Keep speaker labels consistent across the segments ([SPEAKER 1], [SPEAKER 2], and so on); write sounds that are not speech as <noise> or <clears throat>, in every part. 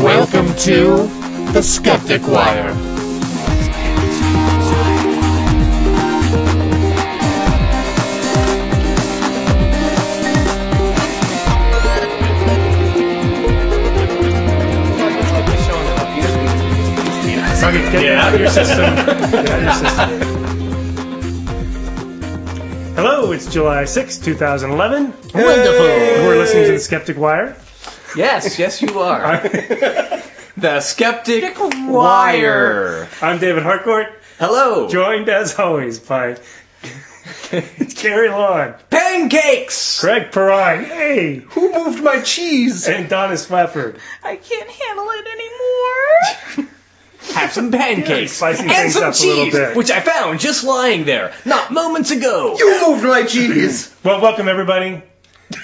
[SPEAKER 1] Welcome to The Skeptic Wire.
[SPEAKER 2] Get it out of your <laughs> system. Hello, it's July sixth, two 2011.
[SPEAKER 3] Wonderful.
[SPEAKER 2] We're listening to The Skeptic Wire.
[SPEAKER 3] Yes, yes, you
[SPEAKER 2] <laughs>
[SPEAKER 3] are. the Skeptic Wire.
[SPEAKER 2] I'm David Harcourt,
[SPEAKER 3] Hello.
[SPEAKER 2] joined as always by Carrie Lawn,
[SPEAKER 3] Pancakes.
[SPEAKER 2] Greg Perrine, hey,
[SPEAKER 3] Who moved my cheese?
[SPEAKER 2] and Donna Swafford.
[SPEAKER 3] I can't handle it <laughs> anymore. Have some pancakes
[SPEAKER 2] Spicy
[SPEAKER 3] and
[SPEAKER 2] things
[SPEAKER 3] some
[SPEAKER 2] up a little
[SPEAKER 3] cheese,
[SPEAKER 2] bit.
[SPEAKER 3] which I found just lying there not moments ago.
[SPEAKER 4] You moved my
[SPEAKER 2] <laughs>
[SPEAKER 4] cheese.
[SPEAKER 2] Well, welcome everybody.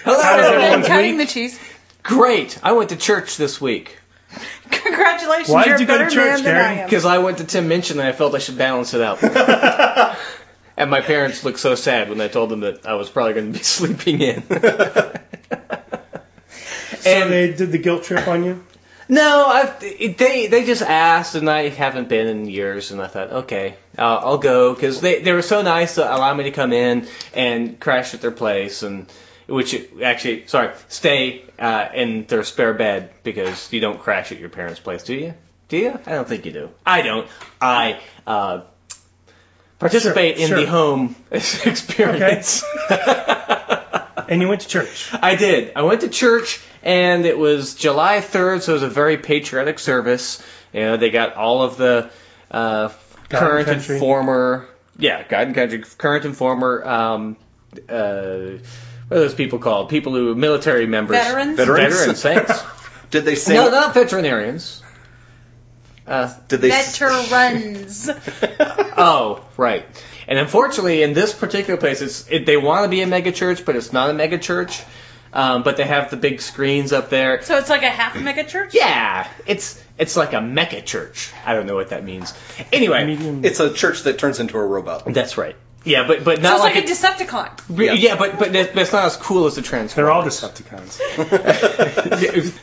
[SPEAKER 2] How
[SPEAKER 3] Hello.
[SPEAKER 2] does everyone-
[SPEAKER 5] I'm
[SPEAKER 2] everyone's
[SPEAKER 5] cutting
[SPEAKER 2] week?
[SPEAKER 5] the cheese.
[SPEAKER 3] Great. I went to church this week
[SPEAKER 5] Congratulations,
[SPEAKER 2] Why
[SPEAKER 5] you're
[SPEAKER 2] did you
[SPEAKER 5] a
[SPEAKER 2] go to
[SPEAKER 5] better
[SPEAKER 2] church,
[SPEAKER 5] man than I
[SPEAKER 2] Karen?
[SPEAKER 5] am.
[SPEAKER 3] because I went to Tim Minchin and I felt I should balance it
[SPEAKER 2] <laughs>
[SPEAKER 3] out. and my parents looked so sad when I told them that I was probably going to be <laughs> sleeping
[SPEAKER 2] <laughs>
[SPEAKER 3] in.
[SPEAKER 2] So they did the guilt trip on you?
[SPEAKER 3] No, I've, it- they they just asked, and I haven't been in years, and I thought, okay, uh, I'll go because they they were so nice to allow me to come in and crash at their place, and which actually, sorry, stay uh, in their spare bed because you don't crash at your parents' place, do you? Do you? I don't think you do. I don't. I uh, participate
[SPEAKER 2] Sure,
[SPEAKER 3] in
[SPEAKER 2] sure.
[SPEAKER 3] the home <laughs> experience. <laughs>
[SPEAKER 2] And you went to church.
[SPEAKER 3] I did. I went to church, and it was July 3rd, so it was a very patriotic service. You know, they got all of the uh,
[SPEAKER 2] and
[SPEAKER 3] current and,
[SPEAKER 2] country.
[SPEAKER 3] former, yeah, God and country, current and former, um, uh, what are those people called? People who military members,
[SPEAKER 5] Veterans?
[SPEAKER 4] Veterans?
[SPEAKER 3] veterans,
[SPEAKER 2] <laughs>
[SPEAKER 3] thanks.
[SPEAKER 4] Did they say?
[SPEAKER 3] no, not veterinarians. Uh,
[SPEAKER 4] Did they?
[SPEAKER 3] <laughs>
[SPEAKER 5] Veterans.
[SPEAKER 4] <laughs>
[SPEAKER 3] Oh, right. And unfortunately, in this particular place, it's it, they want to be a mega church, but it's not a mega church. Um, but they have the big screens up there.
[SPEAKER 5] so it's like a half mega church?
[SPEAKER 3] Yeah, it's it's like a mecha church. I don't know what that means. Anyway,
[SPEAKER 2] Medium.
[SPEAKER 4] It's a church that turns into a robot.
[SPEAKER 3] that's right. Yeah, but but
[SPEAKER 5] So
[SPEAKER 3] not
[SPEAKER 5] it's like,
[SPEAKER 3] like,
[SPEAKER 5] a Decepticon.
[SPEAKER 3] a, yeah. but but that- that's not as cool as the Transformers.
[SPEAKER 2] <laughs> They're all Decepticons.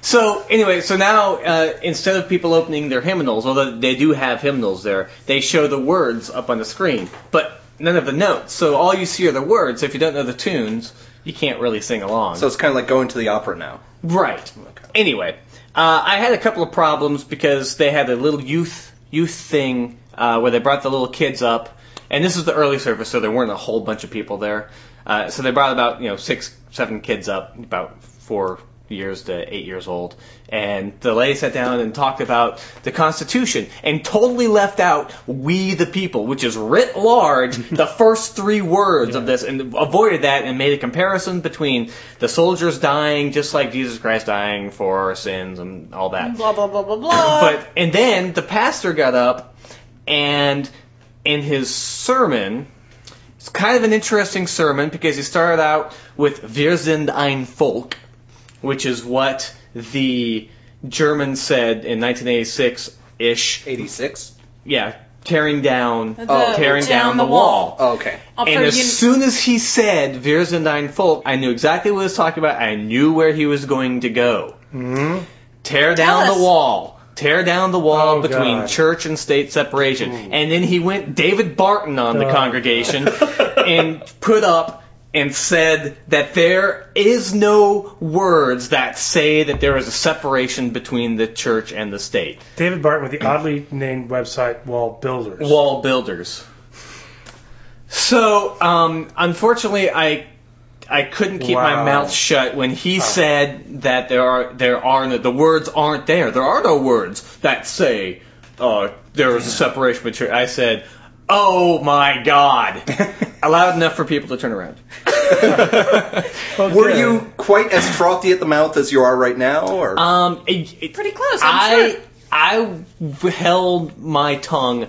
[SPEAKER 3] so anyway, so now uh, instead of people opening their hymnals, although they do have hymnals there, they show the words up on the screen, but none of the notes. So all you see are the words. If you don't know the tunes, you can't really sing along.
[SPEAKER 4] So it's kind of like going to the opera now.
[SPEAKER 3] Right. Anyway, uh, I had a couple of problems because they had a little youth youth thing uh, where they brought the little kids up, and this is the early service, so there weren't a whole bunch of people there. Uh, so they brought about you know six seven kids up, about four years to eight years old, and the lady sat down and talked about the Constitution and totally left out "We the People," which is writ large the first three words of this, and avoided that and made a comparison between the soldiers dying just like Jesus Christ dying for our sins and all that.
[SPEAKER 5] Blah, blah, blah, blah, blah.
[SPEAKER 3] But and then the pastor got up and in his sermon it's kind of an interesting sermon because he started out with Wir sind ein Volk, which is what the Germans said in 1986 ish.
[SPEAKER 4] 86.
[SPEAKER 3] Yeah, tearing down, oh,
[SPEAKER 5] The-
[SPEAKER 3] tearing down, the, wall.
[SPEAKER 4] Oh, okay.
[SPEAKER 5] I'll
[SPEAKER 3] And
[SPEAKER 5] put
[SPEAKER 3] as
[SPEAKER 5] you-
[SPEAKER 3] soon as he said "Veers and Nine Folk," I knew exactly what he was talking about. I knew where he was going to go.
[SPEAKER 2] Mhm.
[SPEAKER 3] Tear
[SPEAKER 5] Tell
[SPEAKER 3] down
[SPEAKER 5] us.
[SPEAKER 3] the wall. Tear down the wall
[SPEAKER 2] Oh,
[SPEAKER 3] between
[SPEAKER 2] God. Hmm.
[SPEAKER 3] church and state separation. And then he went David Barton on the
[SPEAKER 2] Oh. <laughs>
[SPEAKER 3] congregation and put up and said that there is no words that say that there is a separation between the church and the state.
[SPEAKER 2] David Barton with the oddly named website Wall Builders.
[SPEAKER 3] Wall builders. So, um, unfortunately, I I couldn't keep my
[SPEAKER 2] Wow.
[SPEAKER 3] mouth shut when he said that there are there are no, the words aren't there. There are no words that say uh, there is a separation between. I said, "Oh my
[SPEAKER 5] <laughs>
[SPEAKER 3] God!" Loud enough for people to turn around.
[SPEAKER 2] Okay.
[SPEAKER 4] <laughs> Were you quite as frothy at the mouth as you are right now, or
[SPEAKER 3] Um, it- it-
[SPEAKER 5] Pretty close, I'm
[SPEAKER 3] I
[SPEAKER 5] sure.
[SPEAKER 3] I held my tongue.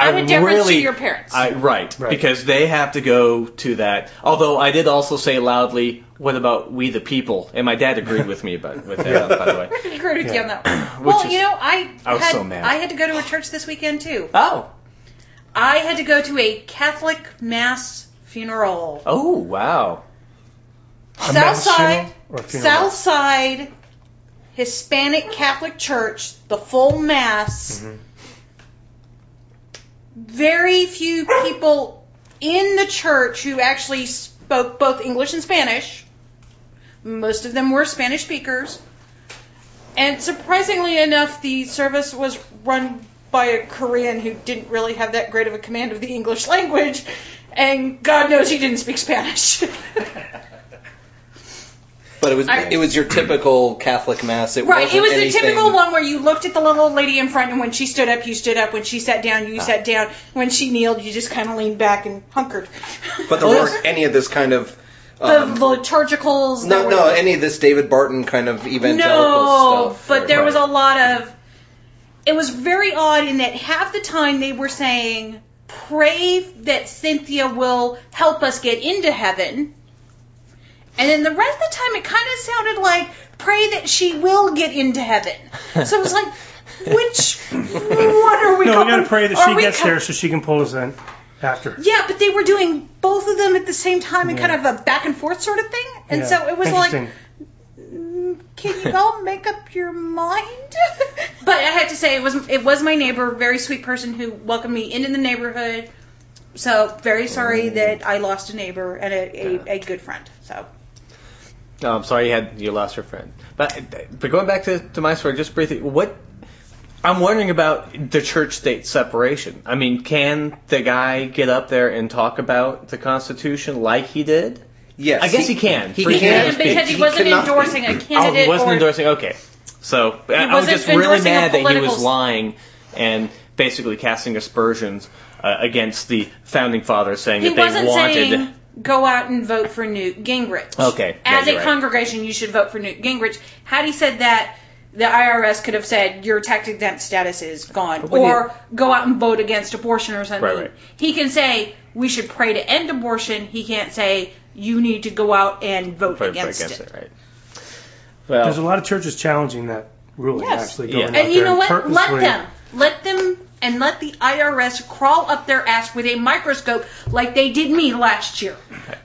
[SPEAKER 5] Out
[SPEAKER 3] I
[SPEAKER 5] of deference
[SPEAKER 3] really,
[SPEAKER 5] to your parents. <laughs>
[SPEAKER 3] I, right,
[SPEAKER 2] Right.
[SPEAKER 3] because they have to go to that. Although I did also say loudly, "What about we the people?" And my dad agreed with me, but with that, by the <laughs> way.
[SPEAKER 5] I agreed with you on that one.
[SPEAKER 3] <coughs> Which
[SPEAKER 5] well,
[SPEAKER 3] is-
[SPEAKER 5] you know, I,
[SPEAKER 3] I was
[SPEAKER 5] had,
[SPEAKER 3] so mad.
[SPEAKER 5] I had to go to a church this weekend, too.
[SPEAKER 3] Oh,
[SPEAKER 5] I had to go to a Catholic mass funeral.
[SPEAKER 3] oh, wow.
[SPEAKER 2] mass
[SPEAKER 5] Southside,
[SPEAKER 2] funeral or funeral?
[SPEAKER 5] Southside Hispanic Catholic Church, the full mass.
[SPEAKER 2] Mm-hmm.
[SPEAKER 5] Very few people in the church who actually spoke both English and Spanish. Most of them were Spanish speakers. And surprisingly enough, the service was run by a Korean who didn't really have that great of a command of the English language, and God knows he didn't speak Spanish. <laughs>
[SPEAKER 4] But it was
[SPEAKER 5] I-
[SPEAKER 4] it was your typical Catholic mass. It
[SPEAKER 5] Right,
[SPEAKER 4] wasn't
[SPEAKER 5] it was the
[SPEAKER 4] anything-
[SPEAKER 5] typical one where you looked at the little old lady in front, and when she stood up, you stood up. When she sat down,
[SPEAKER 4] Ah.
[SPEAKER 5] you sat down. When she kneeled, you just kind of leaned back and hunkered.
[SPEAKER 4] But there
[SPEAKER 5] <laughs>
[SPEAKER 4] weren't any of this kind of.
[SPEAKER 5] the
[SPEAKER 4] Um,
[SPEAKER 5] liturgicals. there
[SPEAKER 4] no,
[SPEAKER 5] were-
[SPEAKER 4] no, any of this David Barton kind of evangelical
[SPEAKER 5] no,
[SPEAKER 4] stuff.
[SPEAKER 5] but there
[SPEAKER 4] Right.
[SPEAKER 5] was a lot of. It was very odd in that half the time they were saying, "Pray that Cynthia will help us get into heaven," and then the rest of the time it kind of sounded like, "Pray that she will get into heaven." So it
[SPEAKER 4] <laughs>
[SPEAKER 5] was like, which one are we?
[SPEAKER 2] No,
[SPEAKER 5] going?
[SPEAKER 2] we gotta pray that
[SPEAKER 5] are
[SPEAKER 2] she
[SPEAKER 5] we
[SPEAKER 2] gets
[SPEAKER 5] co-
[SPEAKER 2] there so she can pull us in after.
[SPEAKER 5] Yeah, but they were doing both of them at the same time and kind of a back and forth sort of thing, and
[SPEAKER 2] Yeah.
[SPEAKER 5] so it was like.
[SPEAKER 2] Interesting.
[SPEAKER 5] Mm, can you all make up your mind? <laughs> but I had to say it was it was my neighbor, very sweet person who welcomed me into the neighborhood. So very sorry that I lost a neighbor and a, a, a good friend. So
[SPEAKER 3] <laughs> No, I'm sorry you had you lost your friend. But but going back to, to my story just briefly, what I'm wondering about the church state separation. I mean, can the guy get up there and talk about the Constitution like he did?
[SPEAKER 4] Yes,
[SPEAKER 3] I guess he can.
[SPEAKER 4] He
[SPEAKER 3] Free
[SPEAKER 4] can,
[SPEAKER 3] Yeah, freedom of speech.
[SPEAKER 5] because he
[SPEAKER 4] He
[SPEAKER 5] wasn't
[SPEAKER 4] could not-
[SPEAKER 5] endorsing a
[SPEAKER 3] Oh,
[SPEAKER 5] candidate
[SPEAKER 3] he wasn't
[SPEAKER 5] or
[SPEAKER 3] endorsing. Okay, so I- I was
[SPEAKER 5] wasn't
[SPEAKER 3] just really
[SPEAKER 5] endorsing a
[SPEAKER 3] mad that he
[SPEAKER 5] political-
[SPEAKER 3] was lying and basically casting aspersions uh, against the founding fathers, saying
[SPEAKER 5] he
[SPEAKER 3] that they
[SPEAKER 5] wasn't
[SPEAKER 3] wanted.
[SPEAKER 5] saying go out and vote for Newt Gingrich.
[SPEAKER 3] Okay, yeah,
[SPEAKER 5] As a
[SPEAKER 3] you're right.
[SPEAKER 5] congregation, you should vote for Newt Gingrich. Had he said that, the IRS could have said your tax exempt status is gone,
[SPEAKER 3] what do you-
[SPEAKER 5] or go out and vote against abortion or something.
[SPEAKER 3] Right, right.
[SPEAKER 5] He can say we should pray to end abortion. He can't say you need to go out and
[SPEAKER 3] but-
[SPEAKER 5] vote
[SPEAKER 3] but
[SPEAKER 5] against,
[SPEAKER 3] against
[SPEAKER 5] it.
[SPEAKER 3] it, right? Well,
[SPEAKER 2] There's a lot of churches challenging that ruling,
[SPEAKER 5] Yes.
[SPEAKER 2] actually. Going
[SPEAKER 3] Yeah.
[SPEAKER 2] out
[SPEAKER 5] And you
[SPEAKER 2] there
[SPEAKER 5] know what? Let
[SPEAKER 2] purposely-
[SPEAKER 5] them. Let them and let the IRS crawl up their ass with a microscope like they did me last year.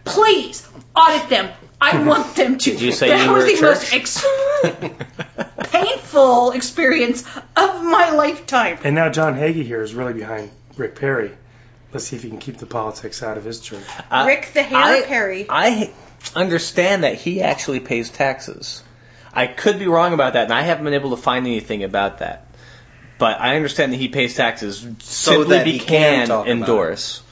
[SPEAKER 5] Please audit them.
[SPEAKER 3] <laughs>
[SPEAKER 5] I want them to. Did
[SPEAKER 3] you say
[SPEAKER 5] that
[SPEAKER 3] you
[SPEAKER 5] was
[SPEAKER 3] were
[SPEAKER 5] the
[SPEAKER 3] a
[SPEAKER 5] most
[SPEAKER 3] church?
[SPEAKER 5] ex- painful experience of my lifetime.
[SPEAKER 2] And now John Hagee here is really behind Rick Perry. Let's see if he can keep the politics out of his church.
[SPEAKER 3] <laughs> I-
[SPEAKER 5] Rick the Hair
[SPEAKER 3] uh, I-
[SPEAKER 5] Perry.
[SPEAKER 3] I understand that he actually pays taxes. I could be wrong about that, and I haven't been able to find anything about that. But I understand that he pays taxes simply
[SPEAKER 4] that he
[SPEAKER 3] because
[SPEAKER 4] can
[SPEAKER 3] he
[SPEAKER 4] talk
[SPEAKER 3] can
[SPEAKER 4] about it.
[SPEAKER 3] endorse.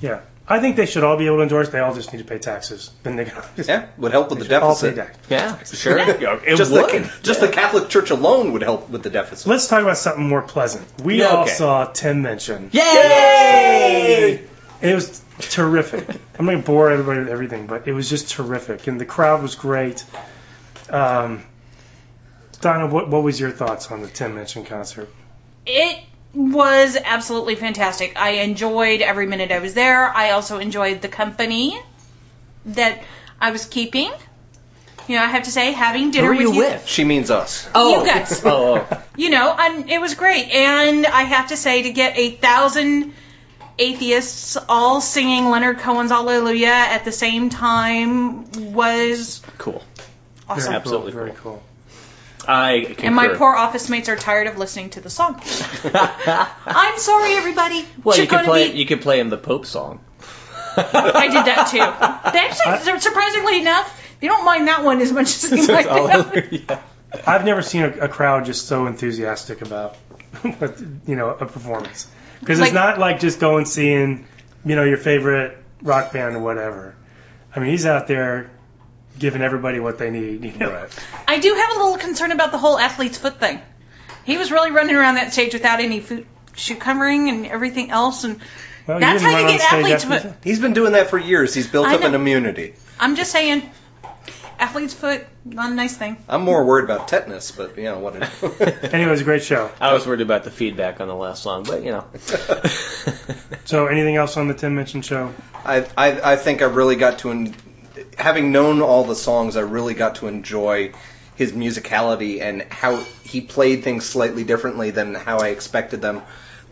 [SPEAKER 2] Yeah. I think they should all be able to endorse. They all just need to pay taxes. <laughs> Then they can just
[SPEAKER 4] Yeah, would help with
[SPEAKER 2] they
[SPEAKER 4] the
[SPEAKER 2] should all pay
[SPEAKER 4] deficit.
[SPEAKER 2] tax.
[SPEAKER 3] Yeah, sure.
[SPEAKER 5] <laughs>
[SPEAKER 3] It
[SPEAKER 4] just
[SPEAKER 3] would.
[SPEAKER 4] the just the Catholic Church alone would help with the deficit.
[SPEAKER 2] Let's talk about something more pleasant. We
[SPEAKER 3] Yeah,
[SPEAKER 2] all
[SPEAKER 3] okay.
[SPEAKER 2] saw Tim Mention.
[SPEAKER 3] Yay!
[SPEAKER 2] It was
[SPEAKER 3] <laughs>
[SPEAKER 2] terrific. I'm not going to bore everybody with everything, but it was just terrific. And the crowd was great. Um, Donna, what, what was your thoughts on the Tim Mention concert?
[SPEAKER 5] It was absolutely fantastic. I enjoyed every minute I was there. I also enjoyed the company that I was keeping. You know, I have to say, having
[SPEAKER 3] Who
[SPEAKER 5] dinner
[SPEAKER 3] are you
[SPEAKER 5] with you
[SPEAKER 3] with?
[SPEAKER 4] She means us.
[SPEAKER 3] Oh.
[SPEAKER 5] You guys.
[SPEAKER 3] Oh, oh.
[SPEAKER 5] you know, and it was great. And I have to say, to get a thousand atheists all singing Leonard Cohen's Hallelujah at the same time was
[SPEAKER 3] cool.
[SPEAKER 5] awesome.
[SPEAKER 2] Very
[SPEAKER 3] Absolutely
[SPEAKER 2] cool. Very cool.
[SPEAKER 3] I concur.
[SPEAKER 5] And my
[SPEAKER 3] <laughs>
[SPEAKER 5] poor office mates are tired of listening to the song. I'm sorry, everybody.
[SPEAKER 3] well, you
[SPEAKER 5] You're
[SPEAKER 3] could
[SPEAKER 5] gonna
[SPEAKER 3] play
[SPEAKER 5] be-
[SPEAKER 3] you could play him the Pope song.
[SPEAKER 5] I did that
[SPEAKER 3] <laughs>
[SPEAKER 5] too. They actually, surprisingly enough, they don't mind that one as much as they mind that.
[SPEAKER 3] Hallelujah.
[SPEAKER 2] I've never seen a, a crowd just so enthusiastic about, <laughs> what- you know, a performance. Because
[SPEAKER 5] Like-
[SPEAKER 2] it's not like just going seeing, you know, your favorite rock band or whatever. I mean, he's out there giving everybody what they need. You know?
[SPEAKER 5] I do have a little concern about the whole athlete's foot thing. He was really running around that stage without any foot, shoe covering and everything else, and
[SPEAKER 2] Well, Oh, he
[SPEAKER 5] That's
[SPEAKER 2] didn't
[SPEAKER 5] how
[SPEAKER 2] run
[SPEAKER 5] you
[SPEAKER 2] on
[SPEAKER 5] get
[SPEAKER 2] stage
[SPEAKER 5] athletes
[SPEAKER 2] after
[SPEAKER 5] with-
[SPEAKER 4] He's been doing that for years. He's built
[SPEAKER 5] I
[SPEAKER 4] up an
[SPEAKER 5] know.
[SPEAKER 4] immunity.
[SPEAKER 5] I'm just saying, athlete's foot, not a nice thing.
[SPEAKER 4] I'm more worried about tetanus, but you know what?
[SPEAKER 5] <laughs>
[SPEAKER 4] It,
[SPEAKER 2] Anyway, it was a great show.
[SPEAKER 3] I was worried about the feedback on the last song, but
[SPEAKER 5] <laughs>
[SPEAKER 3] you know.
[SPEAKER 2] So, anything else on the Tim Minchin show?
[SPEAKER 4] I, I I think I really got to en- having known all the songs. I really got to enjoy his musicality and how he played things slightly differently than how I expected them.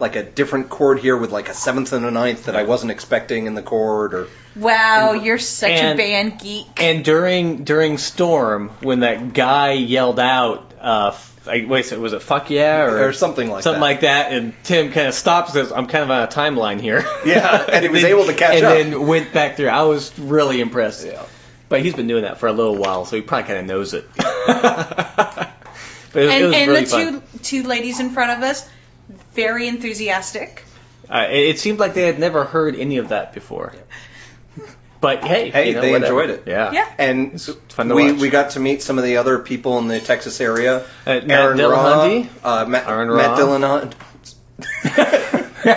[SPEAKER 4] like a different chord here with like a seventh and a ninth that I wasn't expecting in the chord or
[SPEAKER 5] Wow, you're such
[SPEAKER 3] And-
[SPEAKER 5] a band geek.
[SPEAKER 3] And during during Storm, when that guy yelled out, uh, f- I- wait, was it "fuck yeah" or,
[SPEAKER 4] or something like
[SPEAKER 3] something
[SPEAKER 4] that.
[SPEAKER 3] like that. And Tim kind of stops and says, I'm kind of on a timeline here.
[SPEAKER 4] <laughs> Yeah, and he was able to catch
[SPEAKER 3] <laughs> and
[SPEAKER 4] up.
[SPEAKER 3] then went back through. I was really impressed. But he's been doing that for a little while, so he probably kind of knows
[SPEAKER 4] <laughs>
[SPEAKER 3] it. but it, was- it
[SPEAKER 5] And,
[SPEAKER 3] was
[SPEAKER 5] and
[SPEAKER 3] really
[SPEAKER 5] the
[SPEAKER 3] fun.
[SPEAKER 5] two two ladies in front of us, very enthusiastic.
[SPEAKER 3] Uh, it, it seemed like they had never heard any of that before. But hey,
[SPEAKER 4] Hey,
[SPEAKER 3] you know,
[SPEAKER 4] they
[SPEAKER 3] whatever.
[SPEAKER 4] enjoyed it.
[SPEAKER 3] Yeah.
[SPEAKER 4] <laughs>
[SPEAKER 5] Yeah.
[SPEAKER 4] And
[SPEAKER 3] fun to
[SPEAKER 4] we,
[SPEAKER 3] watch.
[SPEAKER 4] we got to meet some of the other people in the Texas area.
[SPEAKER 3] Uh, Matt
[SPEAKER 4] Aaron Raw,
[SPEAKER 3] Dillahunty?
[SPEAKER 4] uh, Matt,
[SPEAKER 3] Aaron Raw.
[SPEAKER 4] Matt Dillahunty.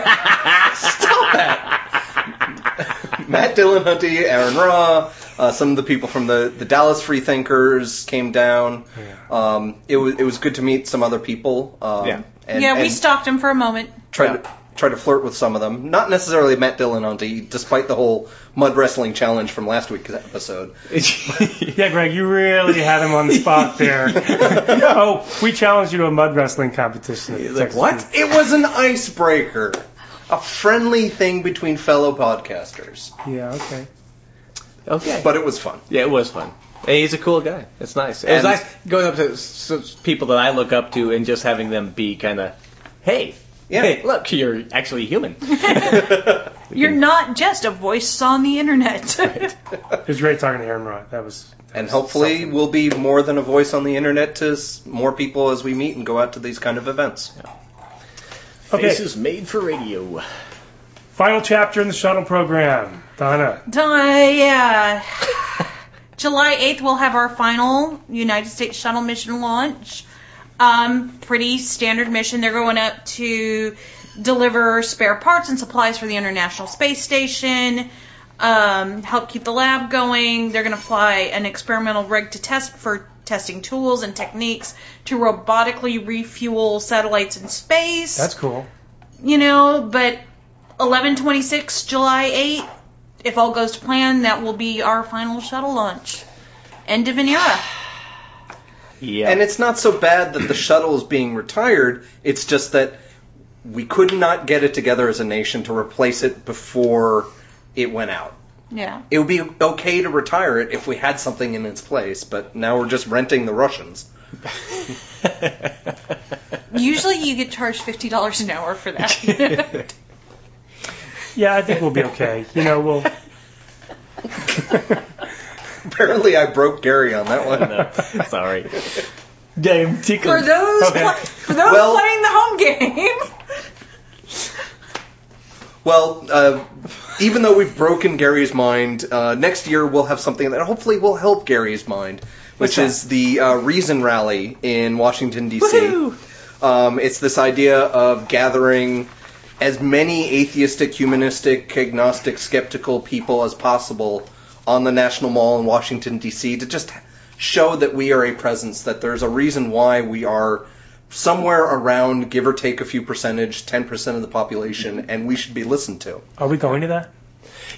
[SPEAKER 4] Stop that. Matt Dillahunty, Aaron Raw, uh, some of the people from the, the Dallas Free Thinkers came down. Um, it was it was good to meet some other people. Um,
[SPEAKER 3] Yeah.
[SPEAKER 4] and,
[SPEAKER 5] yeah, we
[SPEAKER 4] and
[SPEAKER 5] stalked him for a moment.
[SPEAKER 4] tried
[SPEAKER 3] Yeah.
[SPEAKER 4] to try to flirt with some of them. Not necessarily Matt Dillahunty, despite the whole mud wrestling challenge from last week's episode.
[SPEAKER 2] Yeah, Greg, you really had him on the
[SPEAKER 5] <laughs>
[SPEAKER 2] spot there.
[SPEAKER 4] <laughs>
[SPEAKER 2] oh, we challenged you to a mud wrestling competition. at the
[SPEAKER 3] like,
[SPEAKER 2] Texas
[SPEAKER 3] what?
[SPEAKER 2] Zoo.
[SPEAKER 4] It was an icebreaker, a friendly thing between fellow podcasters,
[SPEAKER 2] Yeah, okay.
[SPEAKER 3] <laughs> okay.
[SPEAKER 4] but it was fun.
[SPEAKER 3] Yeah, it was fun. And he's a cool guy. It's nice. It was
[SPEAKER 4] And-
[SPEAKER 3] nice going up to s- s- people that I look up to and just having them be kind of, hey,
[SPEAKER 4] Yeah.
[SPEAKER 3] hey, look, you're actually human.
[SPEAKER 5] You're not just a voice on the internet. <laughs>
[SPEAKER 2] It was great talking to Aaron Rod. That was. that
[SPEAKER 4] and
[SPEAKER 2] was
[SPEAKER 4] hopefully
[SPEAKER 2] something.
[SPEAKER 4] we'll be more than a voice on the internet to s- more people as we meet and go out to these kind of events.
[SPEAKER 2] Okay,
[SPEAKER 3] is made for radio.
[SPEAKER 2] final chapter in the shuttle program. Donna,
[SPEAKER 5] Duh, yeah. <laughs> July 8th, we'll have our final United States shuttle mission launch. Um, pretty standard mission. They're going up to deliver spare parts and supplies for the International Space Station, um, help keep the lab going. They're going to fly an experimental rig to test for testing tools and techniques to robotically refuel satellites in space
[SPEAKER 2] that's cool.
[SPEAKER 5] you know, but 11:26 July 8, if all goes to plan, that will be our final shuttle launch. End of an era.
[SPEAKER 3] Yeah.
[SPEAKER 4] And it's not so bad that the shuttle is being retired, it's just that we could not get it together as a nation to replace it before it went out.
[SPEAKER 5] Yeah.
[SPEAKER 4] It would be okay to retire it if we had something in its place, but now we're just renting the Russians. <laughs>
[SPEAKER 5] Usually you get charged $50 an hour
[SPEAKER 3] <laughs>
[SPEAKER 5] for that.
[SPEAKER 2] Yeah, I think we'll be okay. You know, we'll.
[SPEAKER 4] Apparently, I broke Gary on that one.
[SPEAKER 3] <laughs> No, sorry. <laughs> Damn, tickled.
[SPEAKER 5] for those
[SPEAKER 2] Okay.
[SPEAKER 5] pla- for those
[SPEAKER 4] Well-
[SPEAKER 5] playing the home game.
[SPEAKER 4] Well, uh, even though we've broken Gary's mind, uh, next year we'll have something that hopefully will help Gary's mind, which is the uh, Reason Rally in Washington, D.C. Um, it's this idea of gathering as many atheistic, humanistic, agnostic, skeptical people as possible on the National Mall in Washington, D.C. to just show that we are a presence, that there's a reason why we are somewhere around, give or take a few percentage, 10% of the population,
[SPEAKER 5] Mm-hmm.
[SPEAKER 4] and we should be listened to.
[SPEAKER 2] Are we going to that?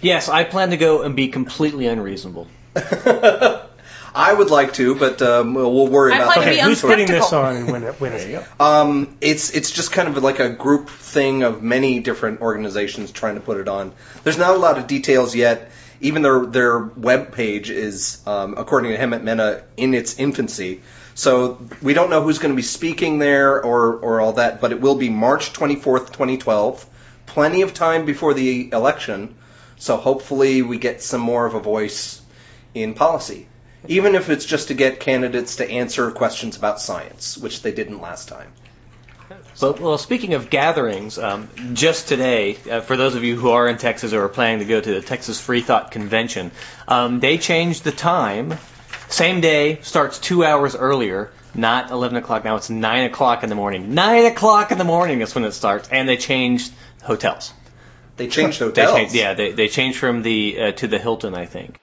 [SPEAKER 3] Yes, I plan to go and be completely unreasonable.
[SPEAKER 4] I would like to, but um, we'll we'll worry
[SPEAKER 5] I'd
[SPEAKER 4] about
[SPEAKER 5] like
[SPEAKER 4] that.
[SPEAKER 5] to be
[SPEAKER 2] Okay, who's
[SPEAKER 5] unskeptical.
[SPEAKER 2] putting this on and when it when it's
[SPEAKER 4] Um, it's it's just kind of like a group thing of many different organizations trying to put it on. There's not a lot of details yet. Even their their web page is, um, according to Hemet Mena, in its infancy. So we don't know who's going to be speaking there or or all that. But it will be March 24th, 2012. Plenty of time before the election. So hopefully we get some more of a voice in policy. Even if it's just to get candidates to answer questions about science, which they didn't last time.
[SPEAKER 3] Well, well, speaking of gatherings, um, just today, uh, for those of you who are in Texas or are planning to go to the Texas Free Thought Convention, um, they changed the time. Same day starts two hours earlier, not 11 o'clock. Now it's 9 o'clock in the morning. 9 o'clock in the morning is when it starts, and they changed hotels.
[SPEAKER 4] They changed
[SPEAKER 3] They
[SPEAKER 4] hotels.
[SPEAKER 3] changed, yeah, they, they changed from the uh, to the Hilton, I think.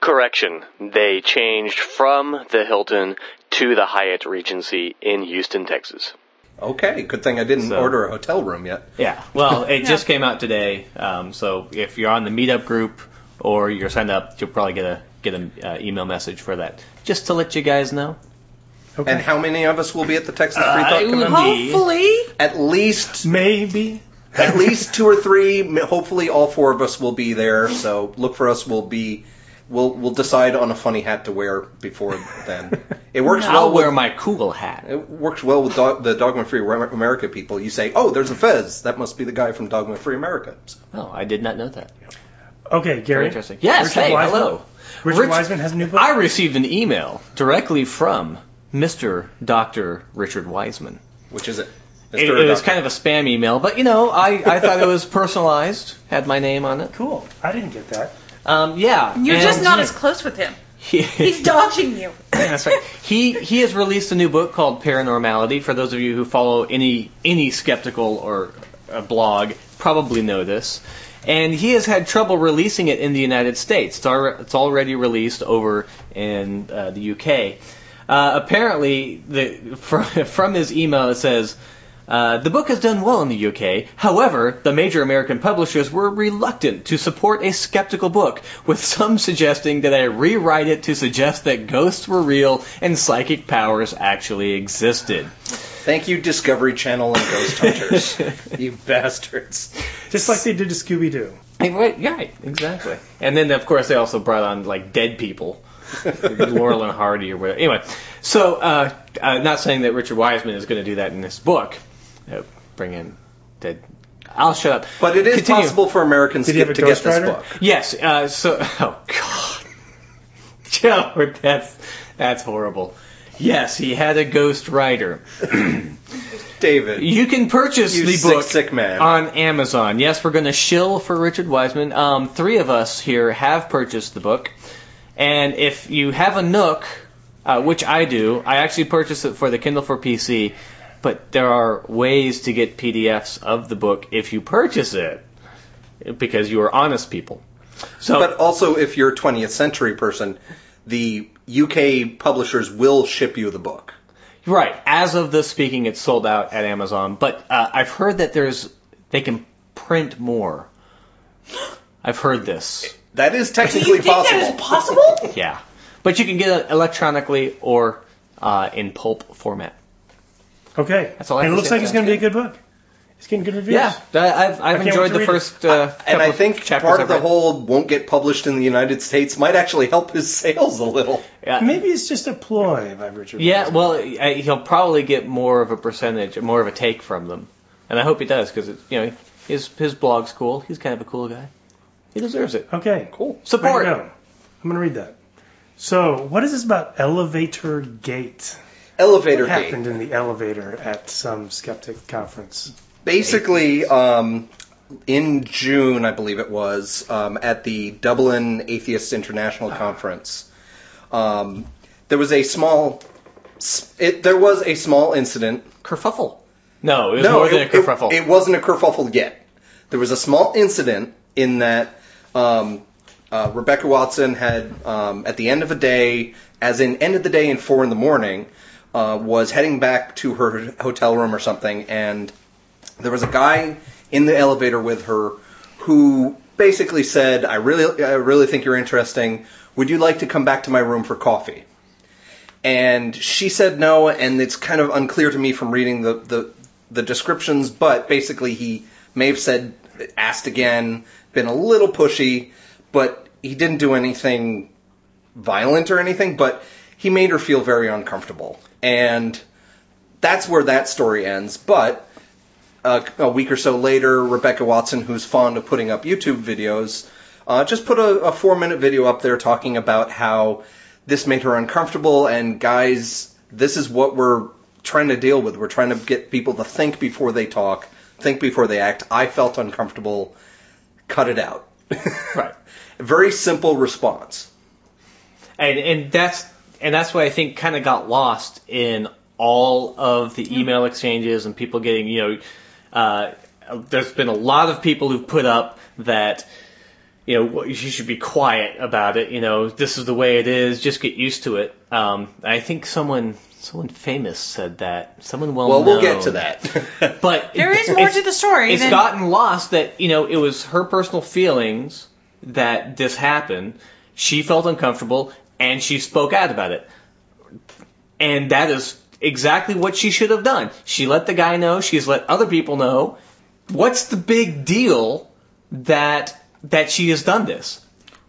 [SPEAKER 6] Correction. They changed from the Hilton to the Hyatt Regency in Houston, Texas.
[SPEAKER 4] Okay. Good thing I didn't
[SPEAKER 3] So-
[SPEAKER 4] order a hotel room yet.
[SPEAKER 3] Yeah. Well, it just came out today, um, so if you're on the meetup group or you're signed up, you'll probably get a get an uh, email message for that, just to let you guys know.
[SPEAKER 2] Okay.
[SPEAKER 4] And how many of us will be at the Texas Free
[SPEAKER 3] I
[SPEAKER 4] Thought
[SPEAKER 3] will
[SPEAKER 4] Convention?
[SPEAKER 3] be-
[SPEAKER 5] Hopefully,
[SPEAKER 4] At least,
[SPEAKER 2] Maybe.
[SPEAKER 4] at least two or three. m- Hopefully, all four of us will be there. So look for us. We'll be. We'll we'll decide on a funny hat to wear before then. It
[SPEAKER 3] <laughs>
[SPEAKER 4] works well.
[SPEAKER 3] I'll wear
[SPEAKER 4] with,
[SPEAKER 3] my cool hat.
[SPEAKER 4] It works well with dog, the Dogma Free Re- America people. You say, "Oh, there's a Fez. That must be the guy from Dogma Free America." So,
[SPEAKER 3] Oh, I did not know that.
[SPEAKER 2] Okay,
[SPEAKER 3] Very
[SPEAKER 2] Gary.
[SPEAKER 3] interesting. Yes,
[SPEAKER 2] Richard
[SPEAKER 3] hey,
[SPEAKER 2] Wiseman?
[SPEAKER 3] hello.
[SPEAKER 2] Richard
[SPEAKER 3] Rich-
[SPEAKER 2] Wiseman has a new book.
[SPEAKER 3] I received an email directly from Mr. Dr. Richard Wiseman.
[SPEAKER 4] which is it?
[SPEAKER 3] It, it was kind of a spam email, but you know, I, I thought it was
[SPEAKER 2] <laughs>
[SPEAKER 3] personalized, had my name on it.
[SPEAKER 2] cool. I didn't get that.
[SPEAKER 3] Um, yeah.
[SPEAKER 5] you're
[SPEAKER 3] and-
[SPEAKER 5] just not
[SPEAKER 3] <laughs>
[SPEAKER 5] as close with him. He's dodging you.
[SPEAKER 3] That's right. He he has released a new book called Paranormality. For those of you who follow any any skeptical or uh, blog, probably know this. And he has had trouble releasing it in the United States. It's, alre it's already released over in uh, the UK. Uh, apparently, the, <laughs> from, from his email, it says. Uh, the book has done well in the UK. However, the major American publishers were reluctant to support a skeptical book, with some suggesting that I rewrite it to suggest that ghosts were real and psychic powers actually existed.
[SPEAKER 4] Thank you, Discovery Channel and Ghost
[SPEAKER 3] <laughs>
[SPEAKER 4] Hunters. you bastards.
[SPEAKER 2] Just like they did to Scooby Doo.
[SPEAKER 3] Like, right, yeah, right, exactly. And then, of course, they also brought on like dead people, Laurel and Hardy or whatever. Anyway, so uh, uh, not saying that Richard Wiseman is going to do that in this book. Uh, bring in dead. I'll shut up.
[SPEAKER 4] But it is
[SPEAKER 3] Continue.
[SPEAKER 4] possible for Americans to,
[SPEAKER 2] Did he have a
[SPEAKER 4] to get this
[SPEAKER 2] ghostwriter?
[SPEAKER 4] book.
[SPEAKER 3] Yes. Uh, so, <laughs> oh God, <laughs> Joe, that's that's horrible. Yes, he had a ghost writer.
[SPEAKER 4] David,
[SPEAKER 3] You can purchase
[SPEAKER 4] you
[SPEAKER 3] the
[SPEAKER 4] sick,
[SPEAKER 3] book
[SPEAKER 4] sick man.
[SPEAKER 3] on Amazon. Yes, we're going to shill for Richard Wiseman. Um, three of us here have purchased the book, and if you have a Nook, uh, which I do, I actually purchased it for the Kindle for PC. But there are ways to get PDFs of the book if you purchase it, because you are honest people. So
[SPEAKER 4] but also, if you're a 20th century person, the UK publishers will ship you the book.
[SPEAKER 3] Right. As of this speaking, it's sold out at Amazon. But uh, I've heard that there's they can print more. I've heard this.
[SPEAKER 4] That is
[SPEAKER 5] Do
[SPEAKER 4] technically
[SPEAKER 5] you think
[SPEAKER 4] possible.
[SPEAKER 5] that is possible?
[SPEAKER 3] Yeah. But you can get it electronically or uh, in pulp format.
[SPEAKER 2] Okay.
[SPEAKER 3] That's all I
[SPEAKER 2] and
[SPEAKER 3] have
[SPEAKER 2] it
[SPEAKER 3] to
[SPEAKER 2] looks
[SPEAKER 3] say
[SPEAKER 2] like it's
[SPEAKER 3] about
[SPEAKER 2] going to be a good book. It's getting good reviews.
[SPEAKER 3] Yeah. I- I've, I've
[SPEAKER 2] can't wait
[SPEAKER 3] enjoyed
[SPEAKER 2] to
[SPEAKER 3] the
[SPEAKER 2] read it.
[SPEAKER 3] first uh, couple
[SPEAKER 4] and I
[SPEAKER 3] of
[SPEAKER 4] think
[SPEAKER 3] chapters
[SPEAKER 4] part
[SPEAKER 3] I've
[SPEAKER 4] of the
[SPEAKER 3] read.
[SPEAKER 4] whole won't get published in the United States might actually help his <laughs> sales a little.
[SPEAKER 3] Yeah.
[SPEAKER 2] Maybe it's just a ploy by Richard.
[SPEAKER 3] Yeah,
[SPEAKER 2] Wiseman.
[SPEAKER 3] well, I, he'll probably get more of a percentage, more of a take from them, and I hope he does because you know his his blog's cool. He's kind of a cool guy. He deserves it.
[SPEAKER 4] Uh,
[SPEAKER 2] Okay.
[SPEAKER 4] Cool.
[SPEAKER 2] Way to
[SPEAKER 3] Support.
[SPEAKER 2] go. I'm going to read that. So, what is this about elevator gate?
[SPEAKER 4] Elevator
[SPEAKER 2] What
[SPEAKER 4] Gate.
[SPEAKER 2] happened in the elevator at some skeptic conference?
[SPEAKER 4] Basically, um, in June, I believe it was, um, at the Dublin Atheist International Conference, um, there was a small. s- It, there was a small incident.
[SPEAKER 3] kerfuffle. No, it was more than a
[SPEAKER 4] it-
[SPEAKER 3] kerfuffle.
[SPEAKER 4] It, it wasn't a kerfuffle yet. There was a small incident in that um, uh, Rebecca Watson had, um, at the end of a day, as in end of the day and four in the morning, uh, was heading back to her hotel room or something, and there was a guy in the elevator with her who basically said, "I really, I really think you're interesting. Would you like to come back to my room for coffee?" And she said no, and it's kind of unclear to me from reading the the, the descriptions, but basically he may have said, asked again, been a little pushy, but he didn't do anything violent or anything, but he made her feel very uncomfortable, and that's where that story ends. But uh, a week or so later, Rebecca Watson, who's fond of putting up YouTube videos, uh, just put a, a four minute video up there talking about how this made her uncomfortable and guys, this is what we're trying to deal with. We're trying to get people to think before they talk, think before they act. I felt uncomfortable. Cut it out.
[SPEAKER 3] right.
[SPEAKER 4] Very simple response.
[SPEAKER 3] And and that's and that's what I think kind of got lost in all of the email exchanges and people getting you know, uh, there's been a lot of people who've put up that. You know, you should be quiet about it. You know, this is the way it is. Just get used to it. Um, I think someone, someone famous said that. Someone well
[SPEAKER 4] Well,
[SPEAKER 3] known.
[SPEAKER 4] we'll get to that. <laughs>
[SPEAKER 3] But
[SPEAKER 5] There is more
[SPEAKER 3] it's-
[SPEAKER 5] to the story.
[SPEAKER 3] it's
[SPEAKER 5] than,
[SPEAKER 3] gotten lost that you know it was her personal feelings that this happened. She felt uncomfortable and she spoke out about it. And that is exactly what she should have done. She let the guy know, she's let other people know. What's the big deal that that she has done this?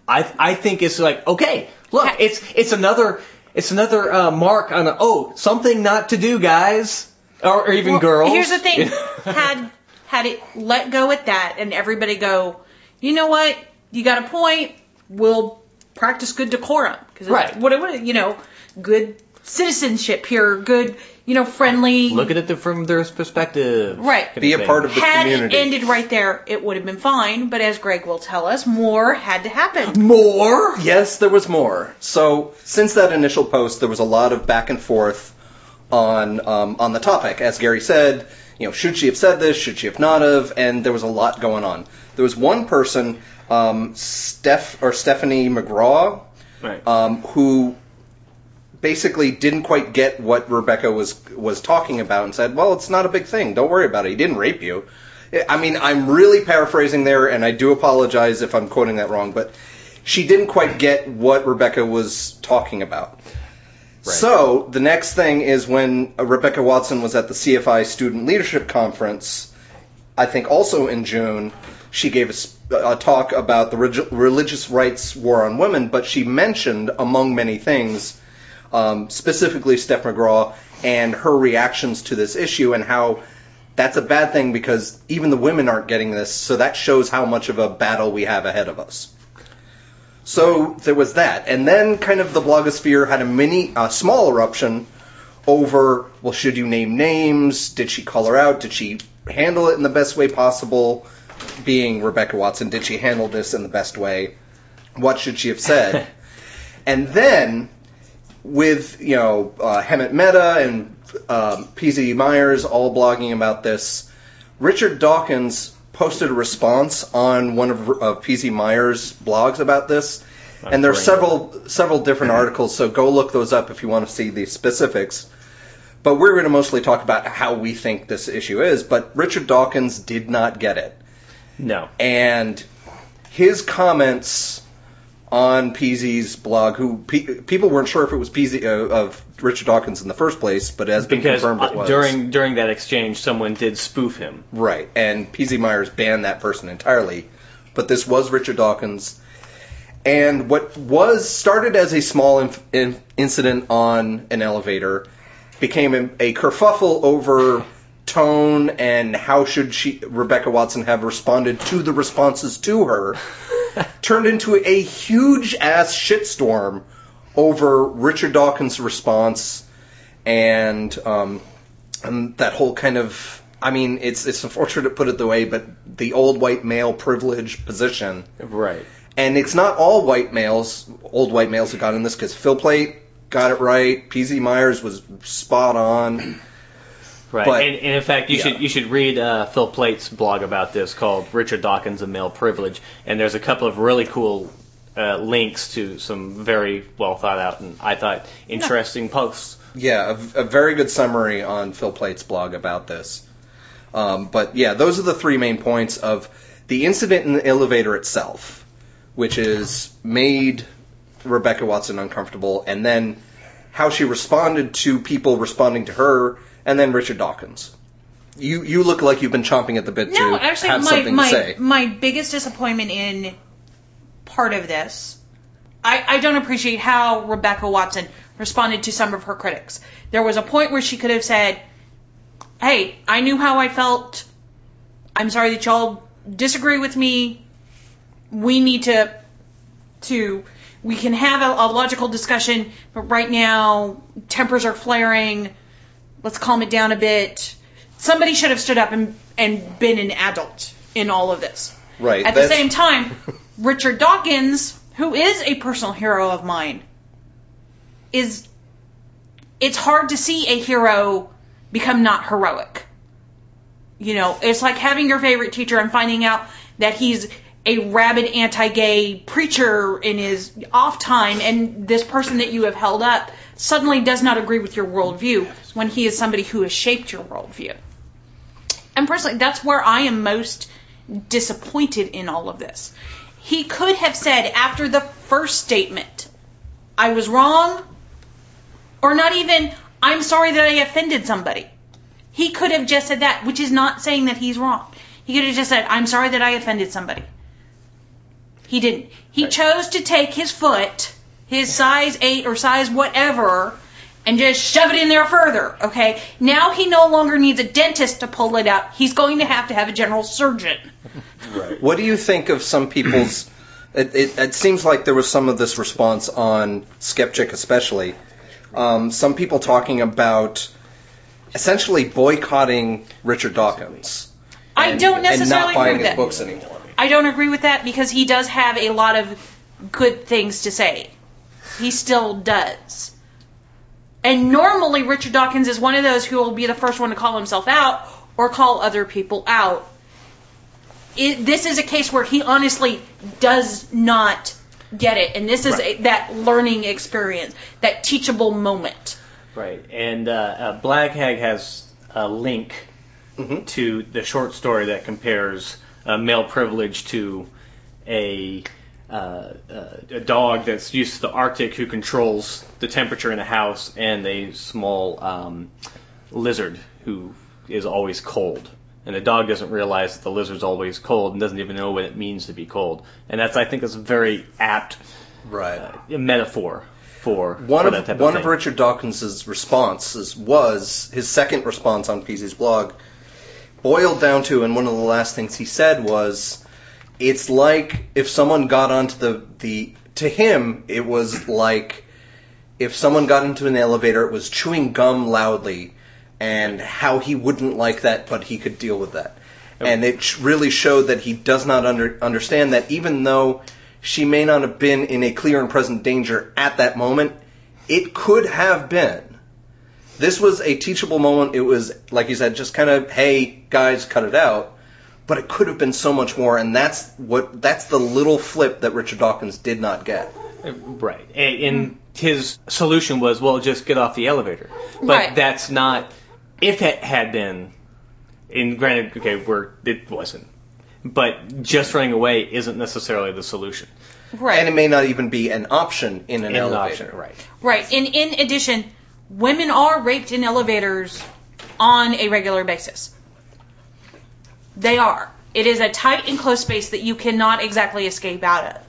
[SPEAKER 3] I I think it's like, okay, look, it's it's another it's another uh, mark on a, oh, something not to do, guys. Or, or even
[SPEAKER 5] Well,
[SPEAKER 3] girls.
[SPEAKER 5] Here's
[SPEAKER 3] <laughs>
[SPEAKER 5] the thing: had had it let go at that, and everybody go, you know what? You got a point. We'll practice good decorum because
[SPEAKER 3] Right.
[SPEAKER 5] what, what you know, good citizenship here, good you know, friendly.
[SPEAKER 3] Look at it from their perspective.
[SPEAKER 5] Right.
[SPEAKER 4] Be a part of the
[SPEAKER 5] had
[SPEAKER 4] community.
[SPEAKER 5] it ended right there, it would have been fine. But as Greg will tell us, more had to happen.
[SPEAKER 3] more.
[SPEAKER 4] Yes, there was more. So since that initial post, there was a lot of back and forth on um, on the topic. As Gary said, you know, should she have said this? Should she have not have? And there was a lot going on. There was one person, um, Steph or Stephanie McGraw,
[SPEAKER 3] Right.
[SPEAKER 4] um, who basically didn't quite get what Rebecca was was talking about and said, "Well, it's not a big thing. Don't worry about it. He didn't rape you." I mean, I'm really paraphrasing there, and I do apologize if I'm quoting that wrong, but she didn't quite get what Rebecca was talking about. So the next thing is when uh, Rebecca Watson was at the CFI Student Leadership Conference. I think also in June, she gave a, s- a talk about the relig- religious rights war on women, but she mentioned, among many things, um, specifically Steph McGraw and her reactions to this issue and how that's a bad thing because even the women aren't getting this, so that shows how much of a battle we have ahead of us. So there was that, and then kind of the blogosphere had a mini, a small eruption over. Well, should you name names? Did she call her out? Did she handle it in the best way possible? Being Rebecca Watson, did she handle this in the best way? What should she have said? and then with you know uh, Hemet Meta and um, PZ Myers all blogging about this, Richard Dawkins posted a response on one of, of PZ Myers' blogs about this, and there are
[SPEAKER 3] great. Mm-hmm.
[SPEAKER 4] several several different articles. So go look those up if you want to see the specifics. But we're going to mostly talk about how we think this issue is. But Richard Dawkins did not get it
[SPEAKER 3] no.
[SPEAKER 4] and his comments on PZ's blog, who pe- people weren't sure if it was PZ uh, of Richard Dawkins in the first place, but it has been
[SPEAKER 3] Because
[SPEAKER 4] confirmed
[SPEAKER 3] uh,
[SPEAKER 4] it was
[SPEAKER 3] during during that exchange, someone did spoof him.
[SPEAKER 4] right, and PZ Myers banned that person entirely, but this was Richard Dawkins, and what was started as a small inf- in- incident on an elevator became a, a kerfuffle over tone and how should she Rebecca Watson have responded to the responses to her turned into a huge ass shitstorm over Richard Dawkins' response and um, and that whole kind of I mean it's it's unfortunate to put it the way but the old white male privilege position
[SPEAKER 3] Right.
[SPEAKER 4] and it's not all white males, old white males who got in this because Phil Plate got it right. PZ Myers was spot on.
[SPEAKER 3] Right.
[SPEAKER 4] But-
[SPEAKER 3] and, and in fact, you
[SPEAKER 4] yeah.
[SPEAKER 3] should you should read uh, Phil Plate's blog about this called Richard Dawkins and Male Privilege. And there's a couple of really cool uh, links to some very well thought out and I thought interesting posts.
[SPEAKER 4] Yeah, a, a very good summary on Phil Plate's blog about this. Um, but yeah, those are the three main points of the incident in the elevator itself, which is made Rebecca Watson uncomfortable, and then how she responded to people responding to her, and then Richard Dawkins. You you look like you've been chomping at the bit
[SPEAKER 5] No,
[SPEAKER 4] to
[SPEAKER 5] actually,
[SPEAKER 4] have
[SPEAKER 5] my
[SPEAKER 4] something to
[SPEAKER 5] my,
[SPEAKER 4] say.
[SPEAKER 5] my biggest disappointment in part of this, I, I don't appreciate how Rebecca Watson responded to some of her critics. There was a point where she could have said, "Hey, I knew how I felt. I'm sorry that y'all disagree with me. We need to to we can have a, a logical discussion, but right now tempers are flaring. Let's calm it down a bit." somebody should have stood up and, and been an adult in all of this.
[SPEAKER 4] Right.
[SPEAKER 5] At the
[SPEAKER 4] that's-
[SPEAKER 5] same time, Richard Dawkins, who is a personal hero of mine, is it's hard to see a hero become not heroic. You know, it's like having your favorite teacher and finding out that he's a rabid anti-gay preacher in his off time, and this person that you have held up suddenly does not agree with your worldview when he is somebody who has shaped your worldview. And personally, that's where I am most disappointed in all of this. He could have said after the first statement, I was wrong. Or not even, I'm sorry that I offended somebody. He could have just said that, which is not saying that he's wrong. He could have just said, I'm sorry that I offended somebody. He didn't. He chose to take his foot, his size 8 or size whatever, and just shove it in there further, okay? Now he no longer needs a dentist to pull it out. He's going to have to have a general surgeon.
[SPEAKER 4] What do you think of some people's? <clears throat> it, it, it seems like there was some of this response on Skeptic, especially. Um, some people talking about essentially boycotting Richard Dawkins.
[SPEAKER 5] I
[SPEAKER 4] and-
[SPEAKER 5] don't necessarily
[SPEAKER 4] and not buying
[SPEAKER 5] agree with
[SPEAKER 4] his
[SPEAKER 5] that.
[SPEAKER 4] books anymore.
[SPEAKER 5] I don't agree with that because he does have a lot of good things to say. He still does. And normally, Richard Dawkins is one of those who will be the first one to call himself out or call other people out. It, this is a case where he honestly does not get it, and this is a, that learning experience, that teachable moment.
[SPEAKER 3] Right, and uh, uh, Black Hag has a link
[SPEAKER 4] Mm-hmm.
[SPEAKER 3] to the short story that compares uh, male privilege to a, uh, uh, a dog that's used to the Arctic who controls the temperature in a house and a small um, lizard who is always cold. And the dog doesn't realize that the lizard's always cold and doesn't even know what it means to be cold. And that's, I think, that's a very apt uh,
[SPEAKER 4] Right.
[SPEAKER 3] metaphor for,
[SPEAKER 4] One
[SPEAKER 3] for that
[SPEAKER 4] of
[SPEAKER 3] type of
[SPEAKER 4] one
[SPEAKER 3] thing.
[SPEAKER 4] of Richard Dawkins's responses was his second response on PZ's blog boiled down to, and one of the last things he said was, "It's like if someone got onto the the to him, it was like if someone got into an elevator, it was chewing gum loudly, and how he wouldn't like that, but he could deal with that." And it sh- really showed that he does not under, understand that even though she may not have been in a clear and present danger at that moment, it could have been. This was a teachable moment. It was, like you said, just kind of, hey, guys, cut it out. But it could have been so much more, and that's what that's the little flip that Richard Dawkins did not get.
[SPEAKER 3] Right. And, and his solution was, well, just get off the elevator. But
[SPEAKER 5] Right.
[SPEAKER 3] that's not. If it had been, and granted, okay, we're it wasn't. But just running away isn't necessarily the solution.
[SPEAKER 5] Right.
[SPEAKER 4] And it may not even be an option in an
[SPEAKER 3] It's an
[SPEAKER 4] elevator.
[SPEAKER 3] option, right?
[SPEAKER 5] Right. And in addition, women are raped in elevators on a regular basis. They are. It is a tight and close space that you cannot exactly escape out of.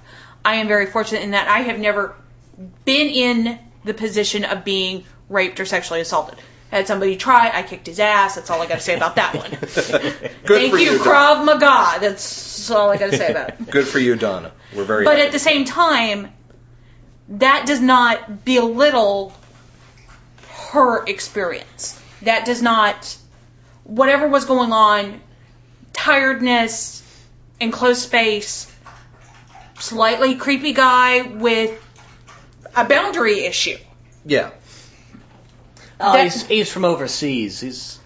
[SPEAKER 5] I am very fortunate in that I have never been in the position of being raped or sexually assaulted. I had somebody try, I kicked his ass. That's all I got to say about
[SPEAKER 3] <laughs>
[SPEAKER 5] that one.
[SPEAKER 4] <laughs> Good
[SPEAKER 5] Thank
[SPEAKER 4] for
[SPEAKER 5] you,
[SPEAKER 4] you, Donna.
[SPEAKER 5] Krav Maga. That's all I got to say about it.
[SPEAKER 4] Good for you, Donna. We're very.
[SPEAKER 5] But
[SPEAKER 4] happy.
[SPEAKER 5] at the same time, that does not belittle her experience. That does not, whatever was going on, tiredness, enclosed space, slightly creepy guy with a boundary issue.
[SPEAKER 4] yeah.
[SPEAKER 3] Oh,
[SPEAKER 5] That-
[SPEAKER 3] he's, he's from overseas. He's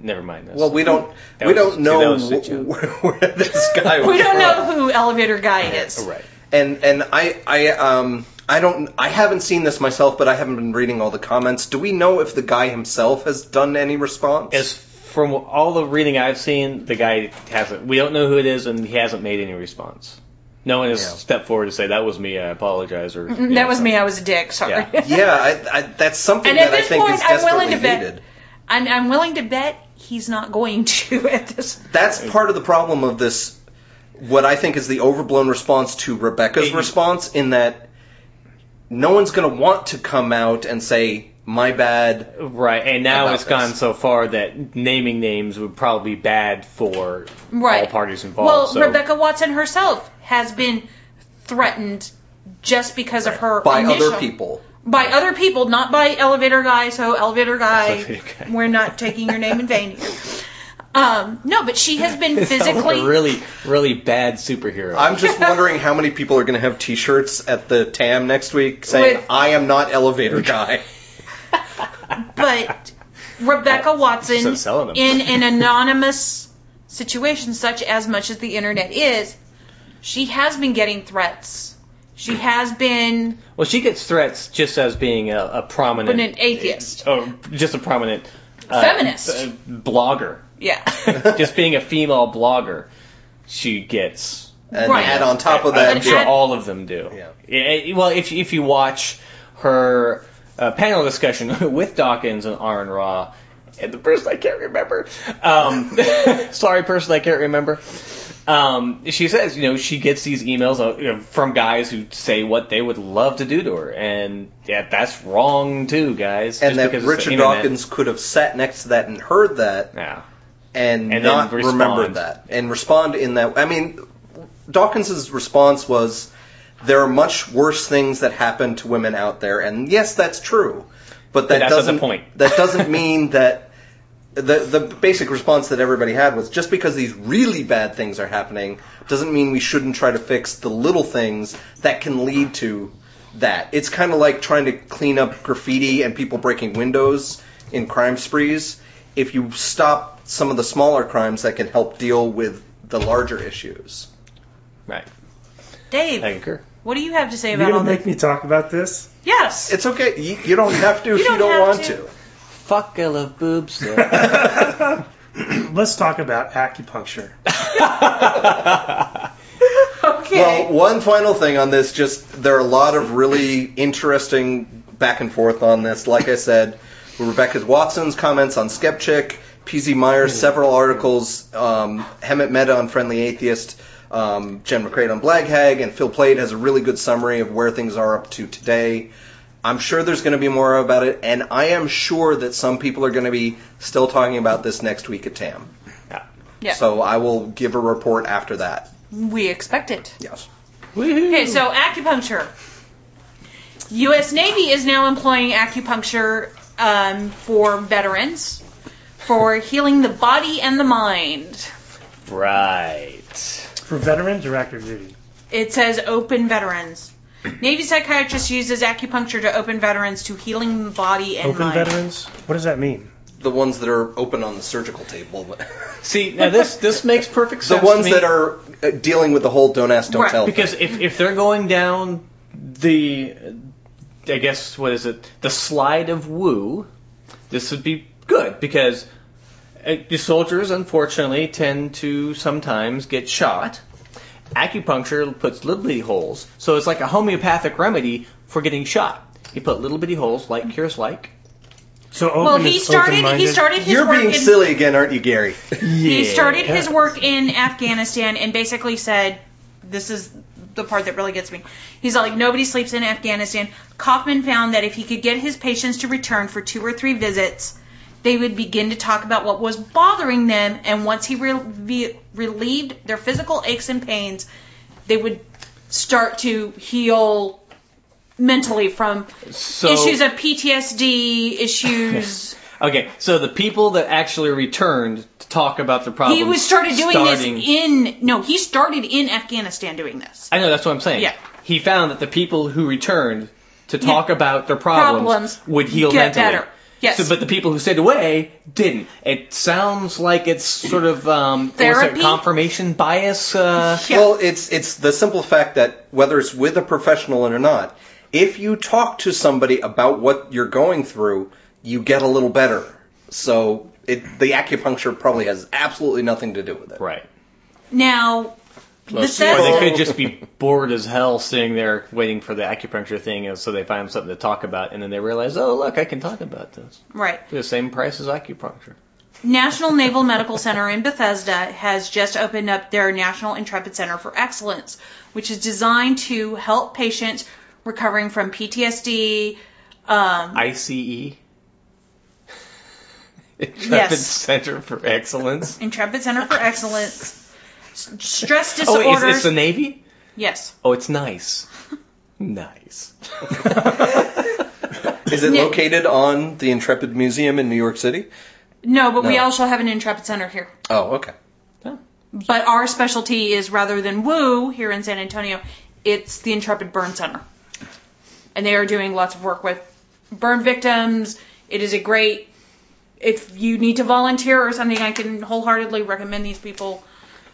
[SPEAKER 3] never mind. That's,
[SPEAKER 4] Well, we don't
[SPEAKER 3] That
[SPEAKER 4] we don't
[SPEAKER 3] was- see, that
[SPEAKER 4] know
[SPEAKER 3] was the
[SPEAKER 4] wh-
[SPEAKER 3] joke.
[SPEAKER 4] <laughs> where, where this guy.
[SPEAKER 5] We
[SPEAKER 4] was
[SPEAKER 5] don't
[SPEAKER 4] from.
[SPEAKER 5] know who elevator guy is.
[SPEAKER 3] right.
[SPEAKER 4] and and I I um I don't I haven't seen this myself, but I haven't been reading all the comments. Do we know if the guy himself has done any response?
[SPEAKER 3] As from all the reading I've seen, the guy hasn't. We don't know who it is, and he hasn't made any response. No one has
[SPEAKER 4] Yeah.
[SPEAKER 3] stepped forward to say that was me. I apologize. Or you know,
[SPEAKER 5] That was me.
[SPEAKER 3] something.
[SPEAKER 5] I was a dick. Sorry.
[SPEAKER 3] Yeah.
[SPEAKER 4] yeah, I, I, that's something
[SPEAKER 5] And at
[SPEAKER 4] that I
[SPEAKER 5] this
[SPEAKER 4] think
[SPEAKER 5] point,
[SPEAKER 4] is
[SPEAKER 5] I'm
[SPEAKER 4] desperately
[SPEAKER 5] willing to bet-
[SPEAKER 4] needed.
[SPEAKER 5] And <laughs> I'm willing to bet he's not going to <laughs> at this
[SPEAKER 4] That's part of the problem of this. What I think is the overblown response to Rebecca's
[SPEAKER 3] It-
[SPEAKER 4] response in that no one's going to want to come out and say my bad.
[SPEAKER 3] Right, and now
[SPEAKER 4] about
[SPEAKER 3] it's gone
[SPEAKER 4] this.
[SPEAKER 3] so far that naming names would probably be bad for
[SPEAKER 5] Right.
[SPEAKER 3] all parties involved.
[SPEAKER 5] Well,
[SPEAKER 3] so
[SPEAKER 5] Rebecca Watson herself has been threatened just because of her
[SPEAKER 4] by
[SPEAKER 5] initial-
[SPEAKER 4] other people.
[SPEAKER 5] By other people, not by elevator guy. So elevator guy,
[SPEAKER 3] Elevator guy.
[SPEAKER 5] we're not taking your name in vain. Here. Um, no, but she has been
[SPEAKER 3] <laughs> Sounds like
[SPEAKER 5] physically.
[SPEAKER 3] a really, really bad superhero.
[SPEAKER 4] I'm just wondering how many people are going to have T-shirts at the TAM next week saying
[SPEAKER 5] With-
[SPEAKER 4] "I am not elevator
[SPEAKER 5] <laughs>
[SPEAKER 4] guy."
[SPEAKER 5] <laughs>
[SPEAKER 3] <laughs>
[SPEAKER 5] but Rebecca Watson,
[SPEAKER 3] She's selling them.
[SPEAKER 5] in an anonymous situation, such as much as the internet is, she has been getting threats. She has been,
[SPEAKER 3] well, she gets threats just as being a, a prominent,
[SPEAKER 5] been an atheist.
[SPEAKER 3] oh, just a prominent uh,
[SPEAKER 5] Feminist.
[SPEAKER 3] uh, blogger,
[SPEAKER 5] Yeah. <laughs>
[SPEAKER 3] just being a female blogger. She gets.
[SPEAKER 4] And
[SPEAKER 5] Right.
[SPEAKER 4] add on top of
[SPEAKER 3] I'm
[SPEAKER 4] that,
[SPEAKER 5] An
[SPEAKER 3] sure
[SPEAKER 5] ad-
[SPEAKER 3] all of them do.
[SPEAKER 4] Yeah.
[SPEAKER 3] Yeah, well, if if you watch her uh, panel discussion <laughs> with Dawkins and Aaron Raw, and the person I can't remember. Um, <laughs> sorry, person I can't remember. Um, she says, you know, she gets these emails uh, you know, from guys who say what they would love to do to her, and yeah, that's wrong too, guys.
[SPEAKER 4] and
[SPEAKER 3] Just
[SPEAKER 4] that
[SPEAKER 3] because it's the
[SPEAKER 4] Richard
[SPEAKER 3] internet-
[SPEAKER 4] Dawkins could have sat next to that and heard that
[SPEAKER 3] Yeah.
[SPEAKER 4] and,
[SPEAKER 3] And then
[SPEAKER 4] not
[SPEAKER 3] respond.
[SPEAKER 4] remember that and respond in that. I mean, Dawkins's response was, "There are much worse things that happen to women out there," and yes, that's true, but that
[SPEAKER 3] that's not the
[SPEAKER 4] doesn't
[SPEAKER 3] point.
[SPEAKER 4] <laughs> that doesn't mean that. The, the basic response that everybody had was just because these really bad things are happening doesn't mean we shouldn't try to fix the little things that can lead to that. It's kind of like trying to clean up graffiti and people breaking windows in crime sprees. If you stop some of the smaller crimes, that can help deal with the larger issues.
[SPEAKER 3] Right. I
[SPEAKER 5] Dave,
[SPEAKER 3] concur.
[SPEAKER 5] what do you have to say
[SPEAKER 2] You're
[SPEAKER 5] about
[SPEAKER 2] gonna
[SPEAKER 5] all this?
[SPEAKER 2] make me talk about this?
[SPEAKER 5] Yes.
[SPEAKER 4] It's okay. You, you don't have to if
[SPEAKER 5] You
[SPEAKER 4] you
[SPEAKER 5] don't
[SPEAKER 4] don't,
[SPEAKER 5] have
[SPEAKER 4] want
[SPEAKER 5] to.
[SPEAKER 4] to.
[SPEAKER 3] Fuck, I love boobs.
[SPEAKER 4] <laughs>
[SPEAKER 2] <laughs> Let's talk about acupuncture.
[SPEAKER 5] okay.
[SPEAKER 4] Well, one final thing on this. Just there are a lot of really interesting back and forth on this. Like I said, Rebecca Watson's comments on Skeptic, PZ Myers, several articles, um, Hemet Meta on Friendly Atheist, um, Jen McCrae on Blaghag, and Phil Plate has a really good summary of where things are up to today. I'm sure there's going to be more about it, and I am sure that some people are going to be still talking about this next week at TAM.
[SPEAKER 5] Yeah.
[SPEAKER 4] So I will give a report after that.
[SPEAKER 5] we expect it.
[SPEAKER 4] Yes.
[SPEAKER 5] Okay, so acupuncture. U.S. Navy is now employing acupuncture um, for veterans for healing the body and the mind.
[SPEAKER 3] right.
[SPEAKER 2] For veterans or active duty?
[SPEAKER 5] It says open veterans. Navy psychiatrist uses acupuncture to open veterans to healing the body and
[SPEAKER 2] Open
[SPEAKER 5] mind.
[SPEAKER 2] veterans? What does that mean?
[SPEAKER 4] the ones that are open on the surgical table, but <laughs>
[SPEAKER 3] See, now this this makes perfect
[SPEAKER 4] the
[SPEAKER 3] sense. to
[SPEAKER 4] ones
[SPEAKER 3] me.
[SPEAKER 4] that are uh, dealing with the whole "don't ask, don't
[SPEAKER 5] Right,
[SPEAKER 4] tell"
[SPEAKER 3] because
[SPEAKER 4] thing.
[SPEAKER 3] if if they're going down the, I guess what is it? The slide of woo. This would be good because uh, the soldiers unfortunately tend to sometimes get shot. Acupuncture puts little bitty holes, so it's like a homeopathic remedy for getting shot. You put little bitty holes, like cures like.
[SPEAKER 2] So open
[SPEAKER 5] Well, he
[SPEAKER 2] is
[SPEAKER 5] started. He
[SPEAKER 2] open-minded?
[SPEAKER 5] started his
[SPEAKER 4] You're
[SPEAKER 5] work
[SPEAKER 4] being
[SPEAKER 5] in-
[SPEAKER 4] silly again, aren't you, Gary?
[SPEAKER 5] He started his work in Afghanistan and basically said, "This is the part that really gets me." He's like, "Nobody sleeps in Afghanistan." Kaufman found that if he could get his patients to return for two or three visits, they would begin to talk about what was bothering them, and once he re- relieved their physical aches and pains, they would start to heal mentally from
[SPEAKER 3] So,
[SPEAKER 5] issues of PTSD, issues.
[SPEAKER 3] Okay, so the people that actually returned to talk about the problem.
[SPEAKER 5] He was started doing
[SPEAKER 3] starting,
[SPEAKER 5] this in no, he started in Afghanistan doing this.
[SPEAKER 3] I know that's what I'm saying.
[SPEAKER 5] Yeah.
[SPEAKER 3] He found that the people who returned to talk about their problems,
[SPEAKER 5] Problems
[SPEAKER 3] would heal
[SPEAKER 5] get
[SPEAKER 3] mentally.
[SPEAKER 5] better. Yes.
[SPEAKER 3] So, but the people who stayed away didn't. It sounds like it's sort of um, what's that,
[SPEAKER 5] Therapy?
[SPEAKER 3] confirmation bias. Uh,
[SPEAKER 5] Yeah.
[SPEAKER 4] <laughs> Well, it's it's the simple fact that whether it's with a professional or not, if you talk to somebody about what you're going through, you get a little better. So it, the acupuncture probably has absolutely nothing to do with it.
[SPEAKER 3] right.
[SPEAKER 5] Now, this
[SPEAKER 3] Or
[SPEAKER 5] says
[SPEAKER 3] they could just be bored as hell sitting there waiting for the acupuncture thing, and so they find something to talk about, and then they realize, oh look, I can talk about this.
[SPEAKER 5] right.
[SPEAKER 3] For the same price as acupuncture.
[SPEAKER 5] National Naval Medical Center in Bethesda has just opened up their National Intrepid Center for Excellence, which is designed to help patients recovering from PTSD. Um,
[SPEAKER 3] ICE. E. <laughs> Intrepid
[SPEAKER 5] Yes.
[SPEAKER 3] Center for
[SPEAKER 5] <laughs>
[SPEAKER 3] Excellence.
[SPEAKER 5] Intrepid Center for Excellence. s- Stress
[SPEAKER 3] Oh, wait,
[SPEAKER 5] disorders.
[SPEAKER 3] is it's the Navy?
[SPEAKER 5] yes.
[SPEAKER 3] Oh, it's
[SPEAKER 5] <laughs>
[SPEAKER 3] nice. <laughs> Nice.
[SPEAKER 4] Is it
[SPEAKER 5] Yeah.
[SPEAKER 4] located on the Intrepid Museum in New York City?
[SPEAKER 5] No, but we
[SPEAKER 4] No.
[SPEAKER 5] all shall have an Intrepid Center here.
[SPEAKER 4] Oh, okay.
[SPEAKER 5] But our specialty is rather than Woo here in San Antonio, it's the Intrepid Burn Center. And they are doing lots of work with burn victims. It is a great if you need to volunteer or something, I can wholeheartedly recommend these people.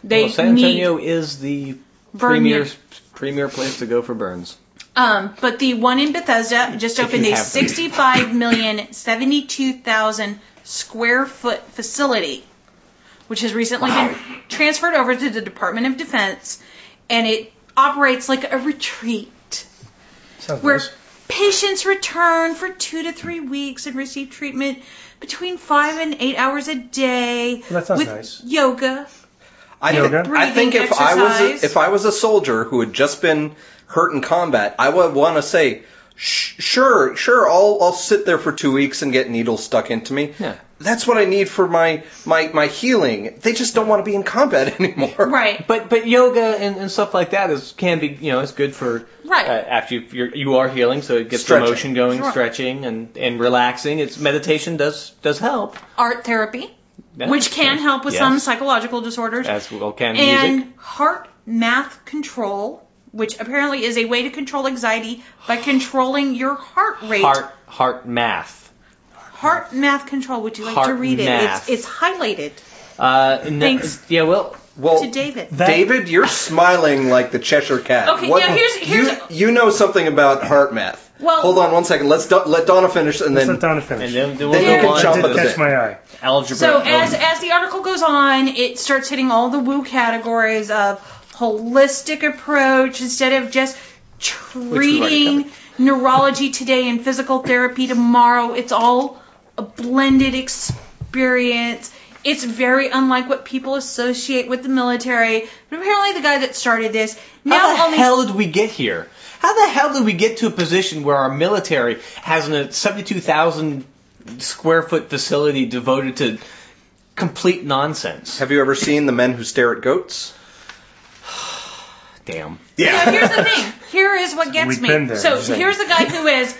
[SPEAKER 5] They
[SPEAKER 3] well, San Antonio
[SPEAKER 5] need
[SPEAKER 3] is the
[SPEAKER 5] burn
[SPEAKER 3] premier,
[SPEAKER 5] unit-
[SPEAKER 3] premier place to go for burns.
[SPEAKER 5] Um, but the one in Bethesda just
[SPEAKER 3] If
[SPEAKER 5] opened
[SPEAKER 3] you
[SPEAKER 5] a
[SPEAKER 3] have them.
[SPEAKER 5] 65 million 72,000 square foot facility, which has recently been transferred over to the Department of Defense, and it operates like a retreat
[SPEAKER 2] Sounds
[SPEAKER 5] where
[SPEAKER 2] nice.
[SPEAKER 5] Patients return for two to three weeks and receive treatment between five and eight hours a day
[SPEAKER 2] that sounds
[SPEAKER 5] with
[SPEAKER 2] nice.
[SPEAKER 5] yoga.
[SPEAKER 4] I,
[SPEAKER 2] Yoga?
[SPEAKER 4] think- I think if
[SPEAKER 5] Breathing
[SPEAKER 4] I was
[SPEAKER 5] exercise.
[SPEAKER 4] a, if I was a soldier who had just been hurt in combat, I would want to say, "Sh- sure, sure, I'll I'll sit there for two weeks and get needles stuck into me.
[SPEAKER 3] Yeah.
[SPEAKER 4] That's what I need for my my my healing. They just don't want to be in combat <laughs> anymore.
[SPEAKER 5] Right.
[SPEAKER 3] But but yoga and, and stuff like that is can be you know it's good for
[SPEAKER 5] Right.
[SPEAKER 3] uh, after you you're, you are healing so it gets
[SPEAKER 4] Stretching.
[SPEAKER 3] the motion going
[SPEAKER 5] Sure.
[SPEAKER 3] stretching and, and relaxing it's meditation does does help
[SPEAKER 5] Art therapy,
[SPEAKER 3] Yeah.
[SPEAKER 5] which can help with
[SPEAKER 3] Yes.
[SPEAKER 5] some psychological disorders.
[SPEAKER 3] as well can
[SPEAKER 5] and
[SPEAKER 3] music
[SPEAKER 5] heart math control, which apparently is a way to control anxiety by controlling your heart rate.
[SPEAKER 3] heart heart math
[SPEAKER 5] Heart math control. Would you like to
[SPEAKER 3] Heart
[SPEAKER 5] read
[SPEAKER 3] math.
[SPEAKER 5] it? It's, it's highlighted
[SPEAKER 3] uh and that-
[SPEAKER 5] Thanks.
[SPEAKER 3] yeah well
[SPEAKER 4] Well,
[SPEAKER 5] to David.
[SPEAKER 2] That-
[SPEAKER 4] David, you're smiling like the Cheshire Cat.
[SPEAKER 5] Okay, now here's- here's-
[SPEAKER 4] you, you know something about heart math.
[SPEAKER 5] Well-
[SPEAKER 4] hold on one second. Let's do, let Donna finish, and
[SPEAKER 2] Let's
[SPEAKER 4] then
[SPEAKER 2] let Donna finish.
[SPEAKER 3] and then,
[SPEAKER 4] Then
[SPEAKER 3] then we'll go
[SPEAKER 5] you can
[SPEAKER 3] on
[SPEAKER 4] jump
[SPEAKER 3] to
[SPEAKER 2] That did
[SPEAKER 4] with
[SPEAKER 3] the
[SPEAKER 4] it.
[SPEAKER 2] catch my eye.
[SPEAKER 3] algebra
[SPEAKER 5] so
[SPEAKER 3] and-
[SPEAKER 5] as as the article goes on, it starts hitting all the woo categories of holistic approach instead of just
[SPEAKER 3] already
[SPEAKER 5] treating neurology today and physical therapy tomorrow. It's all a blended experience. It's very unlike what people associate with the military. But apparently, the guy that started this now
[SPEAKER 3] How the
[SPEAKER 5] only
[SPEAKER 3] hell did we get here? How the hell did we get to a position where our military has a 72,000 square foot facility devoted to complete nonsense?
[SPEAKER 4] have you ever seen the men who stare at goats?
[SPEAKER 3] Damn.
[SPEAKER 5] Now, here's the thing. Here is what gets
[SPEAKER 2] We've
[SPEAKER 5] me.
[SPEAKER 2] been there.
[SPEAKER 5] so
[SPEAKER 2] Same.
[SPEAKER 5] here's the guy who has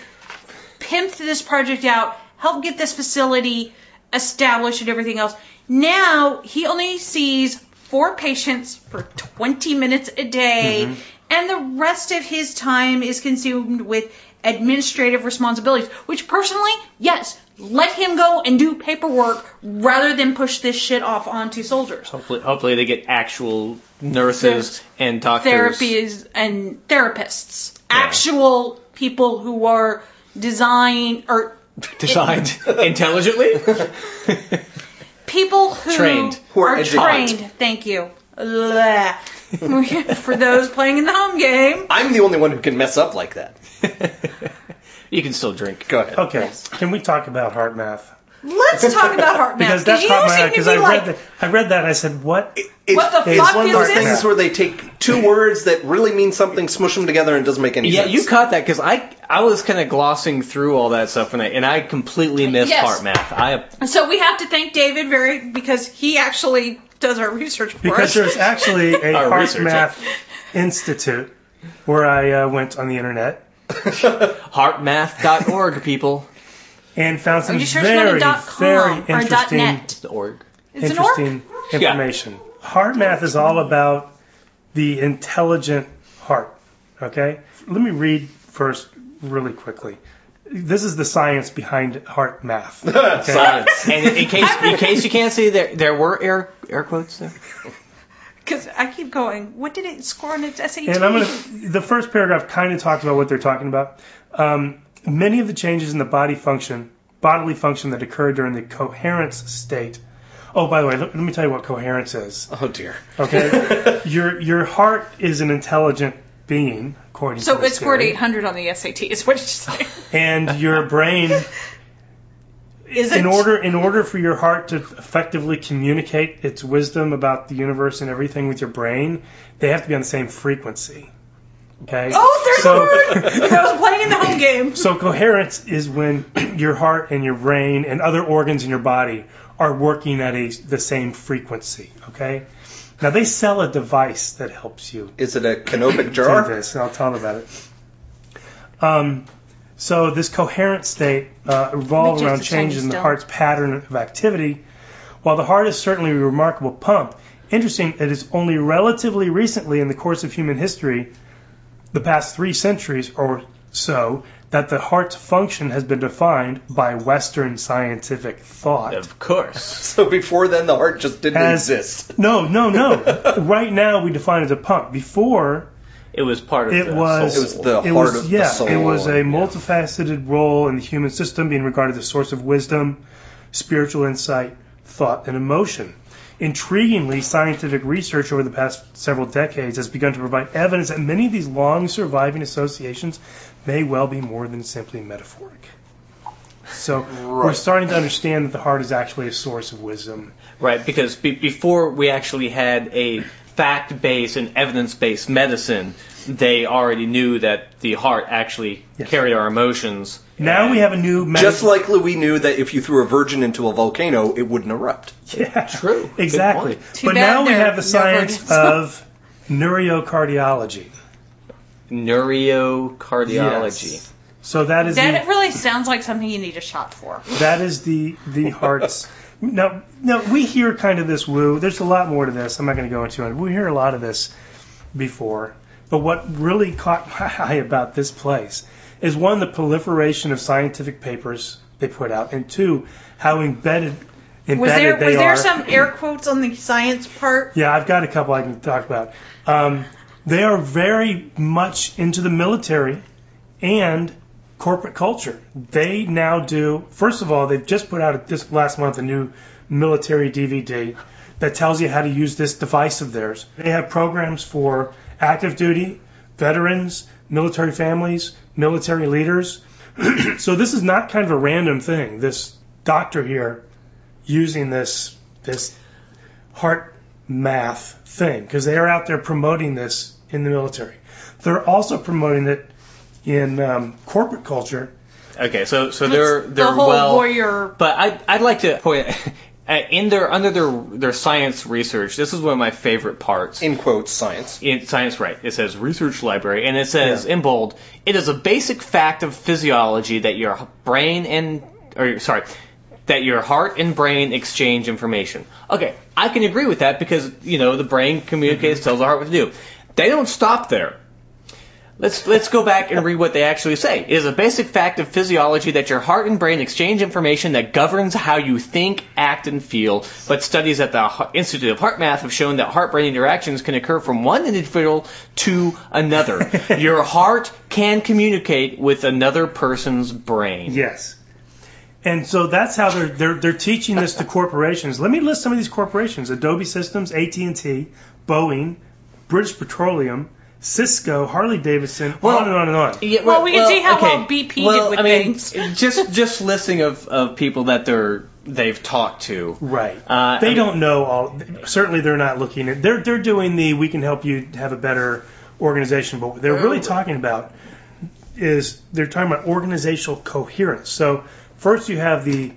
[SPEAKER 5] pimped this project out, helped get this facility established and everything else. Now he only sees four patients for 20 minutes a day,
[SPEAKER 2] Mm-hmm.
[SPEAKER 5] and the rest of his time is consumed with administrative responsibilities. Which personally, yes, let him go and do paperwork rather than push this shit off onto soldiers.
[SPEAKER 3] Hopefully, hopefully they get actual nurses and doctors.
[SPEAKER 5] therapies and therapists, actual people who are design or <laughs>
[SPEAKER 3] Designed intelligently.
[SPEAKER 5] people who
[SPEAKER 3] Trained.
[SPEAKER 4] Who are
[SPEAKER 3] educated.
[SPEAKER 5] trained. Thank you. Blah. <laughs> For those playing in the home game,
[SPEAKER 4] <laughs> I'm the only one who can mess up like that.
[SPEAKER 3] you can still drink.
[SPEAKER 4] Go ahead.
[SPEAKER 2] Okay, can we talk about heart math?
[SPEAKER 5] lettes talk about heart math
[SPEAKER 2] Because that's
[SPEAKER 5] you
[SPEAKER 2] caught my
[SPEAKER 5] seem
[SPEAKER 2] eye.
[SPEAKER 5] to
[SPEAKER 2] Because
[SPEAKER 5] be
[SPEAKER 2] I
[SPEAKER 5] like,
[SPEAKER 2] read that. I read that. And I said, "What?
[SPEAKER 4] It-
[SPEAKER 5] What the
[SPEAKER 4] it's
[SPEAKER 5] fuck
[SPEAKER 4] one of
[SPEAKER 5] is
[SPEAKER 4] those
[SPEAKER 5] this?
[SPEAKER 4] things where they take two words that really mean something, smush them together, and it doesn't make any
[SPEAKER 3] Yeah,
[SPEAKER 4] sense.
[SPEAKER 3] you caught that because I I was kind of glossing through all that stuff and I and I completely missed
[SPEAKER 5] Yes.
[SPEAKER 3] heart math. I
[SPEAKER 5] so we have to thank David very because he actually does our research for
[SPEAKER 2] Because
[SPEAKER 5] us.
[SPEAKER 2] there's
[SPEAKER 4] <laughs>
[SPEAKER 2] actually a
[SPEAKER 3] Our
[SPEAKER 5] <laughs>
[SPEAKER 2] heart
[SPEAKER 3] researcher.
[SPEAKER 2] math institute where I uh, went on the internet
[SPEAKER 4] <laughs>
[SPEAKER 3] <laughs> heartmath.org people.
[SPEAKER 2] and found some
[SPEAKER 5] you sure it's not a
[SPEAKER 2] very,
[SPEAKER 5] dot com
[SPEAKER 2] very
[SPEAKER 5] or a dot
[SPEAKER 2] interesting,
[SPEAKER 5] net?
[SPEAKER 3] The org.
[SPEAKER 5] It's an orc.
[SPEAKER 2] interesting information. Heart math is all about the intelligent heart. Okay, let me read first really quickly. This is the science behind heart math. Okay?
[SPEAKER 3] Uh, And <laughs> in case in case you can't see, there there were air air quotes there.
[SPEAKER 5] Because I keep going. What did it score on its SAT?
[SPEAKER 2] And I'm gonna. The first paragraph kind of talks about what they're talking about. Um, many of the changes in the body function, bodily function that occur during the coherence state. Oh, by the way, let, let me tell you what coherence is.
[SPEAKER 4] Oh dear.
[SPEAKER 2] Okay, <laughs> your your heart is an intelligent being, according to
[SPEAKER 5] so
[SPEAKER 2] this
[SPEAKER 5] it scored
[SPEAKER 2] theory,
[SPEAKER 5] 800 on the SAT. Is what you say?
[SPEAKER 2] and your brain.
[SPEAKER 5] <laughs> Is
[SPEAKER 2] in
[SPEAKER 5] it-
[SPEAKER 2] order in order for your heart to effectively communicate its wisdom about the universe and everything with your brain, they have to be on the same frequency. Okay.
[SPEAKER 5] Oh, there's
[SPEAKER 2] So-
[SPEAKER 5] a word. I was playing in the home game.
[SPEAKER 2] <laughs> So coherence is when <clears throat> your heart and your brain and other organs in your body are working at a the same frequency. Okay. Now they sell a device that helps you
[SPEAKER 4] Is it a canopic
[SPEAKER 2] do
[SPEAKER 4] jar?
[SPEAKER 2] this, and I'll tell them about it. Um, so this coherent state uh, revolves
[SPEAKER 5] Let me
[SPEAKER 2] around
[SPEAKER 5] just
[SPEAKER 2] changes in
[SPEAKER 5] change
[SPEAKER 2] the
[SPEAKER 5] still.
[SPEAKER 2] heart's pattern of activity. While the heart is certainly a remarkable pump, interesting it is only relatively recently in the course of human history, the past three centuries or so, that the heart's function has been defined by Western scientific thought.
[SPEAKER 3] Of course.
[SPEAKER 4] So before then, the heart just didn't
[SPEAKER 2] As-
[SPEAKER 4] exist.
[SPEAKER 2] No, no, no. right now we define it as a pump. Before
[SPEAKER 3] It was part of
[SPEAKER 2] It
[SPEAKER 3] the
[SPEAKER 4] It
[SPEAKER 2] was-
[SPEAKER 3] soul.
[SPEAKER 4] was the heart
[SPEAKER 2] it was
[SPEAKER 4] of
[SPEAKER 2] yeah,
[SPEAKER 4] the soul.
[SPEAKER 2] it was a
[SPEAKER 4] and-
[SPEAKER 2] multifaceted role in the human system, being regarded as a source of wisdom, spiritual insight, thought, and emotion. Intriguingly, scientific research over the past several decades has begun to provide evidence that many of these long surviving associations may well be more than simply metaphoric. So we're starting to understand that the heart is actually a source of wisdom.
[SPEAKER 3] Right, because be- before we actually had a fact based and evidence based medicine, they already knew that the heart actually
[SPEAKER 2] Yes.
[SPEAKER 3] carried our emotions.
[SPEAKER 2] Now we have a new medicine.
[SPEAKER 4] Just like we knew that if you threw a virgin into a volcano, it wouldn't erupt.
[SPEAKER 2] <laughs> Yeah.
[SPEAKER 3] True. Good
[SPEAKER 2] Exactly.
[SPEAKER 3] point.
[SPEAKER 5] Too
[SPEAKER 2] But
[SPEAKER 5] bad
[SPEAKER 2] now we
[SPEAKER 5] there are
[SPEAKER 2] have the
[SPEAKER 5] no
[SPEAKER 2] science
[SPEAKER 5] virgins.
[SPEAKER 2] of neurocardiology.
[SPEAKER 3] Neurocardiology.
[SPEAKER 2] Yes. So that is
[SPEAKER 5] That
[SPEAKER 2] the,
[SPEAKER 5] really sounds like something you need a shot for.
[SPEAKER 2] that is the
[SPEAKER 5] <laughs>
[SPEAKER 2] the heart's. now, now we hear kind of this woo. There's a lot more to this. I'm not going to go into it. We hear a lot of this before. But what really caught my <laughs> eye about this place is one the proliferation of scientific papers they put out, and two how embedded embedded
[SPEAKER 5] Was there
[SPEAKER 2] they
[SPEAKER 5] was
[SPEAKER 2] are.
[SPEAKER 5] there some air quotes on the science part?
[SPEAKER 2] Yeah, I've got a couple I can talk about. Um, they are very much into the military and corporate culture. They now do, first of all, they've just put out this last month a new military DVD that tells you how to use this device of theirs. They have programs for active duty, veterans, military families, military leaders. <clears throat> so this is not kind of a random thing. This doctor here using this this heart math thing because they are out there promoting this in the military. They're also promoting it in um, corporate culture.
[SPEAKER 3] Okay, so so they're
[SPEAKER 5] That's
[SPEAKER 3] they're
[SPEAKER 5] the whole
[SPEAKER 3] well.
[SPEAKER 5] warrior.
[SPEAKER 3] But I I'd like to point <laughs> uh, in their under their their science research. This is one of my favorite parts.
[SPEAKER 4] In quotes, science.
[SPEAKER 3] in science right it says research library and it says in bold it is a basic fact of physiology that your h- brain and or sorry that your heart and brain exchange information okay i can agree with that because you know the brain communicates
[SPEAKER 5] Mm-hmm.
[SPEAKER 3] tells the heart what to do they don't stop there Let's let's go back and read what they actually say. It is a basic fact of physiology that your heart and brain exchange information that governs how you think, act, and feel. But studies at the H- Institute of Heart Math have shown that heart-brain interactions can occur from one individual to another. your heart can communicate with another person's brain.
[SPEAKER 2] Yes. And so that's how they're they're, they're teaching this to corporations. Let me list some of these corporations: Adobe Systems, AT and T, Boeing, British Petroleum, Cisco, Harley Davidson,
[SPEAKER 3] Well-
[SPEAKER 2] on and on and on.
[SPEAKER 3] Yeah,
[SPEAKER 5] Well, we can see how well BP
[SPEAKER 3] Well,
[SPEAKER 5] did with
[SPEAKER 3] I mean,
[SPEAKER 5] things.
[SPEAKER 3] just just listing of, of people that they're they've talked to.
[SPEAKER 2] Right.
[SPEAKER 3] Uh,
[SPEAKER 2] they
[SPEAKER 3] I mean-
[SPEAKER 2] don't know all. Certainly, they're not looking at. They're they're doing the we can help you have a better organization, but what they're really talking about is they're talking about organizational coherence. So first you have the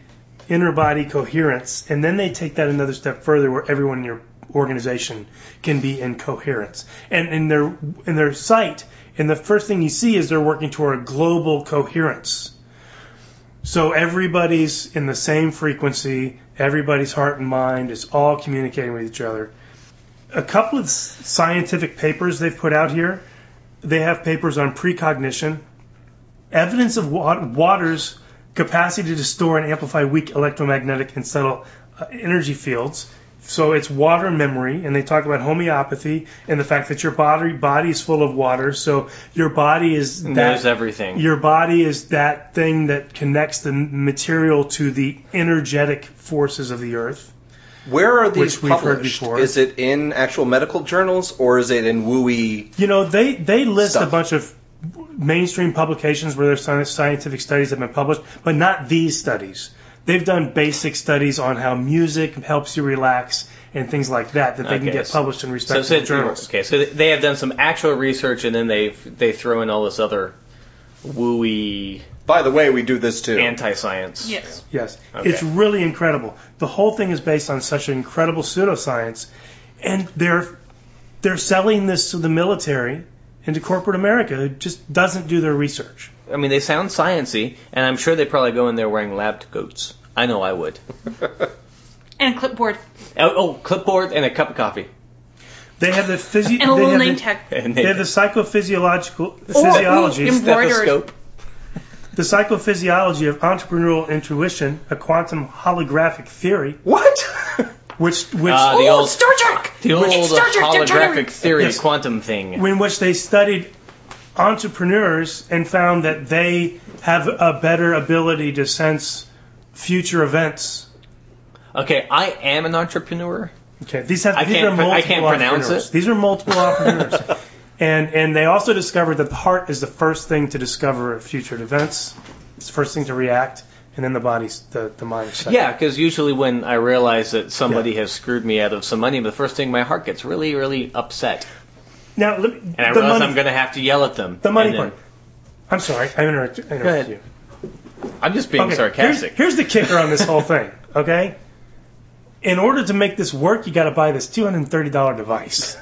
[SPEAKER 2] inner body coherence, and then they take that another step further, where everyone in your organization can be in coherence. And in their in their site, and the first thing you see is they're working toward global coherence. So everybody's in the same frequency, everybody's heart and mind is all communicating with each other. A couple of s- scientific papers they've put out here, they have papers on precognition, evidence of wa- water's capacity to store and amplify weak electromagnetic and subtle uh, energy fields. So it's water memory, and they talk about homeopathy and the fact that your body body is full of water, so your body is that,
[SPEAKER 3] Knows everything.
[SPEAKER 2] your body is that thing that connects the material to the energetic forces of the earth.
[SPEAKER 4] Where are these
[SPEAKER 2] Which we've heard
[SPEAKER 4] published?
[SPEAKER 2] before.
[SPEAKER 4] Is it in actual medical journals or is it in wooey?
[SPEAKER 2] You know, they they list
[SPEAKER 4] Stuff.
[SPEAKER 2] a bunch of mainstream publications where their sci- scientific studies have been published, but not these studies. They've done basic studies on how music helps you relax and things like that that they can
[SPEAKER 3] Okay,
[SPEAKER 2] get
[SPEAKER 3] so-
[SPEAKER 2] published in
[SPEAKER 3] So,
[SPEAKER 2] respectable
[SPEAKER 3] so
[SPEAKER 2] journals.
[SPEAKER 3] okay, so they have done some actual research, and then they they throw in all this other wooey
[SPEAKER 4] By the way, we do this too.
[SPEAKER 3] anti-science.
[SPEAKER 5] Yes.
[SPEAKER 2] Yes,
[SPEAKER 3] Okay.
[SPEAKER 2] it's really incredible. The whole thing is based on such an incredible pseudoscience, and they're they're selling this to the military and to corporate America who just doesn't do their research.
[SPEAKER 3] I mean they sound sciency, and I'm sure they probably go in there wearing lab coats. I know I would.
[SPEAKER 5] And a clipboard.
[SPEAKER 3] Oh, oh clipboard and a cup of coffee. <laughs>
[SPEAKER 2] They have the physi-
[SPEAKER 5] And a little
[SPEAKER 2] they
[SPEAKER 5] name
[SPEAKER 2] have the,
[SPEAKER 5] tag.
[SPEAKER 3] And
[SPEAKER 2] they have the psychophysiological physiology,
[SPEAKER 5] em-
[SPEAKER 3] stethoscope.
[SPEAKER 2] the psychophysiology of entrepreneurial intuition, a quantum holographic theory,
[SPEAKER 4] <laughs> What? <laughs>
[SPEAKER 2] which which
[SPEAKER 3] Uh, the
[SPEAKER 5] Oh,
[SPEAKER 3] old
[SPEAKER 5] Star Trek!
[SPEAKER 3] the old uh,
[SPEAKER 5] It's Star Trek, they're trying
[SPEAKER 3] holographic
[SPEAKER 5] to-
[SPEAKER 3] theory
[SPEAKER 2] Yes.
[SPEAKER 3] quantum thing.
[SPEAKER 2] in which they studied entrepreneurs and found that they have a better ability to sense future events. <laughs>
[SPEAKER 3] Okay, I am an entrepreneur.
[SPEAKER 2] Okay, these have
[SPEAKER 3] I
[SPEAKER 2] these
[SPEAKER 3] can't
[SPEAKER 2] are
[SPEAKER 3] pr- I
[SPEAKER 2] multiple
[SPEAKER 3] can't pronounce
[SPEAKER 2] entrepreneurs.
[SPEAKER 3] it.
[SPEAKER 2] These are multiple entrepreneurs, and and they also discovered that the heart is the first thing to discover future events. It's the first thing to react, and then the body's the the mind. is second.
[SPEAKER 3] <laughs> Yeah, because usually when I realize that somebody has screwed me out of some money, the first thing my heart gets really, really upset,
[SPEAKER 2] Now let me,
[SPEAKER 3] and I
[SPEAKER 2] the
[SPEAKER 3] realize
[SPEAKER 2] money,
[SPEAKER 3] I'm going to have to yell at them.
[SPEAKER 2] the money
[SPEAKER 3] And then-
[SPEAKER 2] part. I'm sorry, I interrupted, I interrupted
[SPEAKER 3] ahead.
[SPEAKER 2] you.
[SPEAKER 3] I'm just being
[SPEAKER 2] Okay,
[SPEAKER 3] sarcastic.
[SPEAKER 2] Here's, here's the kicker on this
[SPEAKER 3] <laughs>
[SPEAKER 2] whole thing. Okay, in order to make this work, you got to buy this two hundred thirty
[SPEAKER 3] <laughs>
[SPEAKER 2] dollar device.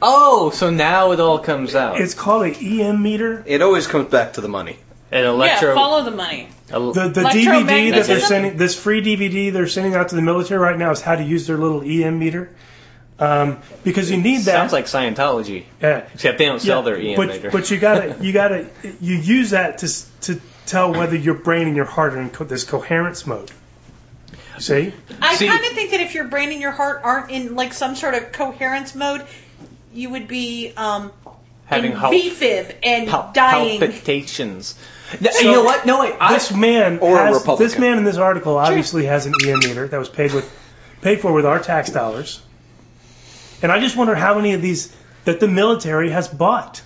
[SPEAKER 3] oh, so now it all comes out.
[SPEAKER 2] It's called an EM meter.
[SPEAKER 4] It always comes back to the money.
[SPEAKER 3] An electro.
[SPEAKER 5] yeah, follow the money.
[SPEAKER 3] el-
[SPEAKER 2] The, the DVD that they're
[SPEAKER 5] Electromagnetism?
[SPEAKER 2] sending, this free DVD they're sending out to the military right now is how to use their little EM meter. Um, because you need that.
[SPEAKER 3] sounds like Scientology,
[SPEAKER 2] Yeah.
[SPEAKER 3] except they don't sell their E
[SPEAKER 2] Yeah,
[SPEAKER 3] EM
[SPEAKER 2] but,
[SPEAKER 3] later.
[SPEAKER 2] But you
[SPEAKER 3] <laughs>
[SPEAKER 2] gotta, you gotta, you use that to s- to tell whether your brain and your heart are in co- this coherence mode. See?
[SPEAKER 5] I
[SPEAKER 3] See-
[SPEAKER 5] kind of think that if your brain and your heart aren't in like some sort of coherence mode, you would be um,
[SPEAKER 3] Having
[SPEAKER 5] in
[SPEAKER 3] hul-
[SPEAKER 5] BFib and
[SPEAKER 3] pal-
[SPEAKER 5] dying.
[SPEAKER 3] palpitations. No, you know what? No, wait. I,
[SPEAKER 2] This man,
[SPEAKER 4] Or a
[SPEAKER 2] has-
[SPEAKER 4] Republican.
[SPEAKER 2] this man in this article obviously has an EM meter that was paid with, paid for with our tax dollars. And I just wonder how many of these that the military has bought.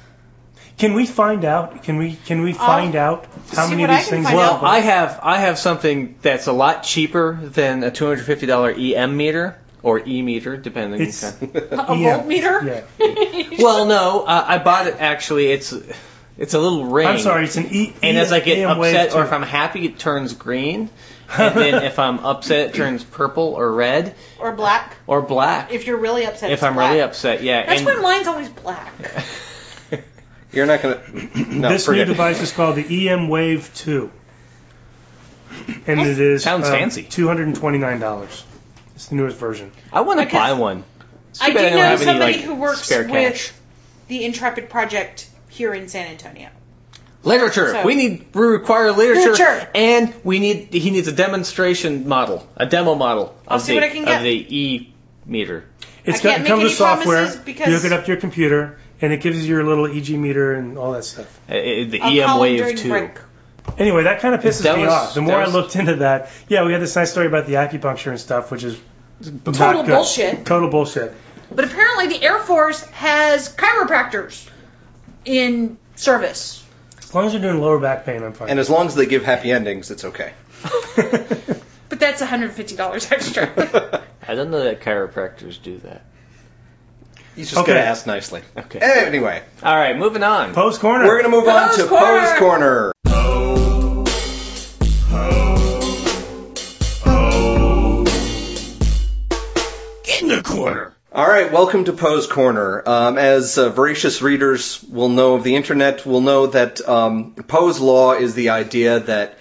[SPEAKER 2] Can we find out? Can we can we find out how
[SPEAKER 5] Um, see
[SPEAKER 2] many of
[SPEAKER 5] what I
[SPEAKER 2] these
[SPEAKER 5] can
[SPEAKER 2] things?
[SPEAKER 5] find
[SPEAKER 2] were
[SPEAKER 5] out.
[SPEAKER 2] bought?
[SPEAKER 3] I have I have something that's a lot cheaper than a $250 EM E meter or E meter, depending.
[SPEAKER 2] It's-
[SPEAKER 5] a
[SPEAKER 2] Yeah.
[SPEAKER 5] voltmeter?
[SPEAKER 2] Yeah.
[SPEAKER 5] <laughs>
[SPEAKER 3] Well, no, uh, I bought it actually. It's it's a little ring.
[SPEAKER 2] I'm sorry, it's an E.
[SPEAKER 3] And as I get
[SPEAKER 2] EM wave
[SPEAKER 3] upset or if
[SPEAKER 2] too.
[SPEAKER 3] I'm happy, it turns
[SPEAKER 5] <laughs>
[SPEAKER 3] green. And then if I'm upset, it turns purple or red
[SPEAKER 5] Or black?
[SPEAKER 3] or black. If,
[SPEAKER 5] If you're really upset. it's
[SPEAKER 3] I'm
[SPEAKER 5] black.
[SPEAKER 3] really upset, yeah.
[SPEAKER 5] That's
[SPEAKER 3] and <laughs>
[SPEAKER 5] why mine's always black.
[SPEAKER 4] You're not gonna. No,
[SPEAKER 2] this new
[SPEAKER 4] forget it.
[SPEAKER 2] device is called the EM Wave 2, and it is
[SPEAKER 3] Sounds
[SPEAKER 2] um,
[SPEAKER 3] fancy.
[SPEAKER 2] Two hundred and twenty nine dollars. It's the newest version.
[SPEAKER 3] I want to
[SPEAKER 5] Because
[SPEAKER 3] buy one. It's too
[SPEAKER 5] I do
[SPEAKER 3] bad don't
[SPEAKER 5] know
[SPEAKER 3] have any,
[SPEAKER 5] somebody
[SPEAKER 3] like,
[SPEAKER 5] who works
[SPEAKER 3] spare cash.
[SPEAKER 5] with the Intrepid Project here in San Antonio.
[SPEAKER 3] literature.
[SPEAKER 5] so-
[SPEAKER 3] We need we require literature,
[SPEAKER 5] Literature.
[SPEAKER 3] and we need he needs a demonstration model, a demo model
[SPEAKER 5] I'll
[SPEAKER 3] of the
[SPEAKER 5] see what I can
[SPEAKER 3] of
[SPEAKER 5] get.
[SPEAKER 3] the E meter.
[SPEAKER 2] It's got,
[SPEAKER 5] I can't
[SPEAKER 2] it
[SPEAKER 5] make
[SPEAKER 2] comes
[SPEAKER 5] any
[SPEAKER 2] with software.
[SPEAKER 5] promises because-
[SPEAKER 2] You hook it up to your computer, and it gives you your little EG meter and all that stuff.
[SPEAKER 3] Uh, uh, the
[SPEAKER 5] I'll
[SPEAKER 3] EM
[SPEAKER 5] call him
[SPEAKER 3] wave
[SPEAKER 5] during
[SPEAKER 3] two.
[SPEAKER 5] break.
[SPEAKER 2] Anyway, that kind of pisses
[SPEAKER 3] That
[SPEAKER 2] me
[SPEAKER 3] was-
[SPEAKER 2] off. The more
[SPEAKER 3] that was-
[SPEAKER 2] I looked into that, yeah, we had this nice story about the acupuncture and stuff, which is
[SPEAKER 5] Total bullshit.
[SPEAKER 2] Total bullshit.
[SPEAKER 5] But apparently, the Air Force has chiropractors in
[SPEAKER 3] <laughs>
[SPEAKER 5] service.
[SPEAKER 2] As long as you're doing lower back pain, I'm fine.
[SPEAKER 4] And as long as they give happy endings, it's
[SPEAKER 2] <laughs>
[SPEAKER 4] okay.
[SPEAKER 5] But that's $150 <laughs> extra.
[SPEAKER 2] <laughs>
[SPEAKER 3] I don't know that chiropractors do that.
[SPEAKER 4] You just
[SPEAKER 2] Okay.
[SPEAKER 4] gotta ask nicely.
[SPEAKER 3] Okay.
[SPEAKER 4] Anyway,
[SPEAKER 3] All right, moving on.
[SPEAKER 2] Post corner.
[SPEAKER 4] we're gonna move on
[SPEAKER 5] Poe's
[SPEAKER 4] to
[SPEAKER 5] Corner.
[SPEAKER 4] Poe's Corner.
[SPEAKER 1] In the corner.
[SPEAKER 4] All right, welcome to Poe's Corner. Um, as uh, voracious readers will know of the internet, will know that um, Poe's law is the idea that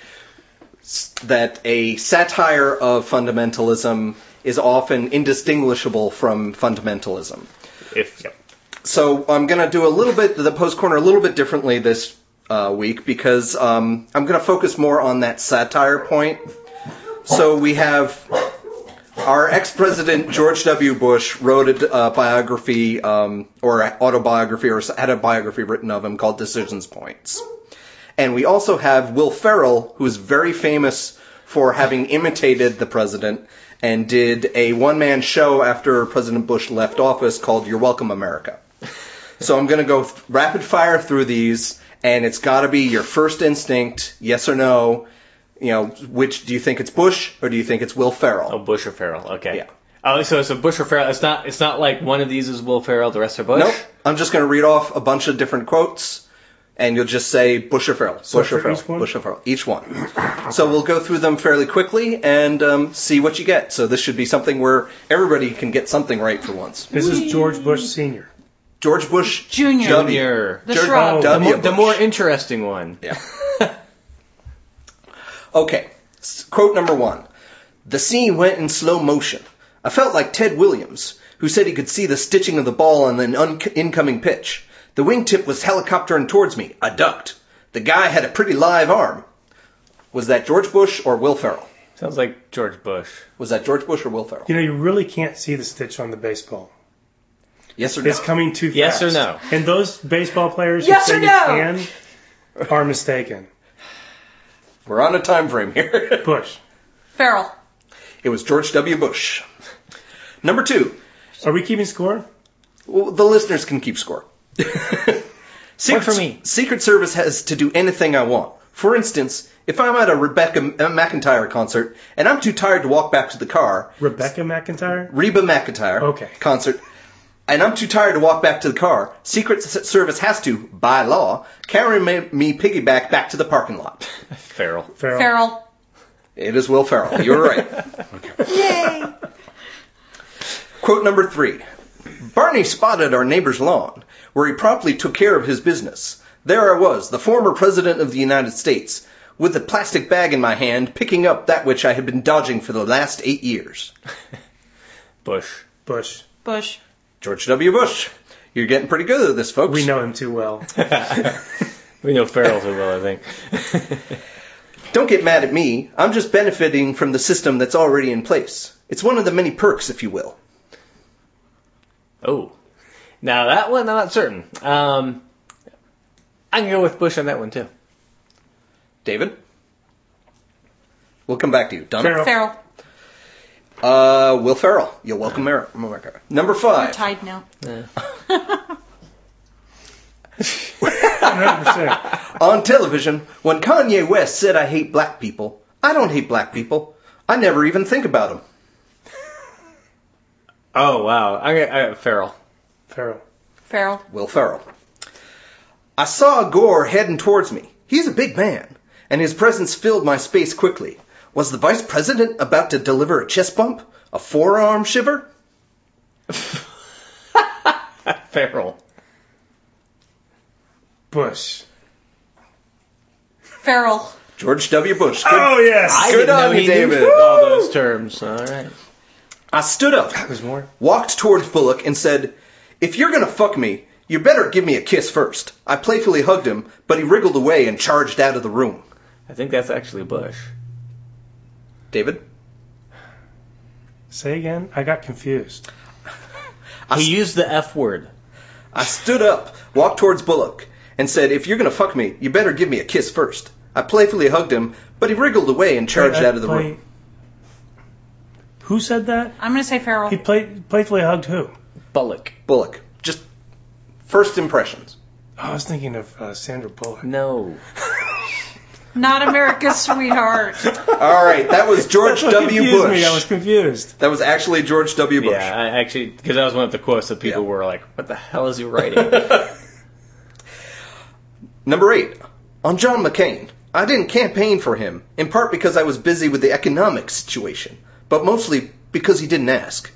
[SPEAKER 4] that a satire of fundamentalism is often indistinguishable from fundamentalism.
[SPEAKER 3] If yep.
[SPEAKER 4] So I'm going to do a little bit the post corner a little bit differently this uh, week because um, I'm going to focus more on that satire point. So we have our ex-president George W. Bush wrote a uh, biography um, or autobiography or had a biography written of him called Decisions Points. And we also have Will Ferrell, who is very famous for having imitated the president and did a one-man show after President Bush left office called You're Welcome, America. So I'm going to go th- rapid fire through these, and it's got to be your first instinct, yes or no. You know, which do you think it's Bush or do you think it's Will Ferrell?
[SPEAKER 3] Oh, Bush or Farrell. Okay.
[SPEAKER 4] Yeah.
[SPEAKER 3] Oh, so it's a Bush or Farrell. It's not. It's not like one of these is Will Farrell, the rest are Bush.
[SPEAKER 4] Nope. I'm just going to read off a bunch of different quotes, and you'll just say Bush or Farrell, Bush or
[SPEAKER 2] for
[SPEAKER 4] Farrell,
[SPEAKER 2] each one?
[SPEAKER 4] Bush or Farrell, each one. So we'll go through them fairly quickly and um, see what you get. So this should be something where everybody can get something right for once.
[SPEAKER 2] This is George Bush Sr.
[SPEAKER 4] George Bush
[SPEAKER 5] Junior.
[SPEAKER 4] W.
[SPEAKER 3] Junior.
[SPEAKER 5] The
[SPEAKER 4] George
[SPEAKER 5] shrub.
[SPEAKER 2] Oh,
[SPEAKER 3] The
[SPEAKER 4] W.
[SPEAKER 3] more, the
[SPEAKER 4] Bush.
[SPEAKER 3] more interesting one.
[SPEAKER 4] Yeah. okay. S- Quote number one. The scene went in slow motion. I felt like Ted Williams, who said he could see the stitching of the ball on an un- incoming pitch. The wingtip was helicoptering towards me. I ducked. The guy had a pretty live arm. Was that George Bush or Will Ferrell?
[SPEAKER 3] Sounds like George Bush.
[SPEAKER 4] Was that George Bush or Will Ferrell?
[SPEAKER 2] You know, you really can't see the stitch on the baseball.
[SPEAKER 4] Yes or no?
[SPEAKER 2] It's coming too fast.
[SPEAKER 3] Yes or no?
[SPEAKER 2] And those baseball players
[SPEAKER 5] Yes
[SPEAKER 2] who
[SPEAKER 5] or
[SPEAKER 2] say
[SPEAKER 5] no?
[SPEAKER 2] you can are mistaken.
[SPEAKER 4] We're on a <laughs> time frame here.
[SPEAKER 2] Bush.
[SPEAKER 5] Farrell.
[SPEAKER 4] It was George W. Bush. Number two,
[SPEAKER 2] Are we keeping score?
[SPEAKER 4] well, the listeners can keep <laughs> score. Secret,
[SPEAKER 3] for me.
[SPEAKER 4] Secret Service has to do anything I want. For instance, if I'm at a Rebecca M- uh, McIntyre concert and I'm too tired to walk back to the car,
[SPEAKER 2] Rebecca McIntyre?
[SPEAKER 4] Reba McIntyre
[SPEAKER 2] Okay.
[SPEAKER 4] concert, and I'm too tired to walk back to the car, Secret S- Service has to, by law, carry me, me piggyback back to the parking <laughs> lot.
[SPEAKER 3] Feral.
[SPEAKER 2] Farrell.
[SPEAKER 5] Feral.
[SPEAKER 4] It is Will Ferrell. You're right.
[SPEAKER 5] Yay.
[SPEAKER 4] Quote number three Barney spotted our neighbor's lawn, where he promptly took care of his business. There I was, the former President of the United States, with a plastic bag in my hand, picking up that which I had been dodging for the last eight years.
[SPEAKER 3] Bush.
[SPEAKER 2] Bush.
[SPEAKER 5] Bush.
[SPEAKER 4] George W. Bush. You're getting pretty good at this, folks.
[SPEAKER 2] We know him too <laughs> well.
[SPEAKER 3] We know Ferrell too well, I think.
[SPEAKER 4] Don't get mad at me. I'm just benefiting from the system that's already in place. It's one of the many perks, if you will.
[SPEAKER 3] oh. Now that one, I'm not certain. Um, I can go with Bush on that one too.
[SPEAKER 4] David? We'll come back to you. Done?
[SPEAKER 2] Farrell.
[SPEAKER 5] Feral.
[SPEAKER 4] Uh, Will Ferrell. You're welcome, Mer- America. Number
[SPEAKER 5] We're
[SPEAKER 4] five.
[SPEAKER 5] tied now. <laughs>
[SPEAKER 4] <laughs>
[SPEAKER 2] 100%.
[SPEAKER 4] On television, when Kanye West said, I hate black people, I don't hate black people. I never even think about them.
[SPEAKER 3] Oh wow, I'm gonna, I, <laughs> Ferrell.
[SPEAKER 2] Farrell.
[SPEAKER 5] Feral.
[SPEAKER 4] Will Ferrell. I saw Gore heading towards me. He's a big man, and his presence filled my space quickly. Was the vice president about to deliver a chest bump? A forearm shiver?
[SPEAKER 3] Ferrell.
[SPEAKER 2] Bush.
[SPEAKER 5] Feral.
[SPEAKER 4] George W. Bush. Good-
[SPEAKER 2] Oh, yes.
[SPEAKER 3] I
[SPEAKER 4] Good
[SPEAKER 3] didn't know
[SPEAKER 4] on
[SPEAKER 3] he
[SPEAKER 4] you,
[SPEAKER 3] knew
[SPEAKER 4] David.
[SPEAKER 3] all those terms. All right.
[SPEAKER 4] I stood up,
[SPEAKER 3] There's more.
[SPEAKER 4] walked towards Bullock, and said, If you're gonna fuck me, you better give me a kiss first. I playfully hugged him, but he wriggled away and charged out of the room.
[SPEAKER 3] I think that's actually Bush.
[SPEAKER 4] David?
[SPEAKER 2] Say again. I got confused.
[SPEAKER 4] I,
[SPEAKER 3] He used the F word.
[SPEAKER 4] I stood up, walked towards Bullock, and said, If you're going to fuck me, you better give me a kiss first. I playfully hugged him, but he wriggled away and charged out of the
[SPEAKER 2] Play-
[SPEAKER 4] room.
[SPEAKER 2] Who said that?
[SPEAKER 5] I'm going to say feral.
[SPEAKER 2] He played, playfully hugged who?
[SPEAKER 3] Bullock.
[SPEAKER 4] Bullock, just first impressions.
[SPEAKER 2] Oh, I was thinking of uh, Sandra Bullock.
[SPEAKER 3] No.
[SPEAKER 5] Not America's sweetheart.
[SPEAKER 4] All right, that
[SPEAKER 2] <laughs>
[SPEAKER 4] was George
[SPEAKER 2] That
[SPEAKER 4] W.
[SPEAKER 2] confused
[SPEAKER 4] Bush.
[SPEAKER 2] Me. I was confused.
[SPEAKER 4] That was actually George W. Bush.
[SPEAKER 3] Yeah, I actually, because that was one of the quotes that people
[SPEAKER 4] Yeah.
[SPEAKER 3] were like, "What the hell is he writing?"
[SPEAKER 4] Number eight, on John McCain. I didn't campaign for him, in part because I was busy with the economic situation, but mostly because he didn't ask.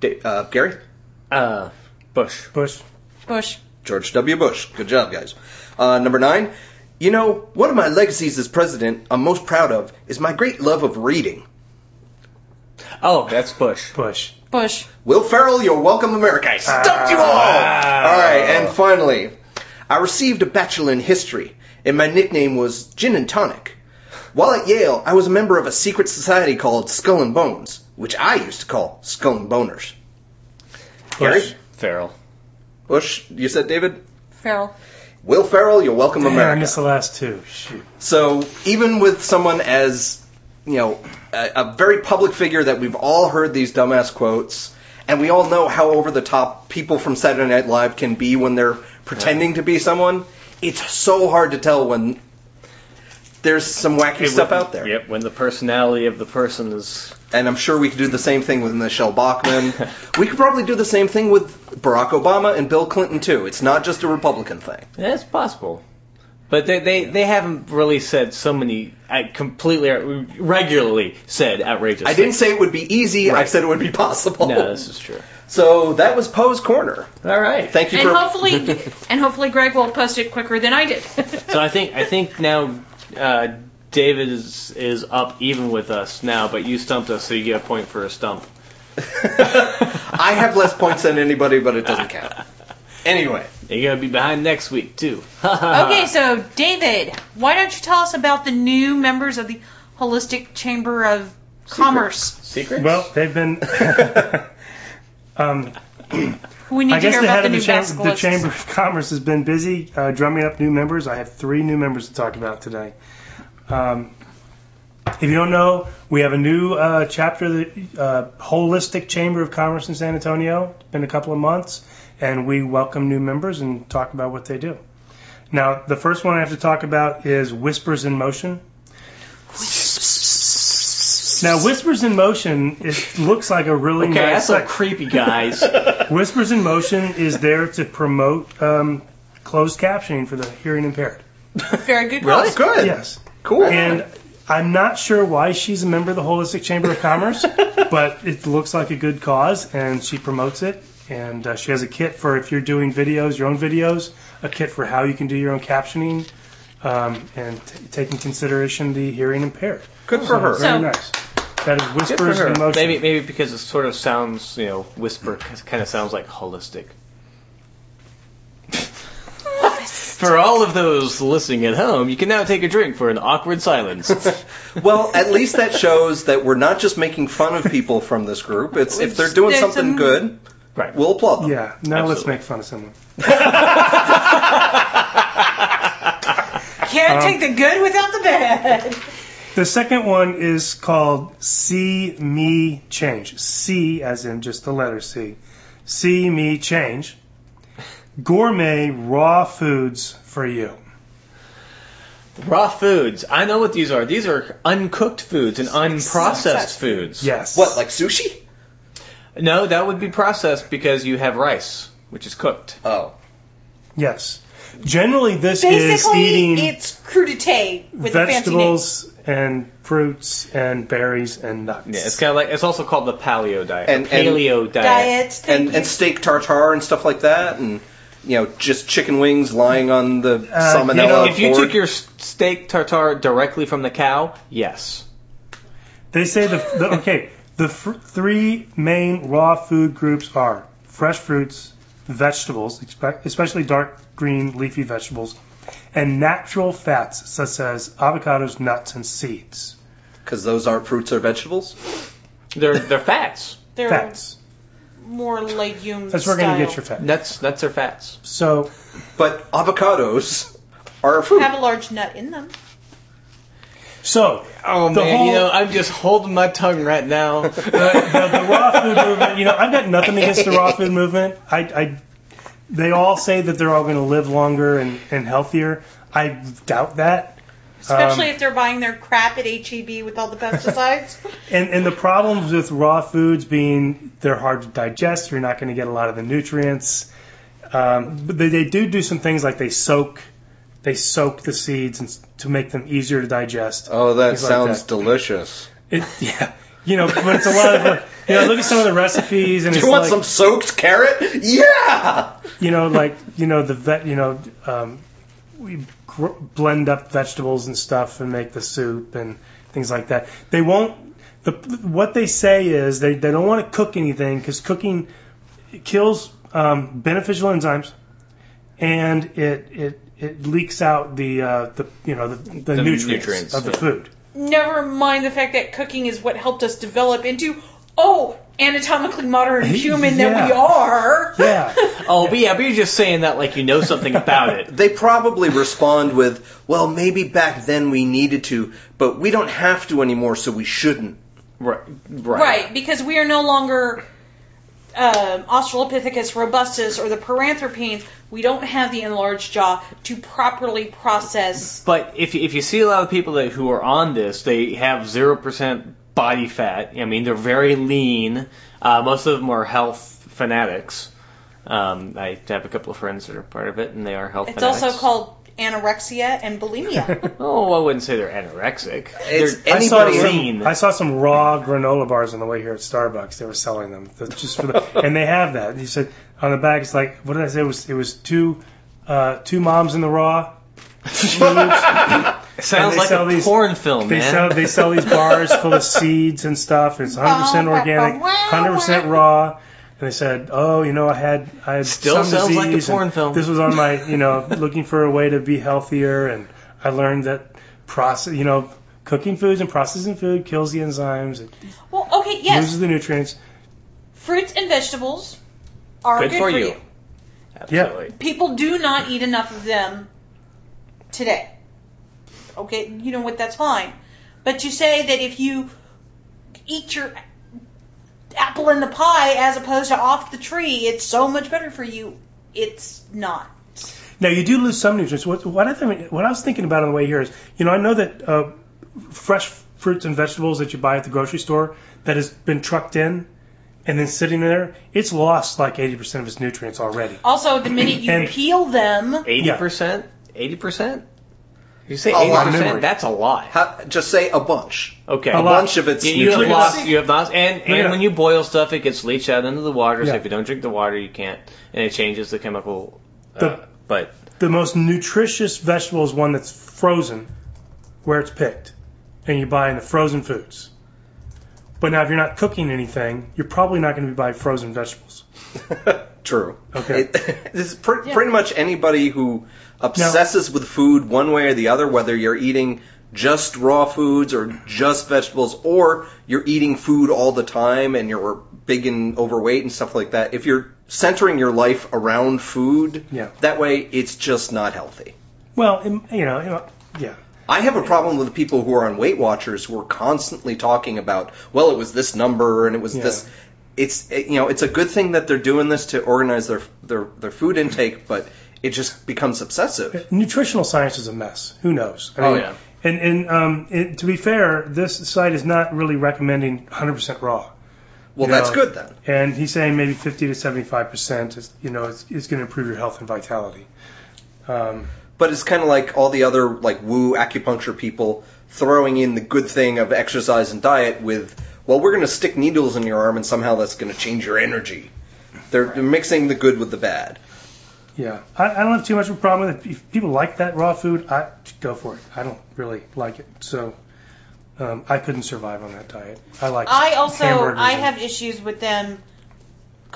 [SPEAKER 4] Da- uh, Gary?
[SPEAKER 3] <laughs> uh, Bush.
[SPEAKER 2] Bush.
[SPEAKER 5] Bush.
[SPEAKER 4] George W. Bush. Good job, guys. Uh, number nine. You know, one of my legacies as president I'm most proud of is my great love of reading.
[SPEAKER 3] Oh, that's Bush.
[SPEAKER 2] Bush.
[SPEAKER 5] Bush.
[SPEAKER 4] Will Ferrell, you're welcome, America. I stumped you all! All right, and finally, I received a bachelor in history, and my nickname was Gin and Tonic. While at Yale, I was a member of a secret society called Skull and Bones, which I used to call Skull and Boners. Gary?
[SPEAKER 2] Bush.
[SPEAKER 3] Farrell.
[SPEAKER 4] Bush, you said David?
[SPEAKER 5] Feral.
[SPEAKER 4] Will Ferrell, you're welcome,
[SPEAKER 2] Damn, I
[SPEAKER 4] America.
[SPEAKER 2] missed the last two. Shoot.
[SPEAKER 4] So even with someone as you know a, a very public figure that we've all heard these dumbass quotes, and we all know how over the top people from Saturday Night Live can be when they're pretending to be someone, it's so hard to tell when there's some wacky stuff out there.
[SPEAKER 3] Yep, when the personality of the person is.
[SPEAKER 4] And I'm sure we could do the same thing with Michelle Bachman. we could probably do the same thing with Barack Obama and Bill Clinton too. It's not just a Republican thing.
[SPEAKER 3] Yeah, it's possible. But they, they, they haven't really said so many, I completely, regularly said outrageous
[SPEAKER 4] I didn't say it would be easy. I
[SPEAKER 3] Right.
[SPEAKER 4] said it would be possible.
[SPEAKER 3] things. No, this is true.
[SPEAKER 4] So that was Poe's corner.
[SPEAKER 3] All right.
[SPEAKER 4] Thank you
[SPEAKER 5] And
[SPEAKER 4] for
[SPEAKER 5] hopefully,
[SPEAKER 2] <laughs>
[SPEAKER 5] and hopefully Greg will post it quicker than I did.
[SPEAKER 3] So
[SPEAKER 5] <laughs>
[SPEAKER 3] I think I think now uh, David is is up even with us now, but you stumped us, so you get a point for a stump.
[SPEAKER 4] I have less points than anybody, but it doesn't count. <laughs> Anyway,
[SPEAKER 3] You're gonna be behind next week too.
[SPEAKER 2] uh,
[SPEAKER 5] okay, so David, why don't you tell us about the new members of the Holistic Chamber of Commerce?
[SPEAKER 3] Secret.
[SPEAKER 2] Well, they've been. um,
[SPEAKER 5] We need
[SPEAKER 2] I
[SPEAKER 5] to
[SPEAKER 2] guess
[SPEAKER 5] hear
[SPEAKER 2] the
[SPEAKER 5] about
[SPEAKER 2] head
[SPEAKER 5] the
[SPEAKER 2] of
[SPEAKER 5] new
[SPEAKER 2] the,
[SPEAKER 5] mask
[SPEAKER 2] chamber, the Chamber of Commerce has been busy uh, drumming up new members. I have three new members to talk about today. Um, If you don't know, we have a new uh, chapter, the uh, Holistic Chamber of Commerce in San Antonio. It's been a couple of months, and we welcome new members and talk about what they do. Now, the first one I have to talk about is Whispers in Motion. Now, Whispers in Motion it looks like a really
[SPEAKER 3] Okay,
[SPEAKER 2] nice.
[SPEAKER 3] that's a little creepy, <laughs> guys.
[SPEAKER 2] Whispers in Motion is there to promote um, closed captioning for the hearing impaired.
[SPEAKER 5] Very good.
[SPEAKER 4] Really?
[SPEAKER 5] calls.
[SPEAKER 4] Good.
[SPEAKER 2] Yes.
[SPEAKER 4] Cool.
[SPEAKER 2] And I'm not sure why she's a member of the Holistic Chamber of Commerce, but it looks like a good cause, and she promotes it. And uh, she has a kit for if you're doing videos, your own videos, a kit for how you can do your own captioning, um, and t- take in consideration the hearing impaired.
[SPEAKER 4] Good for her.
[SPEAKER 2] Very
[SPEAKER 5] So-
[SPEAKER 2] nice. That is
[SPEAKER 3] Good for
[SPEAKER 2] whispers
[SPEAKER 3] her.
[SPEAKER 2] in motion.
[SPEAKER 3] Maybe maybe because it sort of sounds, you know, whisper kind of sounds like holistic. for all of those listening at home, you can now take a drink for an awkward silence.
[SPEAKER 4] well, at least that shows that we're not just making fun of people from this group. It's if they're doing
[SPEAKER 5] There's
[SPEAKER 4] something
[SPEAKER 5] some-
[SPEAKER 4] good,
[SPEAKER 3] <laughs> right.
[SPEAKER 4] we'll applaud them.
[SPEAKER 2] Yeah. Now let's
[SPEAKER 3] Absolutely.
[SPEAKER 2] make fun of someone. Um,
[SPEAKER 5] Can't take the good without the bad.
[SPEAKER 2] The second one is called See Me Change. C as in just the letter C. See Me Change. Gourmet raw foods for you.
[SPEAKER 3] Raw foods. I know what these are. These are uncooked foods and unprocessed foods.
[SPEAKER 2] Yes.
[SPEAKER 4] What, like sushi?
[SPEAKER 3] No, that would be processed because you have rice, which is cooked.
[SPEAKER 4] Oh,
[SPEAKER 2] Yes. Generally, this
[SPEAKER 5] Basically,
[SPEAKER 2] is eating
[SPEAKER 5] it's crudité with
[SPEAKER 2] vegetables and fruits and berries and nuts.
[SPEAKER 3] Yeah, it's kind of like it's also called the paleo diet.
[SPEAKER 4] And-
[SPEAKER 3] And,
[SPEAKER 4] and-
[SPEAKER 3] paleo diet.
[SPEAKER 5] a fancy name. Diet. Thank
[SPEAKER 4] and and steak tartare and stuff like that, and you know, just chicken wings lying on the
[SPEAKER 2] Uh,
[SPEAKER 4] salmonella.
[SPEAKER 2] you know,
[SPEAKER 3] If you
[SPEAKER 4] board.
[SPEAKER 3] took your s- steak tartare directly from the cow, yes.
[SPEAKER 2] They say the, the okay. The fr- three main raw food groups are fresh fruits, vegetables, expe- especially dark green leafy vegetables, and natural fats such as avocados, nuts, and seeds.
[SPEAKER 4] because those aren't fruits or vegetables.
[SPEAKER 3] They're they're fats.
[SPEAKER 5] They're
[SPEAKER 2] Fats.
[SPEAKER 5] more legume.
[SPEAKER 2] That's where we're going to get your
[SPEAKER 5] style.
[SPEAKER 2] fat.
[SPEAKER 3] Nuts nuts are fats.
[SPEAKER 2] So
[SPEAKER 4] But avocados are a fruit.
[SPEAKER 5] Have a large nut in
[SPEAKER 2] Um,
[SPEAKER 5] them.
[SPEAKER 2] so
[SPEAKER 3] Oh
[SPEAKER 2] The
[SPEAKER 3] man,
[SPEAKER 2] whole-
[SPEAKER 3] you know I'm just holding my tongue right <laughs> now.
[SPEAKER 2] uh, the, the raw food movement.
[SPEAKER 3] <laughs>
[SPEAKER 2] You know, I've got nothing against the raw food movement. I, I they all say that they're all going to live longer and, and healthier. I doubt that.
[SPEAKER 5] Especially
[SPEAKER 2] Um,
[SPEAKER 5] if they're buying their crap at HEB with all
[SPEAKER 2] <laughs>
[SPEAKER 5] the pesticides.
[SPEAKER 2] And, and the problems with raw foods being they're hard to digest. You're not going to get a lot of the nutrients. Um, but they, they do do some things like they soak, they soak the seeds and, s- to make them easier to digest.
[SPEAKER 4] Oh, that
[SPEAKER 2] Things like
[SPEAKER 4] sounds
[SPEAKER 2] that.
[SPEAKER 4] delicious.
[SPEAKER 2] It, <laughs> yeah, you know, but it's a lot of like, you know. Look at some of the recipes and
[SPEAKER 4] Do
[SPEAKER 2] it's
[SPEAKER 4] you want
[SPEAKER 2] like
[SPEAKER 4] some soaked carrot? Yeah.
[SPEAKER 2] you know, like you know the vet, you know, um, we gr- blend up vegetables and stuff and make the soup and things like that. They won't. The what they say is they they don't want to cook anything because cooking kills um, beneficial enzymes and it it it leaks out the uh, the you know the, the,
[SPEAKER 3] The
[SPEAKER 2] nutrients,
[SPEAKER 3] nutrients,
[SPEAKER 2] of the
[SPEAKER 3] yeah.
[SPEAKER 2] food.
[SPEAKER 5] Never mind the fact that cooking is what helped us develop into, oh,
[SPEAKER 2] <laughs>
[SPEAKER 5] anatomically modern human that we
[SPEAKER 2] Yeah.
[SPEAKER 5] are.
[SPEAKER 2] Yeah.
[SPEAKER 3] oh but yeah, but you're just saying that like you know something about it.
[SPEAKER 4] They probably respond with, "Well, maybe back then we needed to, but we don't have to anymore, so we shouldn't."
[SPEAKER 3] Right. Right.
[SPEAKER 5] Right, because we are no longer um, Australopithecus robustus or the Paranthropines. We don't have the enlarged jaw to properly process.
[SPEAKER 3] But if if you see a lot of people that who are on this, they have zero percent body fat. I mean, they're very lean. Uh, most of them are health fanatics. Um, I have a couple of friends that are part of it, and they are health.
[SPEAKER 5] It's
[SPEAKER 3] fanatics.
[SPEAKER 5] also called anorexia
[SPEAKER 3] <laughs>
[SPEAKER 5] and bulimia.
[SPEAKER 3] Oh, I wouldn't say they're anorexic.
[SPEAKER 4] It's
[SPEAKER 3] they're
[SPEAKER 2] I saw,
[SPEAKER 4] Anybody-
[SPEAKER 2] some,
[SPEAKER 3] lean.
[SPEAKER 2] I saw some raw granola bars on the way here at Starbucks. They were selling them That's just for
[SPEAKER 3] <laughs>
[SPEAKER 2] the, and they have that. He said on the back, it's like what did I say? It was it was two uh, two moms in the raw.
[SPEAKER 3] Sounds
[SPEAKER 2] they
[SPEAKER 3] like
[SPEAKER 2] sell
[SPEAKER 3] a
[SPEAKER 2] these-
[SPEAKER 3] porn film,
[SPEAKER 2] They
[SPEAKER 3] man. <laughs>
[SPEAKER 2] sell they sell these bars full of seeds and stuff. It's 100 percent organic, 100 percent raw. And they said, oh, you know, I had I had
[SPEAKER 3] Still
[SPEAKER 2] some
[SPEAKER 3] sounds like a
[SPEAKER 2] disease, and
[SPEAKER 3] porn film.
[SPEAKER 2] This was on my
[SPEAKER 3] <laughs>
[SPEAKER 2] you know looking for a way to be healthier, and I learned that process you know. Cooking foods and processing food kills the enzymes. It
[SPEAKER 5] well, okay, yes,
[SPEAKER 2] loses the nutrients.
[SPEAKER 5] fruits and vegetables are
[SPEAKER 3] Good
[SPEAKER 5] good,
[SPEAKER 3] for you. Absolutely.
[SPEAKER 5] People do not eat enough of them today. Okay, you know what? That's fine. But to say that if you eat your apple in the pie as opposed to off the tree, it's so much better for you, it's not.
[SPEAKER 2] Now you do lose some nutrients. What, what I think, what I was thinking about on the way here is, you know, I know that uh, fresh fruits and vegetables that you buy at the grocery store that has been trucked in and then sitting there, it's lost like 80% of its nutrients already.
[SPEAKER 5] Also, the minute you
[SPEAKER 2] And-
[SPEAKER 5] peel them,
[SPEAKER 3] Eighty percent. Eighty percent. You say
[SPEAKER 4] A
[SPEAKER 3] eighty
[SPEAKER 4] lot.
[SPEAKER 3] percent? That's a lot.
[SPEAKER 4] Ha- just say a bunch.
[SPEAKER 3] Okay.
[SPEAKER 2] A
[SPEAKER 4] A
[SPEAKER 2] lot.
[SPEAKER 4] bunch of its
[SPEAKER 3] You, you have
[SPEAKER 4] nutrients.
[SPEAKER 3] lost. You have lost. And, and
[SPEAKER 2] yeah.
[SPEAKER 3] when you boil stuff, it gets leached out into the water. So
[SPEAKER 2] Yeah.
[SPEAKER 3] if you don't drink the water, you can't, and it changes the chemical. Uh,
[SPEAKER 2] The-
[SPEAKER 3] but
[SPEAKER 2] The most nutritious vegetable is one that's frozen where it's picked and you buy in the frozen foods. But now if you're not cooking anything, you're probably not going to be buying frozen vegetables.
[SPEAKER 4] <laughs> True.
[SPEAKER 2] Okay.
[SPEAKER 4] It- this is pr- pretty much anybody who obsesses with food one way or the other, whether you're eating just raw foods or just vegetables, or you're eating food all the time and you're big and overweight and stuff like that. If you're centering your life around food,
[SPEAKER 2] Yeah.
[SPEAKER 4] that way it's just not healthy.
[SPEAKER 2] Well, im- you know, you know yeah.
[SPEAKER 4] I have a problem with people who are on Weight Watchers who are constantly talking about, well, it was this number and it was
[SPEAKER 2] Yeah.
[SPEAKER 4] this. It's it- you know, it's a good thing that they're doing this to organize their their their food intake, but it just becomes obsessive.
[SPEAKER 2] nutritional science is a mess. Who knows? I
[SPEAKER 3] Oh, yeah.
[SPEAKER 2] And and um, it, to be fair, this site is not really recommending 100% raw,
[SPEAKER 4] Well,
[SPEAKER 2] You
[SPEAKER 4] that's
[SPEAKER 2] know,
[SPEAKER 4] good then.
[SPEAKER 2] and he's saying maybe 50 to 75% is you know is, is going to improve your health and vitality. Um,
[SPEAKER 4] But it's kind of like all the other like woo acupuncture people throwing in the good thing of exercise and diet with, well, we're going to stick needles in your arm and somehow that's going to change your energy. They're, they're mixing the good with the bad.
[SPEAKER 2] yeah, I, I don't have too much of a problem with it. If people like that raw food, I go for it. I don't really like it, so um, I couldn't survive on that diet. I like.
[SPEAKER 5] I also
[SPEAKER 2] hamburgers
[SPEAKER 5] I
[SPEAKER 2] and-
[SPEAKER 5] have issues with them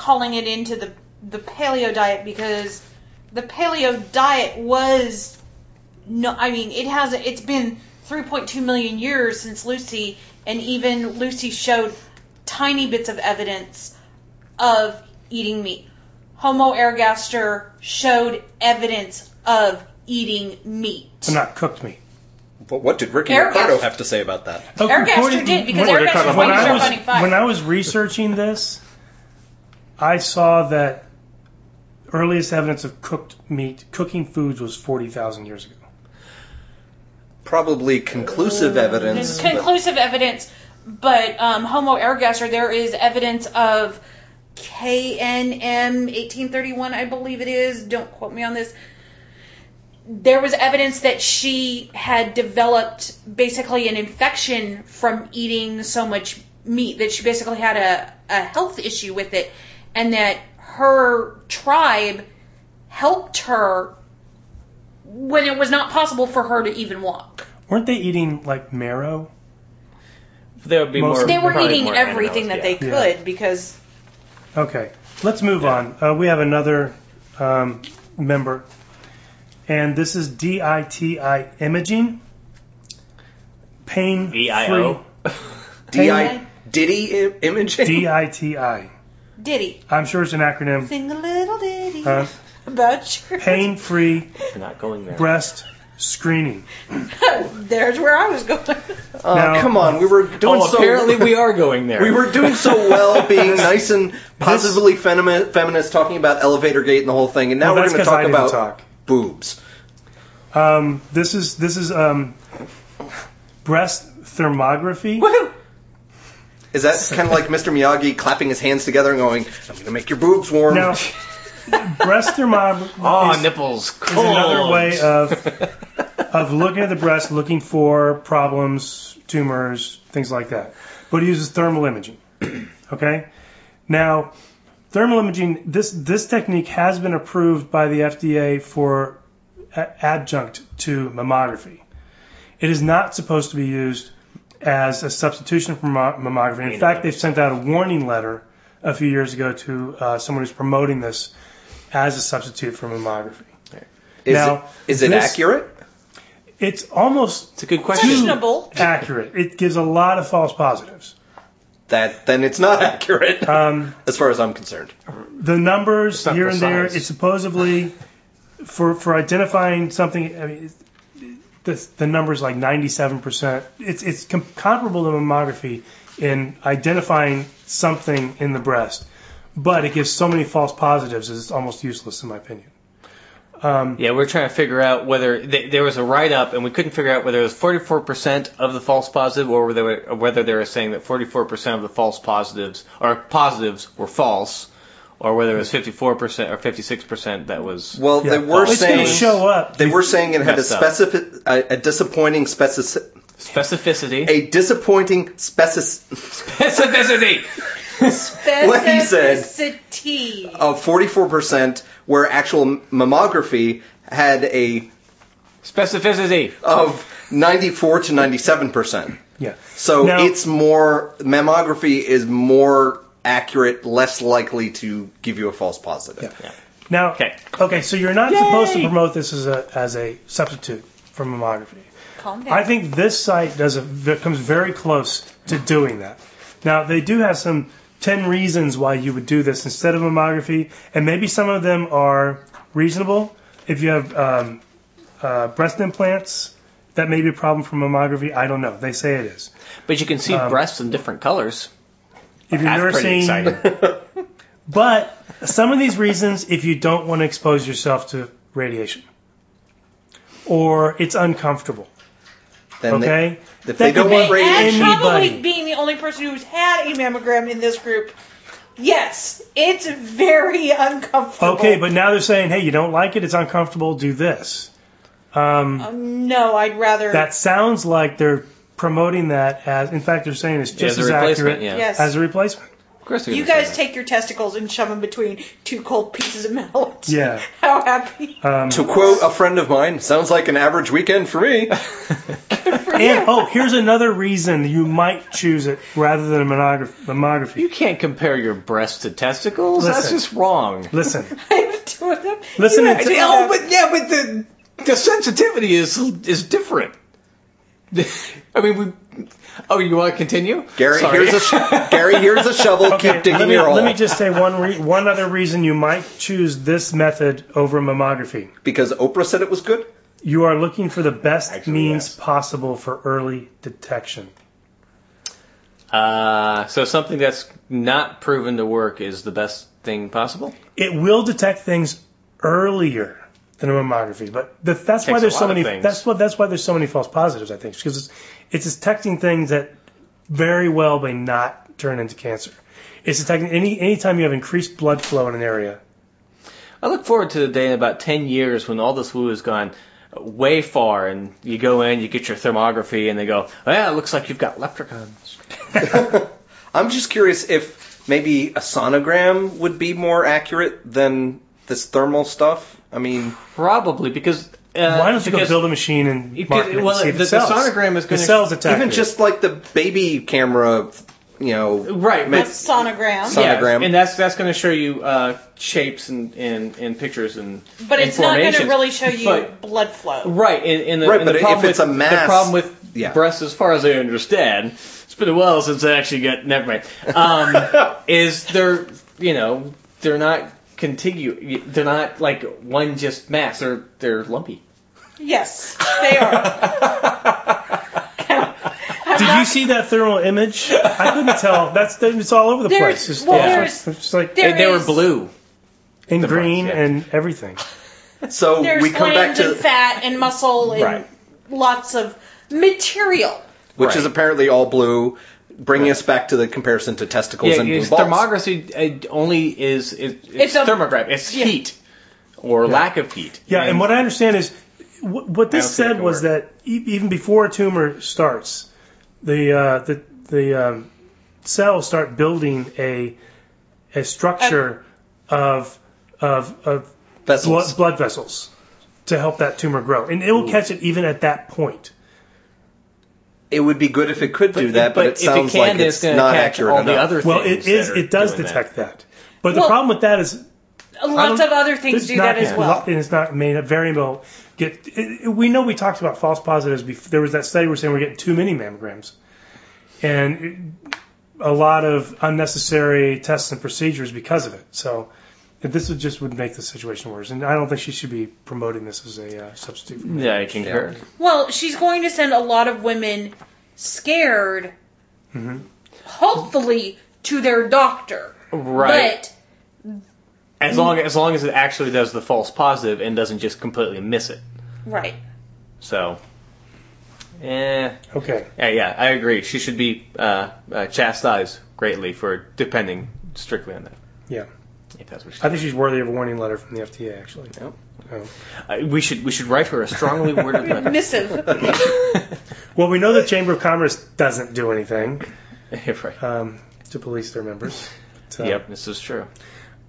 [SPEAKER 5] calling it into the the paleo diet because the paleo diet was no I mean it has it's been 3.2 million years since Lucy and even Lucy showed tiny bits of evidence of eating meat. Homo ergaster showed evidence of eating meat.
[SPEAKER 2] but not cooked meat.
[SPEAKER 4] But what did Ricky
[SPEAKER 5] Eric
[SPEAKER 4] Ricardo
[SPEAKER 5] asked-
[SPEAKER 4] have to say about that?
[SPEAKER 5] Eric Astor did, because Eric Astor
[SPEAKER 2] when
[SPEAKER 5] wanted to
[SPEAKER 2] I
[SPEAKER 5] start
[SPEAKER 2] was
[SPEAKER 5] finding fire.
[SPEAKER 2] when I was researching this, I saw that earliest evidence of cooked meat, cooking foods, was forty thousand years ago.
[SPEAKER 4] Probably conclusive evidence.
[SPEAKER 5] There's
[SPEAKER 4] but-
[SPEAKER 5] conclusive evidence, but um, Homo ergaster, there is evidence of KNM 1831, I believe it is. Don't quote me on this. There was evidence that she had developed basically an infection from eating so much meat that she basically had a, a health issue with it, and that her tribe helped her when it was not possible for her to even walk.
[SPEAKER 2] Weren't they eating like marrow?
[SPEAKER 3] they would be
[SPEAKER 2] Most-
[SPEAKER 3] more.
[SPEAKER 5] They were
[SPEAKER 3] probably
[SPEAKER 5] eating
[SPEAKER 3] more
[SPEAKER 5] everything that
[SPEAKER 3] animals,
[SPEAKER 5] they
[SPEAKER 3] yeah.
[SPEAKER 5] could
[SPEAKER 2] Yeah.
[SPEAKER 5] because
[SPEAKER 2] Okay, let's move on. Uh, we have another um, member, and this is DITI imaging. Pain
[SPEAKER 3] E VIO.
[SPEAKER 4] Di Diddy I- imaging.
[SPEAKER 2] DITI.
[SPEAKER 5] Diddy.
[SPEAKER 2] I'm sure it's an acronym.
[SPEAKER 5] Sing a little ditty
[SPEAKER 2] Uh,
[SPEAKER 5] about your
[SPEAKER 2] pain free
[SPEAKER 3] <laughs> We're not going there.
[SPEAKER 2] breast screening.
[SPEAKER 5] <laughs> There's where I was going.
[SPEAKER 4] oh,
[SPEAKER 2] now-
[SPEAKER 4] come on, we were doing
[SPEAKER 3] Oh,
[SPEAKER 4] so.
[SPEAKER 3] apparently we are going there.
[SPEAKER 4] we were doing so well,
[SPEAKER 3] <laughs>
[SPEAKER 4] being nice and positively femi- feminist, talking about elevator gate and the whole thing, and now
[SPEAKER 2] Well,
[SPEAKER 4] we're
[SPEAKER 2] that's
[SPEAKER 4] going to
[SPEAKER 2] 'cause I
[SPEAKER 4] talk about
[SPEAKER 2] didn't talk.
[SPEAKER 4] boobs.
[SPEAKER 2] Um, this is this is um, breast thermography.
[SPEAKER 4] Is that kind of like Mr. Miyagi clapping his hands together and going, "I'm going to make your boobs warm"?
[SPEAKER 2] Now, breast thermography
[SPEAKER 3] Oh,
[SPEAKER 2] is,
[SPEAKER 3] nipples. Cold.
[SPEAKER 2] another way of of looking at the breast, looking for problems, tumors, things like that. But it uses thermal imaging. <clears throat> Okay. Now, thermal imaging. This this technique has been approved by the FDA for a- adjunct to mammography. It is not supposed to be used as a substitution for mammo- mammography. In fact, they've sent out a warning letter a few years ago to uh, someone who's promoting this as a substitute for mammography.
[SPEAKER 4] is
[SPEAKER 2] now,
[SPEAKER 4] it, is it
[SPEAKER 2] this-
[SPEAKER 4] accurate?
[SPEAKER 2] It's
[SPEAKER 3] <laughs>
[SPEAKER 2] almost
[SPEAKER 3] It's a good question.
[SPEAKER 5] Questionable.
[SPEAKER 2] accurate. It gives a lot of false positives.
[SPEAKER 4] That then it's not accurate,
[SPEAKER 2] Um,
[SPEAKER 4] as far as I'm concerned.
[SPEAKER 2] the numbers
[SPEAKER 3] not
[SPEAKER 2] here and there,
[SPEAKER 3] precise.
[SPEAKER 2] it's supposedly for for identifying something. I mean, it's- the, the number's like 97%. It's, it's com- comparable to mammography in identifying something in the breast, but it gives so many false positives that it's almost useless, in my opinion.
[SPEAKER 3] Yeah, we were trying to figure out whether th- there was a write-up, and we couldn't figure out whether it was 44% of the false positive, or whether they were, whether they were saying that 44% of the false positives or positives were false, or whether it was 54% or 56% that was.
[SPEAKER 4] Well, they
[SPEAKER 2] Yeah.
[SPEAKER 4] were
[SPEAKER 2] it's
[SPEAKER 4] saying
[SPEAKER 2] going to show up.
[SPEAKER 4] they were saying it had a
[SPEAKER 3] Messed up.
[SPEAKER 4] specific a, a disappointing specific
[SPEAKER 3] specificity.
[SPEAKER 4] a disappointing specific
[SPEAKER 3] <laughs> Specificity.
[SPEAKER 4] What he said.
[SPEAKER 5] Specificity.
[SPEAKER 2] Oh.
[SPEAKER 4] of 44% where actual mammography had a
[SPEAKER 3] Specificity.
[SPEAKER 4] of 94 to 97%.
[SPEAKER 2] Yeah.
[SPEAKER 4] So
[SPEAKER 2] Now-
[SPEAKER 4] it's more mammography is more accurate, less likely to give you a false positive.
[SPEAKER 2] Now,
[SPEAKER 3] Okay.
[SPEAKER 2] okay, so you're not supposed to promote this as a, as a substitute for mammography.
[SPEAKER 5] Calm down.
[SPEAKER 2] I think this site does a, v- comes very close to doing that. Now they do have some ten reasons why you would do this instead of mammography, and maybe some of them are reasonable. If you have um, uh, breast implants, that may be a problem for mammography. I don't know. They say it is.
[SPEAKER 3] But you can see
[SPEAKER 2] Um,
[SPEAKER 3] breasts in different colors.
[SPEAKER 2] If you've
[SPEAKER 3] That's
[SPEAKER 2] never
[SPEAKER 3] pretty
[SPEAKER 2] seen, <laughs>
[SPEAKER 3] exciting.
[SPEAKER 2] but some of these reasons, if you don't want to expose yourself to radiation, or it's uncomfortable.
[SPEAKER 4] <laughs> Then they-
[SPEAKER 2] Okay.
[SPEAKER 4] if they
[SPEAKER 2] That
[SPEAKER 4] don't
[SPEAKER 2] could
[SPEAKER 4] want
[SPEAKER 2] be
[SPEAKER 5] and
[SPEAKER 4] radiation,
[SPEAKER 2] any- anybody.
[SPEAKER 5] probably being the only person who's had a mammogram in this group, yes, it's very uncomfortable.
[SPEAKER 2] Okay, but now they're saying, hey, you don't like it, it's uncomfortable, do this. Um,
[SPEAKER 5] Um, no, I'd rather.
[SPEAKER 2] that sounds like they're promoting that as, in fact, they're saying it's just
[SPEAKER 3] As a
[SPEAKER 2] as
[SPEAKER 3] replacement,
[SPEAKER 2] accurate
[SPEAKER 3] yeah.
[SPEAKER 5] yes.
[SPEAKER 2] as a replacement.
[SPEAKER 3] Of course. they're
[SPEAKER 5] you
[SPEAKER 3] gonna say
[SPEAKER 5] guys
[SPEAKER 3] that.
[SPEAKER 5] take your testicles and shove them between two cold pieces of metal.
[SPEAKER 2] Yeah.
[SPEAKER 5] <laughs> How happy?
[SPEAKER 2] Um,
[SPEAKER 4] to quote a friend of mine, sounds like an average weekend for me.
[SPEAKER 2] <laughs> and, oh, here's another reason you might choose it rather than a monograph- mammography.
[SPEAKER 3] You can't compare your breasts to testicles. That's
[SPEAKER 2] Listen.
[SPEAKER 3] just wrong.
[SPEAKER 2] Listen,
[SPEAKER 5] I'm doing them.
[SPEAKER 2] Listen
[SPEAKER 5] You
[SPEAKER 2] to-
[SPEAKER 5] actually
[SPEAKER 3] Oh,
[SPEAKER 5] have-
[SPEAKER 3] but yeah, but the the sensitivity is is different. <laughs> I mean, we. Oh, you want to continue?
[SPEAKER 4] Gary,
[SPEAKER 3] Sorry. <laughs>
[SPEAKER 4] here's a sho- Gary, here's a shovel.
[SPEAKER 2] <laughs> okay,
[SPEAKER 4] keep digging
[SPEAKER 2] let, me,
[SPEAKER 4] your hole
[SPEAKER 2] let me just say one, re- one other reason you might choose this method over mammography.
[SPEAKER 4] because Oprah said it was good.
[SPEAKER 2] You are looking for the best
[SPEAKER 3] Actually,
[SPEAKER 2] means
[SPEAKER 3] yes.
[SPEAKER 2] possible for early detection.
[SPEAKER 3] Uh, so something that's not proven to work is the best thing possible.
[SPEAKER 2] it will detect things earlier than a mammography, but the, that's why
[SPEAKER 3] Takes
[SPEAKER 2] there's
[SPEAKER 3] a
[SPEAKER 2] so
[SPEAKER 3] lot of
[SPEAKER 2] many.
[SPEAKER 3] things.
[SPEAKER 2] That's what that's why there's so many false positives. I think because it's, it's detecting things that very well may not turn into cancer. It's detecting any anytime you have increased blood flow in an area.
[SPEAKER 3] I look forward to the day in about ten years when all this woo has gone way far, and you go in, you get your thermography, and they go, "Well, it looks like you've got leprechauns."
[SPEAKER 4] I'm just curious if maybe a sonogram would be more accurate than this thermal stuff. I mean,
[SPEAKER 3] Probably because. Uh,
[SPEAKER 2] Why don't you go
[SPEAKER 3] because-
[SPEAKER 2] build a machine and
[SPEAKER 3] Because-
[SPEAKER 2] market it
[SPEAKER 3] well,
[SPEAKER 2] and see if
[SPEAKER 3] the-
[SPEAKER 2] it
[SPEAKER 3] the
[SPEAKER 2] sells?
[SPEAKER 3] sonogram is
[SPEAKER 2] It
[SPEAKER 3] gonna-
[SPEAKER 2] sells attack.
[SPEAKER 4] even just like the baby camera, you know,
[SPEAKER 3] Right,
[SPEAKER 4] ma-
[SPEAKER 5] a sonogram.
[SPEAKER 4] So- sonogram.
[SPEAKER 3] Yeah, and that's that's going to show you uh, shapes and, and, and pictures and
[SPEAKER 5] but it's not going to
[SPEAKER 3] informations.
[SPEAKER 5] really show you
[SPEAKER 3] But-
[SPEAKER 5] blood flow.
[SPEAKER 3] right. And, and the,
[SPEAKER 4] Right,
[SPEAKER 3] and
[SPEAKER 4] but
[SPEAKER 3] the
[SPEAKER 4] if
[SPEAKER 3] problem
[SPEAKER 4] it's
[SPEAKER 3] with,
[SPEAKER 4] a mass-
[SPEAKER 3] the problem with
[SPEAKER 4] Yeah.
[SPEAKER 3] breasts, as far as I understand, it's been a while since I actually got. Never mind.
[SPEAKER 4] <laughs>
[SPEAKER 3] Um, is they're you know they're not contiguous. They're not like one just mass. They're they're lumpy.
[SPEAKER 5] Yes, they are.
[SPEAKER 2] <laughs>
[SPEAKER 3] <laughs>
[SPEAKER 2] Did you see that thermal image? I couldn't tell. That's it's all over the
[SPEAKER 5] There's-
[SPEAKER 2] place. It's,
[SPEAKER 5] well,
[SPEAKER 2] it's,
[SPEAKER 5] there's-
[SPEAKER 2] it's like
[SPEAKER 5] there
[SPEAKER 3] and they were
[SPEAKER 5] is-
[SPEAKER 3] blue.
[SPEAKER 2] in
[SPEAKER 3] the
[SPEAKER 2] green
[SPEAKER 3] box, yeah.
[SPEAKER 2] and everything.
[SPEAKER 4] so
[SPEAKER 5] <laughs> There's
[SPEAKER 4] we come back
[SPEAKER 5] glands
[SPEAKER 4] to
[SPEAKER 5] and fat and muscle and
[SPEAKER 3] Right.
[SPEAKER 5] lots of material.
[SPEAKER 4] which is
[SPEAKER 3] Right.
[SPEAKER 4] apparently all blue, bringing us back to the comparison to testicles
[SPEAKER 3] Yeah,
[SPEAKER 4] and blue
[SPEAKER 3] it's
[SPEAKER 4] balls.
[SPEAKER 3] thermography uh, only is it, it's,
[SPEAKER 5] It's a-
[SPEAKER 3] thermograph. It's
[SPEAKER 5] yeah.
[SPEAKER 3] heat or lack of heat.
[SPEAKER 2] Yeah, and what I understand is what, what
[SPEAKER 3] I don't
[SPEAKER 2] this
[SPEAKER 3] think
[SPEAKER 2] said
[SPEAKER 3] it
[SPEAKER 2] was that e- even before a tumor starts, the uh, the the um, cells start building a a structure of of, of
[SPEAKER 4] Vessels.
[SPEAKER 2] blood, blood vessels to help that tumor grow, and it will catch it even at that point.
[SPEAKER 4] It would be good if it could do that, but, it
[SPEAKER 3] if
[SPEAKER 4] sounds
[SPEAKER 3] can,
[SPEAKER 4] like
[SPEAKER 3] then
[SPEAKER 4] it's
[SPEAKER 3] gonna
[SPEAKER 4] not
[SPEAKER 3] catch
[SPEAKER 4] accurate
[SPEAKER 3] all
[SPEAKER 4] enough.
[SPEAKER 3] the other
[SPEAKER 2] Well,
[SPEAKER 3] things
[SPEAKER 2] it is
[SPEAKER 3] that are
[SPEAKER 2] it does
[SPEAKER 3] doing that.
[SPEAKER 2] detect that, but the
[SPEAKER 5] Well-
[SPEAKER 2] problem with that is
[SPEAKER 5] Lots
[SPEAKER 2] don't-
[SPEAKER 5] of other things
[SPEAKER 2] It's
[SPEAKER 5] do
[SPEAKER 2] not-
[SPEAKER 5] that as
[SPEAKER 2] yeah.
[SPEAKER 5] well.
[SPEAKER 2] And it's not made a variable. Get it, it- we know we talked about false positives. Before. There was that study we're saying we're getting too many mammograms, and it- a lot of unnecessary tests and procedures because of it. So This would just would make the situation worse, and I don't think she should be promoting this as a uh, substitute. For
[SPEAKER 3] Yeah, I concur.
[SPEAKER 5] Well, she's going to send a lot of women scared,
[SPEAKER 2] Mhm.
[SPEAKER 5] hopefully, to their doctor.
[SPEAKER 3] Right.
[SPEAKER 5] But
[SPEAKER 3] as long as long as it actually does the false positive and doesn't just completely miss it.
[SPEAKER 5] right,
[SPEAKER 3] So, eh,
[SPEAKER 2] Okay,
[SPEAKER 3] yeah, yeah, I agree. She should be uh, uh, chastised greatly for depending strictly on that.
[SPEAKER 2] Yeah.
[SPEAKER 3] If that's what she
[SPEAKER 2] I think she's worthy of a warning letter from the FDA. Actually,
[SPEAKER 3] Uh, we should we should write her a strongly
[SPEAKER 5] <laughs>
[SPEAKER 3] worded letter.
[SPEAKER 5] missive.
[SPEAKER 2] well, we know the Chamber of Commerce doesn't do anything
[SPEAKER 3] Yeah, right.
[SPEAKER 2] um, to police their members. So,
[SPEAKER 3] Yep, this is true.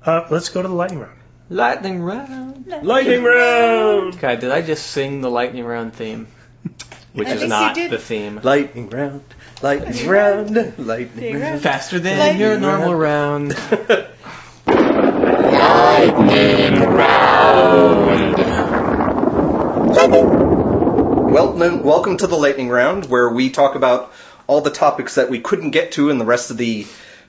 [SPEAKER 2] Uh, let's go to the lightning round.
[SPEAKER 3] Lightning round.
[SPEAKER 2] <laughs> Lightning round.
[SPEAKER 3] God, did I just sing the lightning round theme? Which
[SPEAKER 5] I
[SPEAKER 3] is
[SPEAKER 5] think you
[SPEAKER 3] not
[SPEAKER 5] did.
[SPEAKER 3] the theme.
[SPEAKER 4] Lightning round, lightning round, lightning round.
[SPEAKER 3] Faster than your normal <laughs> round.
[SPEAKER 4] Well, then, welcome to the lightning round, where we talk about all the topics that we couldn't get to in the rest of the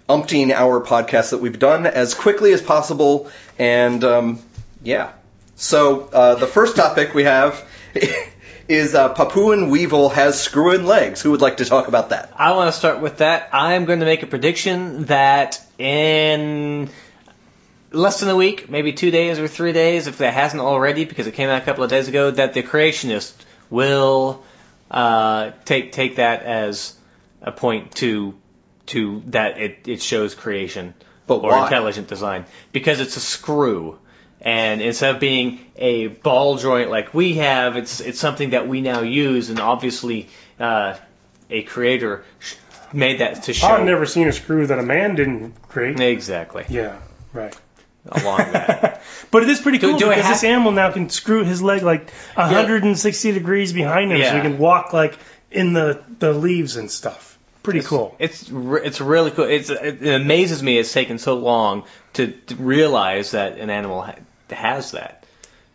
[SPEAKER 4] umpteen hour podcast that we've done as quickly as possible. And um, yeah, so uh, the first topic we have <laughs> is uh, Papuan weevil has screw-in legs. Who would like to talk about that?
[SPEAKER 3] I want to start with that. I'm going to make a prediction that in less than a week, maybe two days or three days, if that hasn't already, because it came out a couple of days ago, that the creationist will uh, take take that as a point to to that it, it shows creation
[SPEAKER 4] But
[SPEAKER 3] or
[SPEAKER 4] why?
[SPEAKER 3] intelligent design because it's a screw. And instead of being a ball joint like we have, it's it's something that we now use, and obviously uh, a creator sh- made that to show.
[SPEAKER 2] I've never seen a screw that a man didn't create.
[SPEAKER 3] Exactly.
[SPEAKER 2] Yeah, right.
[SPEAKER 3] Along that.
[SPEAKER 2] but it is pretty
[SPEAKER 3] Do-
[SPEAKER 2] cool
[SPEAKER 3] do I
[SPEAKER 2] because
[SPEAKER 3] have-
[SPEAKER 2] this animal now can screw his leg like 160 degrees behind him, so
[SPEAKER 3] Yeah.
[SPEAKER 2] he can walk like in the the leaves and stuff. <laughs> Pretty cool.
[SPEAKER 3] It's re- it's really cool. It's it, it amazes me it's taken so long to, to realize that an animal ha- has that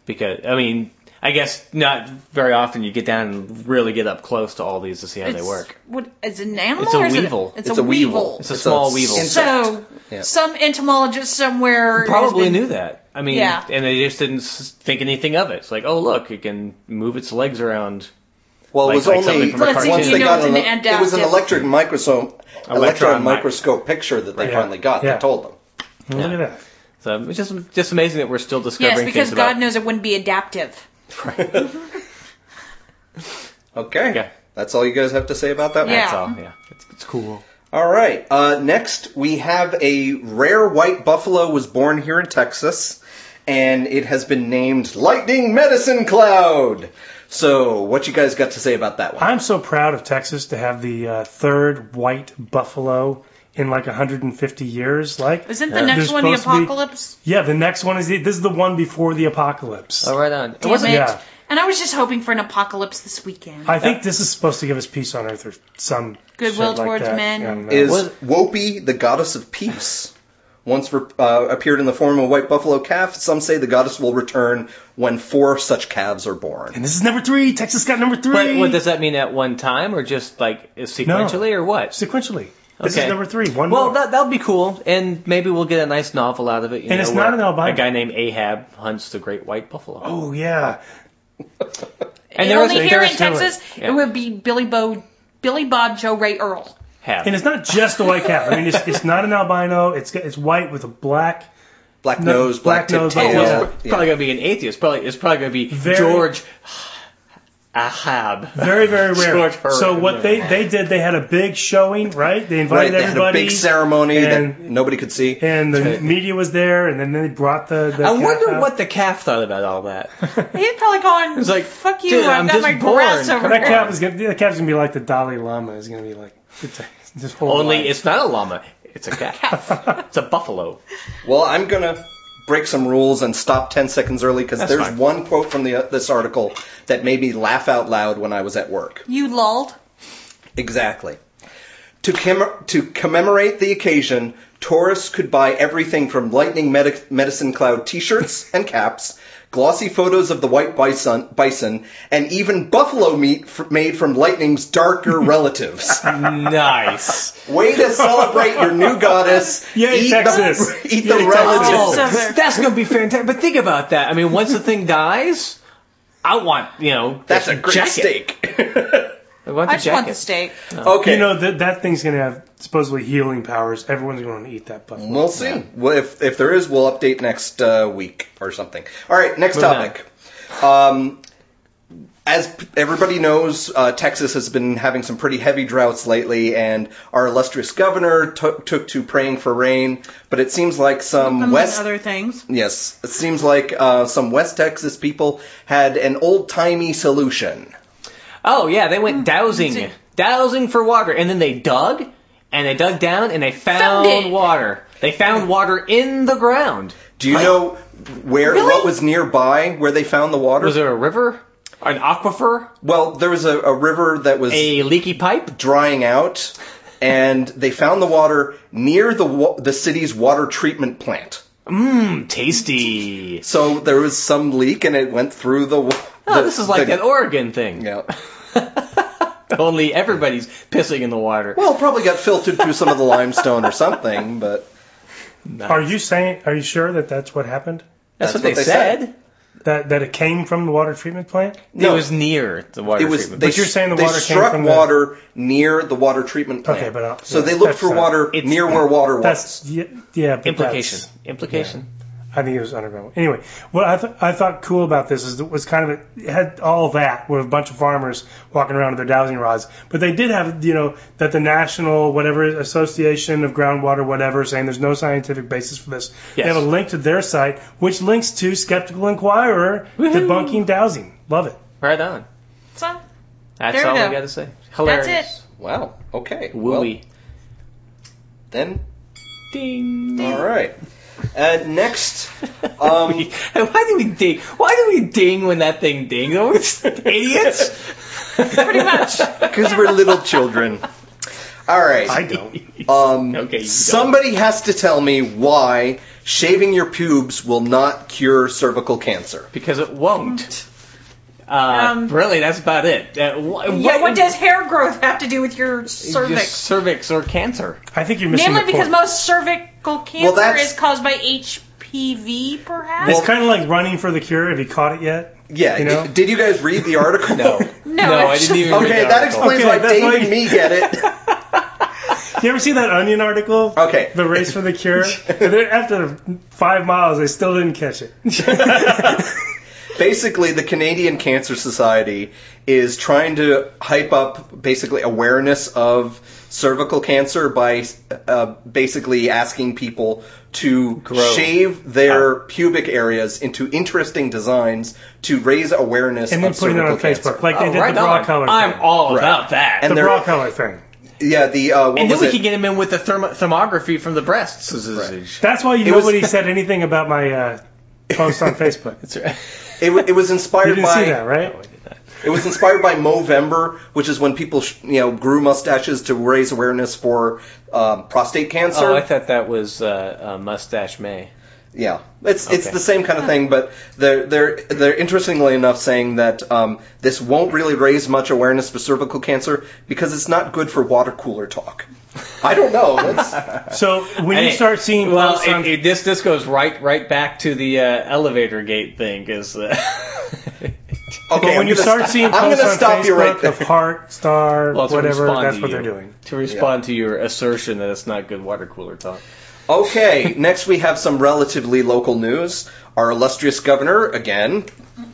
[SPEAKER 3] because I mean I guess not very often you get down and really get up close to all these to see how they
[SPEAKER 5] It's-
[SPEAKER 3] work.
[SPEAKER 5] What, it's an animal
[SPEAKER 3] It's a
[SPEAKER 5] or is it
[SPEAKER 3] weevil.
[SPEAKER 5] it's, a weevil.
[SPEAKER 3] It's a small weevil.
[SPEAKER 5] So,
[SPEAKER 4] Yeah.
[SPEAKER 5] some entomologist somewhere has
[SPEAKER 3] Probably
[SPEAKER 5] been-
[SPEAKER 3] knew that. I mean,
[SPEAKER 5] Yeah.
[SPEAKER 3] and they just didn't s- think anything of it. It's like, oh look, it can move its legs around.
[SPEAKER 4] Well,
[SPEAKER 3] Like-
[SPEAKER 4] it was
[SPEAKER 3] like something
[SPEAKER 4] only
[SPEAKER 3] from a Let's see,
[SPEAKER 4] once
[SPEAKER 3] you
[SPEAKER 4] they
[SPEAKER 3] know
[SPEAKER 4] got
[SPEAKER 5] it's
[SPEAKER 4] an,
[SPEAKER 5] an adaptive-
[SPEAKER 4] it was an electric microscope electron
[SPEAKER 3] Electron mic-
[SPEAKER 4] microscope picture that they
[SPEAKER 2] Yeah.
[SPEAKER 4] finally got
[SPEAKER 2] Yeah.
[SPEAKER 4] that told them.
[SPEAKER 2] Look at that.
[SPEAKER 3] So it's just just amazing that we're still discovering
[SPEAKER 5] Yes, because
[SPEAKER 3] things
[SPEAKER 5] God
[SPEAKER 3] about.
[SPEAKER 5] knows it wouldn't be adaptive.
[SPEAKER 3] <laughs>
[SPEAKER 4] Okay.
[SPEAKER 3] Yeah.
[SPEAKER 4] That's all you guys have to say about that
[SPEAKER 5] Yeah.
[SPEAKER 3] That's all. Yeah, it's, it's cool.
[SPEAKER 4] one? All right. Uh, next, we have a rare white buffalo was born here in Texas, and it has been named Lightning Medicine Cloud. So, what you guys got to say about that one?
[SPEAKER 2] I'm so proud of Texas to have the uh, third white buffalo in like 150 years. Like, uh,
[SPEAKER 5] Isn't the
[SPEAKER 3] Yeah.
[SPEAKER 5] next
[SPEAKER 2] There's
[SPEAKER 5] one the
[SPEAKER 2] supposed to be-
[SPEAKER 5] apocalypse?
[SPEAKER 2] yeah, the next one is the, this is the one before the apocalypse.
[SPEAKER 3] Oh, right on. It
[SPEAKER 5] Damn
[SPEAKER 3] wasn't.
[SPEAKER 5] it.
[SPEAKER 2] yeah.
[SPEAKER 5] And I was just hoping for an apocalypse this weekend.
[SPEAKER 2] I think this is supposed to give us peace on earth or some
[SPEAKER 5] Goodwill
[SPEAKER 2] shit like
[SPEAKER 5] towards
[SPEAKER 2] that.
[SPEAKER 5] men.
[SPEAKER 2] I don't know.
[SPEAKER 4] is
[SPEAKER 3] was-
[SPEAKER 4] Wopi the goddess of peace. Once re- uh, appeared in the form of a white buffalo calf, some say the goddess will return when four such calves are born.
[SPEAKER 2] and this is number three. Texas got number three
[SPEAKER 3] But what does that mean at one time, or just like sequentially, or what?
[SPEAKER 2] sequentially. This
[SPEAKER 3] Okay.
[SPEAKER 2] is number three. One
[SPEAKER 3] Well,
[SPEAKER 2] more.
[SPEAKER 3] that that'll be cool, and maybe we'll get a nice novel out of it. You
[SPEAKER 2] And
[SPEAKER 3] know,
[SPEAKER 2] it's
[SPEAKER 3] where
[SPEAKER 2] not an albino.
[SPEAKER 3] A guy named Ahab hunts the great white buffalo.
[SPEAKER 2] oh yeah.
[SPEAKER 3] and
[SPEAKER 5] And
[SPEAKER 3] there was
[SPEAKER 5] only here
[SPEAKER 2] there
[SPEAKER 5] in
[SPEAKER 2] is Taylor.
[SPEAKER 5] Texas,
[SPEAKER 3] Yeah.
[SPEAKER 5] it would be Billy Bo, Billy Bob, Joe Ray Earl.
[SPEAKER 3] Ahab.
[SPEAKER 2] And it's not just the white cat. I mean, it's, it's not an albino. It's it's white with a black.
[SPEAKER 4] Black
[SPEAKER 2] No,
[SPEAKER 4] nose, black,
[SPEAKER 2] black
[SPEAKER 4] tip
[SPEAKER 2] nose,
[SPEAKER 5] Oh,
[SPEAKER 4] tail.
[SPEAKER 2] black
[SPEAKER 3] Well,
[SPEAKER 2] nose.
[SPEAKER 3] it's probably gonna be an atheist. Probably it's probably gonna be
[SPEAKER 2] Very-
[SPEAKER 3] George Ahab. <laughs>
[SPEAKER 2] Very very rare.
[SPEAKER 3] George Hurd.
[SPEAKER 2] So what they they did, they had a big showing, right? They
[SPEAKER 4] Right,
[SPEAKER 2] invited
[SPEAKER 4] they had a
[SPEAKER 2] everybody.
[SPEAKER 4] big ceremony that
[SPEAKER 2] and-
[SPEAKER 4] nobody could see.
[SPEAKER 2] and the media was there, and then they brought the. the
[SPEAKER 3] I
[SPEAKER 2] cat
[SPEAKER 3] wonder
[SPEAKER 2] out.
[SPEAKER 3] what the calf thought about all
[SPEAKER 2] <laughs>
[SPEAKER 3] that.
[SPEAKER 5] He'd probably gone,
[SPEAKER 3] It's like,
[SPEAKER 5] fuck you,
[SPEAKER 3] dude,
[SPEAKER 5] I've
[SPEAKER 3] I'm
[SPEAKER 5] got
[SPEAKER 3] just
[SPEAKER 5] my
[SPEAKER 3] born.
[SPEAKER 5] grass over
[SPEAKER 2] that
[SPEAKER 5] here.
[SPEAKER 2] cat was gonna. That cat's gonna be like the Dalai Lama. Is gonna be like it's a- this whole.
[SPEAKER 3] Only
[SPEAKER 2] life.
[SPEAKER 3] it's not a llama. It's a
[SPEAKER 2] <laughs>
[SPEAKER 3] calf. it's a buffalo.
[SPEAKER 4] Well, I'm gonna break some rules and stop 10 seconds early because
[SPEAKER 3] That's
[SPEAKER 4] there's
[SPEAKER 3] fine.
[SPEAKER 4] one quote from the, uh, this article that made me laugh out loud when I was at work.
[SPEAKER 5] You lulled.
[SPEAKER 4] Exactly. To, com- to commemorate the occasion, tourists could buy everything from Lightning Medi- Medicine Cloud t shirts and caps glossy photos of the white bison, bison and even buffalo meat f- made from lightning's
[SPEAKER 2] <laughs>
[SPEAKER 4] darker relatives.
[SPEAKER 3] Nice.
[SPEAKER 4] Way to celebrate your new goddess.
[SPEAKER 2] Yay,
[SPEAKER 4] eat
[SPEAKER 2] Texas.
[SPEAKER 4] the, eat
[SPEAKER 2] Yay,
[SPEAKER 4] the relatives.
[SPEAKER 3] Oh,
[SPEAKER 5] Texas.
[SPEAKER 3] that's gonna be fantastic. But think about that. I mean, once the thing dies, I want you know.
[SPEAKER 4] That's
[SPEAKER 3] the
[SPEAKER 4] a great
[SPEAKER 3] jacket.
[SPEAKER 4] steak. <laughs>
[SPEAKER 3] I want the
[SPEAKER 5] I just
[SPEAKER 3] jacket.
[SPEAKER 5] want
[SPEAKER 3] Um,
[SPEAKER 5] the steak.
[SPEAKER 4] okay.
[SPEAKER 2] You know that that thing's gonna have supposedly healing powers. Everyone's going to eat that buffalo.
[SPEAKER 4] We'll see. Well, if if there is, we'll update next uh, week or something. All right, next
[SPEAKER 3] Moving
[SPEAKER 4] topic. Um, as p- everybody knows, uh, Texas has been having some pretty heavy droughts lately, and our illustrious governor took took to praying for rain. But it seems like some
[SPEAKER 5] Among
[SPEAKER 4] West
[SPEAKER 5] other things.
[SPEAKER 4] yes, it seems like uh, some West Texas people had an old timey solution.
[SPEAKER 3] Oh yeah, they went
[SPEAKER 5] Mm-hmm.
[SPEAKER 3] dowsing, dowsing for water, and then they dug, and they dug down, and they found,
[SPEAKER 5] Found it.
[SPEAKER 3] water. They found water in the ground.
[SPEAKER 4] Do you know where
[SPEAKER 5] Really?
[SPEAKER 4] what was nearby where they found the water?
[SPEAKER 3] Was there a river, an aquifer,
[SPEAKER 4] well, there was a, a river that was
[SPEAKER 3] a leaky pipe?
[SPEAKER 4] drying out, and they found the water near the wa- the city's water treatment plant.
[SPEAKER 3] Mmm, tasty.
[SPEAKER 4] So there was some leak, and it went through the. wa-
[SPEAKER 3] Oh,
[SPEAKER 4] the-
[SPEAKER 3] this is like
[SPEAKER 4] the-
[SPEAKER 3] that Oregon
[SPEAKER 4] <laughs>
[SPEAKER 3] thing.
[SPEAKER 4] Yeah.
[SPEAKER 3] Only everybody's pissing in the water.
[SPEAKER 4] Well, it probably got filtered through some of the limestone or something, but
[SPEAKER 2] Are you saying? Are you sure that that's what happened?
[SPEAKER 3] That's,
[SPEAKER 4] that's
[SPEAKER 3] what,
[SPEAKER 4] what
[SPEAKER 3] they,
[SPEAKER 4] they
[SPEAKER 3] said.
[SPEAKER 2] That that it came from the water treatment plant?
[SPEAKER 4] no,
[SPEAKER 3] It was near the water
[SPEAKER 4] it was.
[SPEAKER 3] treatment.
[SPEAKER 4] They,
[SPEAKER 2] But you're saying the
[SPEAKER 4] they
[SPEAKER 2] water came
[SPEAKER 4] struck
[SPEAKER 2] from the-
[SPEAKER 4] water near the water treatment plant.
[SPEAKER 2] Okay, but, uh,
[SPEAKER 4] so
[SPEAKER 2] yeah,
[SPEAKER 4] they looked
[SPEAKER 2] that's
[SPEAKER 4] for
[SPEAKER 2] not-
[SPEAKER 4] water
[SPEAKER 3] It's-
[SPEAKER 4] near where water was.
[SPEAKER 2] That's yeah, yeah but
[SPEAKER 3] implication.
[SPEAKER 2] that's-
[SPEAKER 3] Implication.
[SPEAKER 2] I think it was underground. Anyway, what I, th- I thought cool about this is it was kind of a, it had all that with a bunch of farmers walking around with their dowsing rods, but they did have you know that the national whatever association of groundwater whatever saying there's no scientific basis for this.
[SPEAKER 3] Yes.
[SPEAKER 2] They have a link to their site which links to Skeptical Inquirer debunking dowsing. Love it.
[SPEAKER 3] Right on.
[SPEAKER 5] So,
[SPEAKER 3] That's
[SPEAKER 5] There we
[SPEAKER 3] all
[SPEAKER 5] go.
[SPEAKER 3] we got to say. Hilarious.
[SPEAKER 5] That's
[SPEAKER 4] wow. Okay. Well,
[SPEAKER 3] Wooey.
[SPEAKER 4] then,
[SPEAKER 3] Ding.
[SPEAKER 4] all <laughs> right. Uh, next, <laughs>
[SPEAKER 3] Um,
[SPEAKER 4] Um,
[SPEAKER 3] why do we ding? Why do we ding when that thing dings? Are we just idiots?
[SPEAKER 5] <laughs>
[SPEAKER 3] Pretty
[SPEAKER 5] much.
[SPEAKER 4] because we're little children. All right.
[SPEAKER 2] I
[SPEAKER 3] <laughs>
[SPEAKER 2] don't.
[SPEAKER 4] Um,
[SPEAKER 3] Okay, you don't.
[SPEAKER 4] somebody has to tell me why shaving your pubes will not cure cervical cancer.
[SPEAKER 3] because it won't. Uh,
[SPEAKER 5] Um,
[SPEAKER 3] really, that's about it. Uh, wh-
[SPEAKER 5] yeah, what does hair growth have to do with your
[SPEAKER 3] your
[SPEAKER 5] cervix?
[SPEAKER 3] cervix or cancer?
[SPEAKER 2] I think you're missing
[SPEAKER 5] Namely,
[SPEAKER 2] the
[SPEAKER 5] because
[SPEAKER 2] point.
[SPEAKER 5] most cervical cancer
[SPEAKER 4] that's-
[SPEAKER 5] is caused by HPV, perhaps.
[SPEAKER 2] it's kind of like running for the cure. Have you caught it yet?
[SPEAKER 4] Yeah,
[SPEAKER 2] You know?
[SPEAKER 4] d- did you guys read the article? <laughs> no.
[SPEAKER 5] no,
[SPEAKER 3] No, I
[SPEAKER 5] actually-
[SPEAKER 3] didn't even. read
[SPEAKER 4] Okay,
[SPEAKER 3] the
[SPEAKER 4] that
[SPEAKER 3] article.
[SPEAKER 4] explains
[SPEAKER 2] Okay,
[SPEAKER 4] why
[SPEAKER 2] that's
[SPEAKER 4] Dave
[SPEAKER 2] why-
[SPEAKER 4] and me get it.
[SPEAKER 2] You ever see that Onion article?
[SPEAKER 4] Okay.
[SPEAKER 2] The race for the
[SPEAKER 4] <laughs>
[SPEAKER 2] cure. And then after five miles, they still didn't catch
[SPEAKER 4] <laughs>
[SPEAKER 2] it.
[SPEAKER 4] Basically, the Canadian Cancer Society is trying to hype up basically awareness of cervical cancer by uh, basically asking people to
[SPEAKER 3] Grow.
[SPEAKER 4] shave
[SPEAKER 2] Ah.
[SPEAKER 4] their pubic areas into interesting designs to raise awareness
[SPEAKER 2] and then
[SPEAKER 4] of
[SPEAKER 2] putting it
[SPEAKER 4] cervical
[SPEAKER 2] on Facebook,
[SPEAKER 4] cancer.
[SPEAKER 2] like they
[SPEAKER 3] Oh,
[SPEAKER 2] did
[SPEAKER 3] right
[SPEAKER 2] the bra
[SPEAKER 3] on.
[SPEAKER 2] color.
[SPEAKER 3] I'm
[SPEAKER 2] thing.
[SPEAKER 3] all
[SPEAKER 4] Right.
[SPEAKER 3] about that.
[SPEAKER 2] the
[SPEAKER 4] And
[SPEAKER 2] bra
[SPEAKER 4] they're-
[SPEAKER 2] color thing.
[SPEAKER 4] Yeah, the uh, what
[SPEAKER 3] And then
[SPEAKER 4] was
[SPEAKER 3] we
[SPEAKER 4] it?
[SPEAKER 3] can get him in with the thermo- thermography from the breasts. That's
[SPEAKER 2] That's why you
[SPEAKER 4] It was-
[SPEAKER 2] nobody said anything about
[SPEAKER 4] <laughs>
[SPEAKER 2] my uh, post on Facebook.
[SPEAKER 3] right.
[SPEAKER 4] it, w- it was
[SPEAKER 2] You
[SPEAKER 4] inspired
[SPEAKER 2] didn't
[SPEAKER 4] by
[SPEAKER 2] see that, right?
[SPEAKER 4] it was inspired by Movember, which is when people sh- you know grew mustaches to raise awareness for um, prostate cancer.
[SPEAKER 3] Oh, I thought that was uh, uh, Mustache May.
[SPEAKER 4] Yeah, it's it's
[SPEAKER 3] Okay.
[SPEAKER 4] the same kind of thing, but they're they're they're interestingly enough saying that um, this won't really raise much awareness for cervical cancer because it's not good for water cooler talk. I don't know.
[SPEAKER 2] <laughs>
[SPEAKER 4] That's,
[SPEAKER 2] So when you
[SPEAKER 3] Hey,
[SPEAKER 2] start seeing
[SPEAKER 3] well,
[SPEAKER 2] posts on,
[SPEAKER 3] it, it, this this goes right right back to the uh, elevator gate thing. Is uh, <laughs> Oh,
[SPEAKER 4] okay,
[SPEAKER 2] but
[SPEAKER 4] I'm
[SPEAKER 2] when you
[SPEAKER 4] gonna
[SPEAKER 2] start
[SPEAKER 4] st-
[SPEAKER 2] seeing
[SPEAKER 4] I'm
[SPEAKER 2] posts
[SPEAKER 4] gonna
[SPEAKER 2] on
[SPEAKER 4] stop
[SPEAKER 2] Facebook
[SPEAKER 4] you right there.
[SPEAKER 2] of heart star
[SPEAKER 3] well, to
[SPEAKER 2] whatever,
[SPEAKER 3] respond
[SPEAKER 2] that's
[SPEAKER 3] to
[SPEAKER 2] what
[SPEAKER 3] you.
[SPEAKER 2] they're doing.
[SPEAKER 3] to respond to your assertion that it's not good water cooler talk.
[SPEAKER 4] Okay, next we have some relatively local news. Our illustrious governor, again,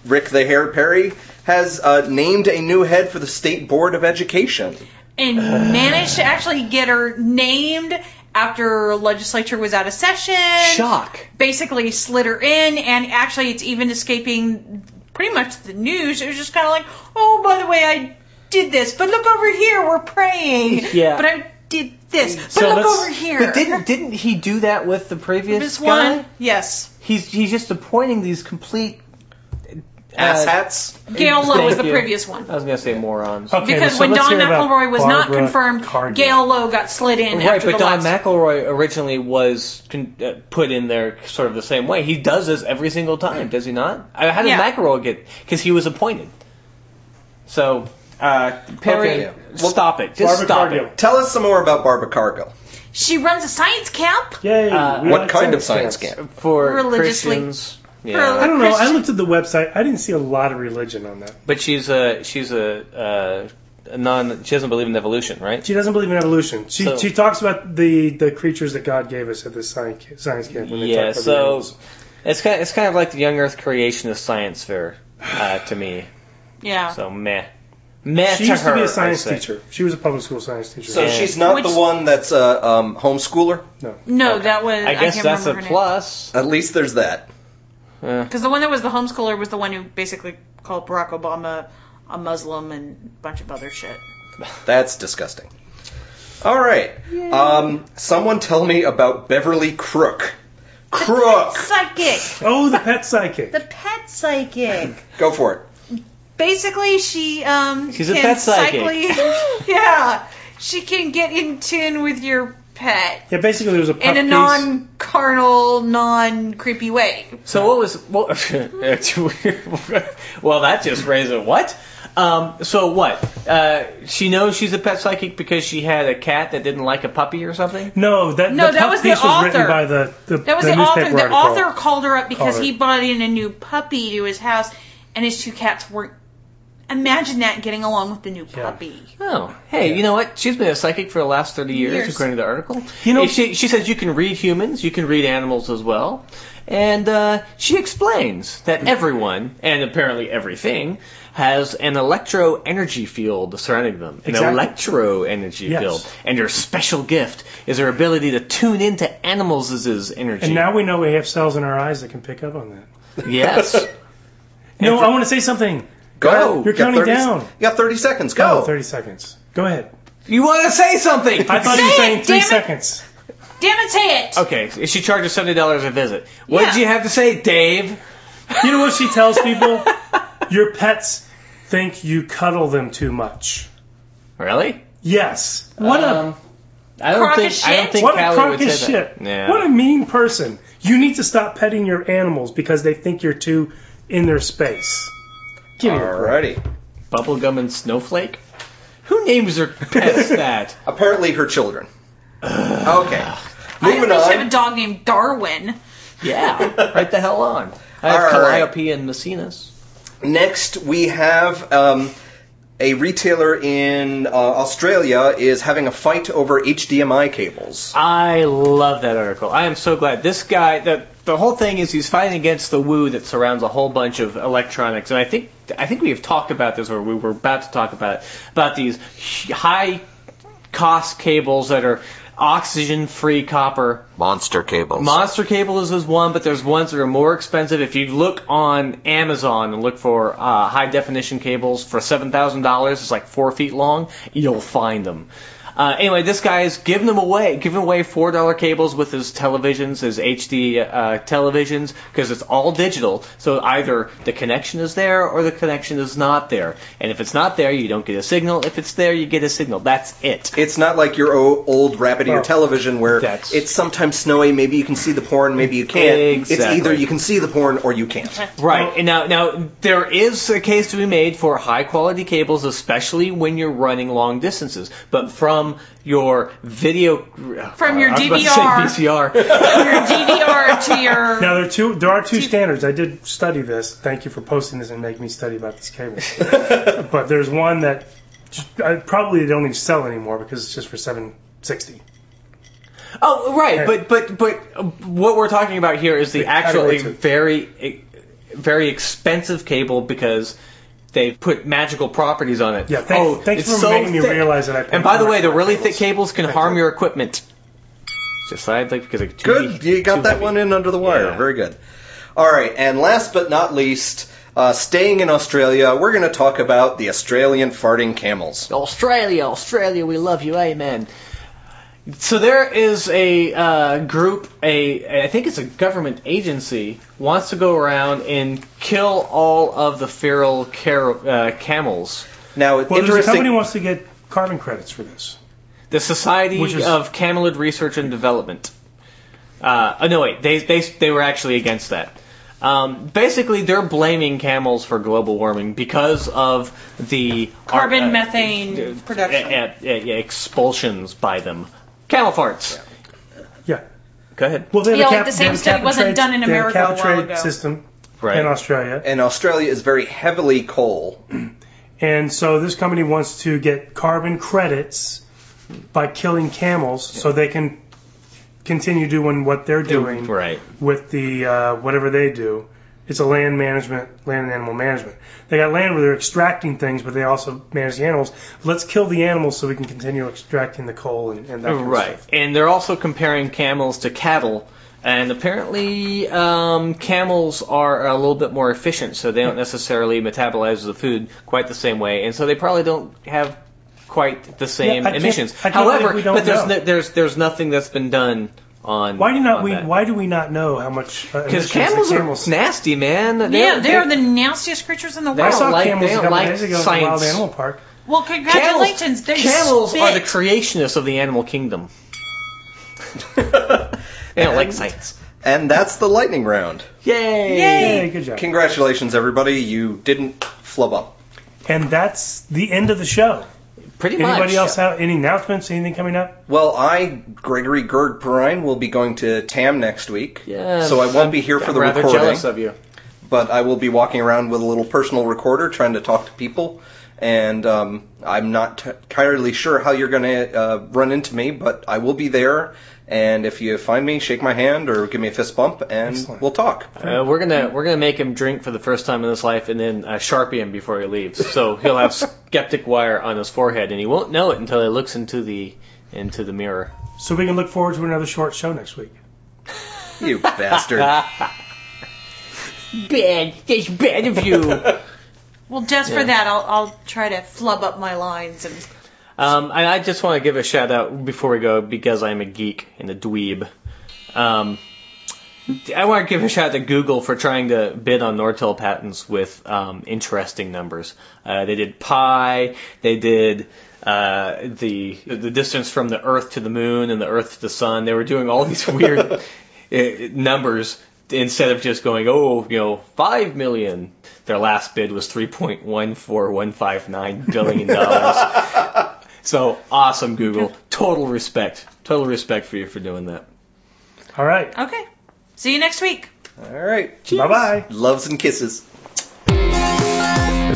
[SPEAKER 4] Rick the Hair Perry, has uh, named a new head for the State Board of Education.
[SPEAKER 5] and managed to actually get her named after legislature was out of session.
[SPEAKER 3] Shock.
[SPEAKER 5] Basically slid her in, and actually, it's even escaping pretty much the news. It was just kind of like, oh, by the way, I did this, but look over here, we're praying.
[SPEAKER 3] Yeah.
[SPEAKER 5] But I did this, but
[SPEAKER 3] So
[SPEAKER 5] look
[SPEAKER 3] let's-
[SPEAKER 5] over here.
[SPEAKER 3] But didn't didn't he do that with the previous
[SPEAKER 5] this
[SPEAKER 3] guy?
[SPEAKER 5] one? Yes.
[SPEAKER 3] He's he's just appointing these complete
[SPEAKER 4] Uh, Asshats?
[SPEAKER 5] Gail Lowe was the
[SPEAKER 3] Thank you.
[SPEAKER 5] previous one.
[SPEAKER 3] I was gonna say morons.
[SPEAKER 2] Okay,
[SPEAKER 5] Because
[SPEAKER 2] so
[SPEAKER 5] when
[SPEAKER 2] let's
[SPEAKER 5] Don
[SPEAKER 2] hear about
[SPEAKER 5] McElroy was not
[SPEAKER 2] Barbara
[SPEAKER 5] confirmed,
[SPEAKER 2] Cardinal.
[SPEAKER 5] Gail Lowe got slid in
[SPEAKER 3] Right,
[SPEAKER 5] after
[SPEAKER 3] but
[SPEAKER 5] the
[SPEAKER 3] Don
[SPEAKER 5] last.
[SPEAKER 3] McElroy originally was con- uh, put in there sort of the same way. He does this every single time, does he not? Uh, How did
[SPEAKER 5] Yeah.
[SPEAKER 3] McElroy get? Because he was appointed. So, uh, Perry,
[SPEAKER 4] Okay, yeah.
[SPEAKER 3] stop it. Just
[SPEAKER 2] Barbara
[SPEAKER 3] stop
[SPEAKER 2] Cargill.
[SPEAKER 3] it.
[SPEAKER 4] Tell us some more about Barbara Cargill.
[SPEAKER 5] she runs a science camp.
[SPEAKER 2] Yay!
[SPEAKER 3] Uh,
[SPEAKER 2] we
[SPEAKER 4] what
[SPEAKER 2] like
[SPEAKER 4] kind of science
[SPEAKER 2] camps.
[SPEAKER 4] camp?
[SPEAKER 3] For
[SPEAKER 5] Religiously.
[SPEAKER 3] Christians.
[SPEAKER 5] For-
[SPEAKER 2] I
[SPEAKER 3] Yeah.
[SPEAKER 2] don't know. I
[SPEAKER 5] Christian-
[SPEAKER 2] looked at the website. I didn't see a lot of religion on that.
[SPEAKER 3] But she's a she's a, uh, a non. She doesn't believe in evolution, right?
[SPEAKER 2] She doesn't believe in evolution. She
[SPEAKER 3] So-
[SPEAKER 2] she talks about the the creatures that God gave us at this science science camp. When they talk
[SPEAKER 3] Yeah.
[SPEAKER 2] about the
[SPEAKER 3] So
[SPEAKER 2] animals.
[SPEAKER 3] it's kind of, it's kind of like the young Earth creationist science fair uh, to me.
[SPEAKER 5] Yeah.
[SPEAKER 3] So meh. Meh
[SPEAKER 2] she
[SPEAKER 3] to
[SPEAKER 2] used
[SPEAKER 3] her,
[SPEAKER 2] to be a
[SPEAKER 3] I
[SPEAKER 2] science
[SPEAKER 3] say.
[SPEAKER 2] teacher. She was a public school science teacher.
[SPEAKER 4] So
[SPEAKER 3] Yeah.
[SPEAKER 4] she's not
[SPEAKER 5] Which-
[SPEAKER 4] the one that's a um, homeschooler.
[SPEAKER 5] no, that was.
[SPEAKER 3] I guess
[SPEAKER 5] can't
[SPEAKER 3] that's a
[SPEAKER 5] remember her name.
[SPEAKER 3] plus.
[SPEAKER 4] At least there's that.
[SPEAKER 5] Because the one that was the homeschooler was the one who basically called Barack Obama a Muslim and a bunch of other shit.
[SPEAKER 4] That's disgusting. All right.
[SPEAKER 3] Uh,
[SPEAKER 4] Um, someone tell me about Beverly Crook. Crook.
[SPEAKER 5] Psychic.
[SPEAKER 2] <laughs> oh, the pet psychic.
[SPEAKER 5] The pet psychic.
[SPEAKER 3] <laughs>
[SPEAKER 4] Go for it.
[SPEAKER 5] Basically, she um.
[SPEAKER 3] She's a
[SPEAKER 5] can
[SPEAKER 3] pet psychic.
[SPEAKER 5] cycli- <laughs> yeah, she can get in tune with your pet
[SPEAKER 2] yeah, basically there was a pup
[SPEAKER 5] in a
[SPEAKER 2] piece.
[SPEAKER 5] non-carnal, non-creepy way.
[SPEAKER 3] So what was well, <laughs> well that just raised a what? Um, so what? Uh, she knows she's a pet psychic because she had a cat that didn't like a puppy or something.
[SPEAKER 2] No, that
[SPEAKER 5] No,
[SPEAKER 2] the
[SPEAKER 5] that
[SPEAKER 2] pup
[SPEAKER 5] was the
[SPEAKER 2] piece was written
[SPEAKER 5] author.
[SPEAKER 2] by the the,
[SPEAKER 5] That was
[SPEAKER 2] the
[SPEAKER 5] the, author.
[SPEAKER 2] newspaper
[SPEAKER 5] The
[SPEAKER 2] article.
[SPEAKER 5] author called her up because
[SPEAKER 2] Called
[SPEAKER 5] he
[SPEAKER 2] her.
[SPEAKER 5] brought in a new puppy to his house, and his two cats weren't. Imagine that getting along with the new puppy.
[SPEAKER 3] Oh, hey, you know what? She's been a psychic for the last thirty years,
[SPEAKER 5] Years.
[SPEAKER 3] according to the article.
[SPEAKER 2] You know-
[SPEAKER 3] And she she says you can read humans, you can read animals as well, and uh, she explains
[SPEAKER 2] Hmm.
[SPEAKER 3] that everyone and apparently everything has an electro energy field surrounding them,
[SPEAKER 2] Exactly.
[SPEAKER 3] an electro energy
[SPEAKER 2] Yes.
[SPEAKER 3] field, and her special gift is her ability to tune into animals' energy.
[SPEAKER 2] And now we know we have cells in our eyes that can pick up on that. <laughs>
[SPEAKER 3] yes.
[SPEAKER 2] No,
[SPEAKER 3] for-
[SPEAKER 2] I want to say something.
[SPEAKER 4] Go.
[SPEAKER 2] You're
[SPEAKER 4] You got
[SPEAKER 2] counting
[SPEAKER 4] 30
[SPEAKER 2] down.
[SPEAKER 4] You got 30 seconds.
[SPEAKER 2] Oh,
[SPEAKER 4] Go.
[SPEAKER 2] 30 seconds. Go ahead.
[SPEAKER 3] You want to say something?
[SPEAKER 2] I thought you were
[SPEAKER 5] Say
[SPEAKER 2] saying
[SPEAKER 5] it,
[SPEAKER 2] three
[SPEAKER 5] damn it.
[SPEAKER 2] seconds.
[SPEAKER 5] Damn it, say it.
[SPEAKER 3] okay, she charges seventy dollars a visit. What
[SPEAKER 5] Yeah.
[SPEAKER 3] did you have to say,
[SPEAKER 2] <laughs>
[SPEAKER 3] Dave?
[SPEAKER 2] You know what she tells people? Your pets think you cuddle them too much.
[SPEAKER 3] Really?
[SPEAKER 2] Yes. What
[SPEAKER 3] Um, I don't
[SPEAKER 5] Crock of
[SPEAKER 3] think I
[SPEAKER 5] shit?
[SPEAKER 3] don't
[SPEAKER 2] a
[SPEAKER 3] think
[SPEAKER 2] what a
[SPEAKER 3] Callie
[SPEAKER 2] crock
[SPEAKER 3] would
[SPEAKER 2] of
[SPEAKER 3] say that.
[SPEAKER 2] shit.
[SPEAKER 3] Yeah.
[SPEAKER 2] What a mean person. You need to stop petting your animals because they think you're too in their space. Give me a break.
[SPEAKER 4] Alrighty.
[SPEAKER 3] bubblegum and snowflake? Who names their
[SPEAKER 2] <laughs>
[SPEAKER 3] pets that?
[SPEAKER 4] Apparently her children. okay.
[SPEAKER 5] I at
[SPEAKER 4] Moving
[SPEAKER 5] least have a
[SPEAKER 4] on.
[SPEAKER 5] dog named Darwin.
[SPEAKER 3] Yeah, right the hell on. I
[SPEAKER 4] All
[SPEAKER 3] have
[SPEAKER 4] right.
[SPEAKER 3] Calliope and Messinas.
[SPEAKER 4] Next, we have um, a retailer in uh, Australia is having a fight over HDMI cables.
[SPEAKER 3] I love that article. I am so glad this guy. The the whole thing is he's fighting against the woo that surrounds a whole bunch of electronics, and I think I think we have talked about this, or we were about to talk about it, about these high cost cables that are oxygen free copper
[SPEAKER 7] Monster cables.
[SPEAKER 3] Monster cables is one, but there's ones that are more expensive. If you look on Amazon and look for uh, high definition cables for seven thousand dollars, it's like four feet long. You'll find them. Uh, anyway, this guy is giving them away, giving away four dollar cables with his televisions, his HD uh, televisions, because it's all digital. So either the connection is there or the connection is not there. And if it's not there, you don't get a signal. If it's there, you get a signal. That's it.
[SPEAKER 4] It's not like your o- old rabbit ear television where
[SPEAKER 3] That's-
[SPEAKER 4] it's sometimes snowy. Maybe you can see the porn, maybe you can't. It's
[SPEAKER 3] Exactly.
[SPEAKER 4] either you can see the porn or you can't.
[SPEAKER 3] Right. and now, now there is a case to be made for high quality cables, especially when you're running long distances. But from your video,
[SPEAKER 5] From your
[SPEAKER 3] Uh, I was about to say
[SPEAKER 2] <laughs>
[SPEAKER 3] VCR.
[SPEAKER 5] From your
[SPEAKER 3] <laughs>
[SPEAKER 5] DVR to your.
[SPEAKER 2] Now there are two. There are two standards. I did study this. Thank you for posting this and making me study about these
[SPEAKER 3] <laughs>
[SPEAKER 2] cables. but there's one that I probably don't even sell anymore because it's just for seven sixty.
[SPEAKER 3] oh, right. But but but uh, what we're talking about here is the, actual
[SPEAKER 2] category
[SPEAKER 3] a
[SPEAKER 2] two.
[SPEAKER 3] very a very expensive cable because. They've put magical properties on it.
[SPEAKER 2] Yeah, thank-
[SPEAKER 3] oh,
[SPEAKER 2] thanks
[SPEAKER 3] it's
[SPEAKER 2] for
[SPEAKER 3] so
[SPEAKER 2] making me
[SPEAKER 3] thick.
[SPEAKER 2] realize that I paid
[SPEAKER 3] And by the
[SPEAKER 2] for
[SPEAKER 3] way, the really thick cables
[SPEAKER 2] cables.
[SPEAKER 3] can harm
[SPEAKER 2] you.
[SPEAKER 3] your equipment. Just side like because it's too
[SPEAKER 4] Good. You
[SPEAKER 3] too
[SPEAKER 4] got that
[SPEAKER 3] heavy.
[SPEAKER 4] one in under the wire.
[SPEAKER 3] Yeah.
[SPEAKER 4] Very good. All right. And last but not least, uh, staying in Australia, we're going to talk about the Australian farting camels.
[SPEAKER 3] Australia, Australia, we love you, amen. So there is a uh, group, a I think it's a government agency, wants to go around and kill all of the feral car- uh, camels.
[SPEAKER 4] Now,
[SPEAKER 2] Well, there's a
[SPEAKER 4] interesting.
[SPEAKER 2] company wants to get carbon credits for this.
[SPEAKER 3] The Society
[SPEAKER 2] Which is-
[SPEAKER 3] of Camelid Research and Development. Uh, oh no, wait, they they they were actually against that. Um, basically, they're blaming camels for global warming because of the
[SPEAKER 5] Carbon,
[SPEAKER 3] uh,
[SPEAKER 5] methane production.
[SPEAKER 3] eh, eh, eh, eh, expulsions by them. Camel farts.
[SPEAKER 2] Yeah.
[SPEAKER 3] Go ahead.
[SPEAKER 2] Well, they have
[SPEAKER 5] Yeah,
[SPEAKER 2] a
[SPEAKER 5] like
[SPEAKER 2] cap-
[SPEAKER 5] the same
[SPEAKER 2] they have a
[SPEAKER 5] study
[SPEAKER 2] cap
[SPEAKER 5] wasn't
[SPEAKER 2] and
[SPEAKER 5] done in
[SPEAKER 2] trade- they have a
[SPEAKER 5] America a
[SPEAKER 2] cap
[SPEAKER 5] while
[SPEAKER 2] trade
[SPEAKER 5] ago.
[SPEAKER 2] system
[SPEAKER 3] Right.
[SPEAKER 2] in Australia.
[SPEAKER 4] and Australia is very heavily
[SPEAKER 2] <laughs>
[SPEAKER 4] coal.
[SPEAKER 2] And so this company wants to get carbon credits by killing camels so they can continue doing what they're doing
[SPEAKER 3] Right.
[SPEAKER 2] with the uh, whatever they do. It's a land management, land and animal management. They got land where they're extracting things, but they also manage the animals. Let's kill the animals so we can continue extracting the coal and, and that kind of
[SPEAKER 3] Right.
[SPEAKER 2] stuff.
[SPEAKER 3] And they're also comparing camels to cattle. And apparently, um, camels are a little bit more efficient, so they don't necessarily metabolize the food quite the same way, and so they probably don't have quite the same
[SPEAKER 2] Yeah, I can't-
[SPEAKER 3] emissions.
[SPEAKER 2] I can't
[SPEAKER 3] However,
[SPEAKER 2] believe we don't
[SPEAKER 3] but there's
[SPEAKER 2] know.
[SPEAKER 3] no- there's there's nothing that's been done on.
[SPEAKER 2] Why do not we? Why do we not know how much? uh,
[SPEAKER 3] Because camels, are nasty, man. They
[SPEAKER 5] yeah,
[SPEAKER 3] don't-
[SPEAKER 5] they are the nastiest creatures in the
[SPEAKER 3] They
[SPEAKER 2] I
[SPEAKER 3] don't
[SPEAKER 2] saw
[SPEAKER 5] world.
[SPEAKER 3] like-
[SPEAKER 2] camels
[SPEAKER 3] they
[SPEAKER 2] a
[SPEAKER 3] don't
[SPEAKER 2] couple
[SPEAKER 3] like
[SPEAKER 2] days ago at the
[SPEAKER 3] science.
[SPEAKER 2] Wild Animal Park.
[SPEAKER 5] Well,
[SPEAKER 3] camels-
[SPEAKER 5] congratulations. They
[SPEAKER 3] Camels
[SPEAKER 5] spit.
[SPEAKER 3] are the creationists of the animal kingdom. they don't <laughs> like science.
[SPEAKER 4] And that's the lightning round.
[SPEAKER 3] Yay!
[SPEAKER 2] Hey, good job.
[SPEAKER 4] Congratulations, everybody. You didn't flub up.
[SPEAKER 2] And that's the end of the show.
[SPEAKER 3] Pretty much.
[SPEAKER 2] Anybody else have any announcements? Anything coming up?
[SPEAKER 4] Well, I, Gregory Gerg Perrine, will be going to TAM next week.
[SPEAKER 3] Yes,
[SPEAKER 4] So I won't be here for
[SPEAKER 3] I'm
[SPEAKER 4] the
[SPEAKER 3] rather
[SPEAKER 4] recording.
[SPEAKER 3] jealous of you.
[SPEAKER 4] but I will be walking around with a little personal recorder trying to talk to people. And um, I'm not t- entirely sure how you're going to uh, run into me, but I will be there. And if you find me, shake my hand or give me a fist bump, and
[SPEAKER 2] Excellent.
[SPEAKER 4] we'll talk.
[SPEAKER 3] Uh, we're gonna we're gonna make him drink for the first time in his life, and then uh, sharpie him before he leaves. So he'll <laughs> have skeptic wire on his forehead, and he won't know it until he looks into the into the mirror.
[SPEAKER 2] So we can look forward to another short show next week.
[SPEAKER 4] You <laughs> bastard.
[SPEAKER 3] Bad, it's bad of you. <laughs>
[SPEAKER 5] Well, just
[SPEAKER 3] Yeah.
[SPEAKER 5] for that, I'll, I'll try to flub up my lines. And
[SPEAKER 3] Um, and I just want to give a shout out before we go because I'm a geek and a dweeb. Um, I want to give a shout out to Google for trying to bid on Nortel patents with um, interesting numbers. Uh, they did pi, they did uh, the the distance from the Earth to the Moon and the Earth to the Sun. They were doing all these weird eh, numbers instead of just going, oh, you know, five million. Their last bid was three point one four one five nine billion dollars. So awesome, Google. Total respect. Total respect for you for doing that.
[SPEAKER 2] All right.
[SPEAKER 5] okay, see you next week.
[SPEAKER 4] All right.
[SPEAKER 2] Bye bye.
[SPEAKER 4] Loves and kisses.
[SPEAKER 7] The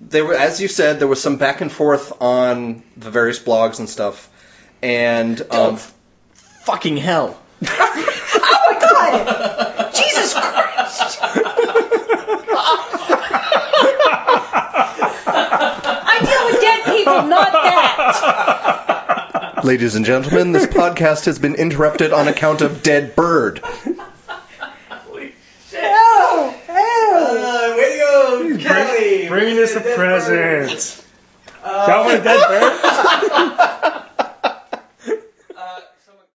[SPEAKER 4] there were, as you said, there was some back and forth on the various blogs and stuff, and um,
[SPEAKER 3] Fucking hell.
[SPEAKER 5] Jesus Christ! I deal with dead people, not that.
[SPEAKER 4] ladies and gentlemen, this podcast has been interrupted on account of dead bird.
[SPEAKER 2] Bringing us a present. Y'all want a dead bird?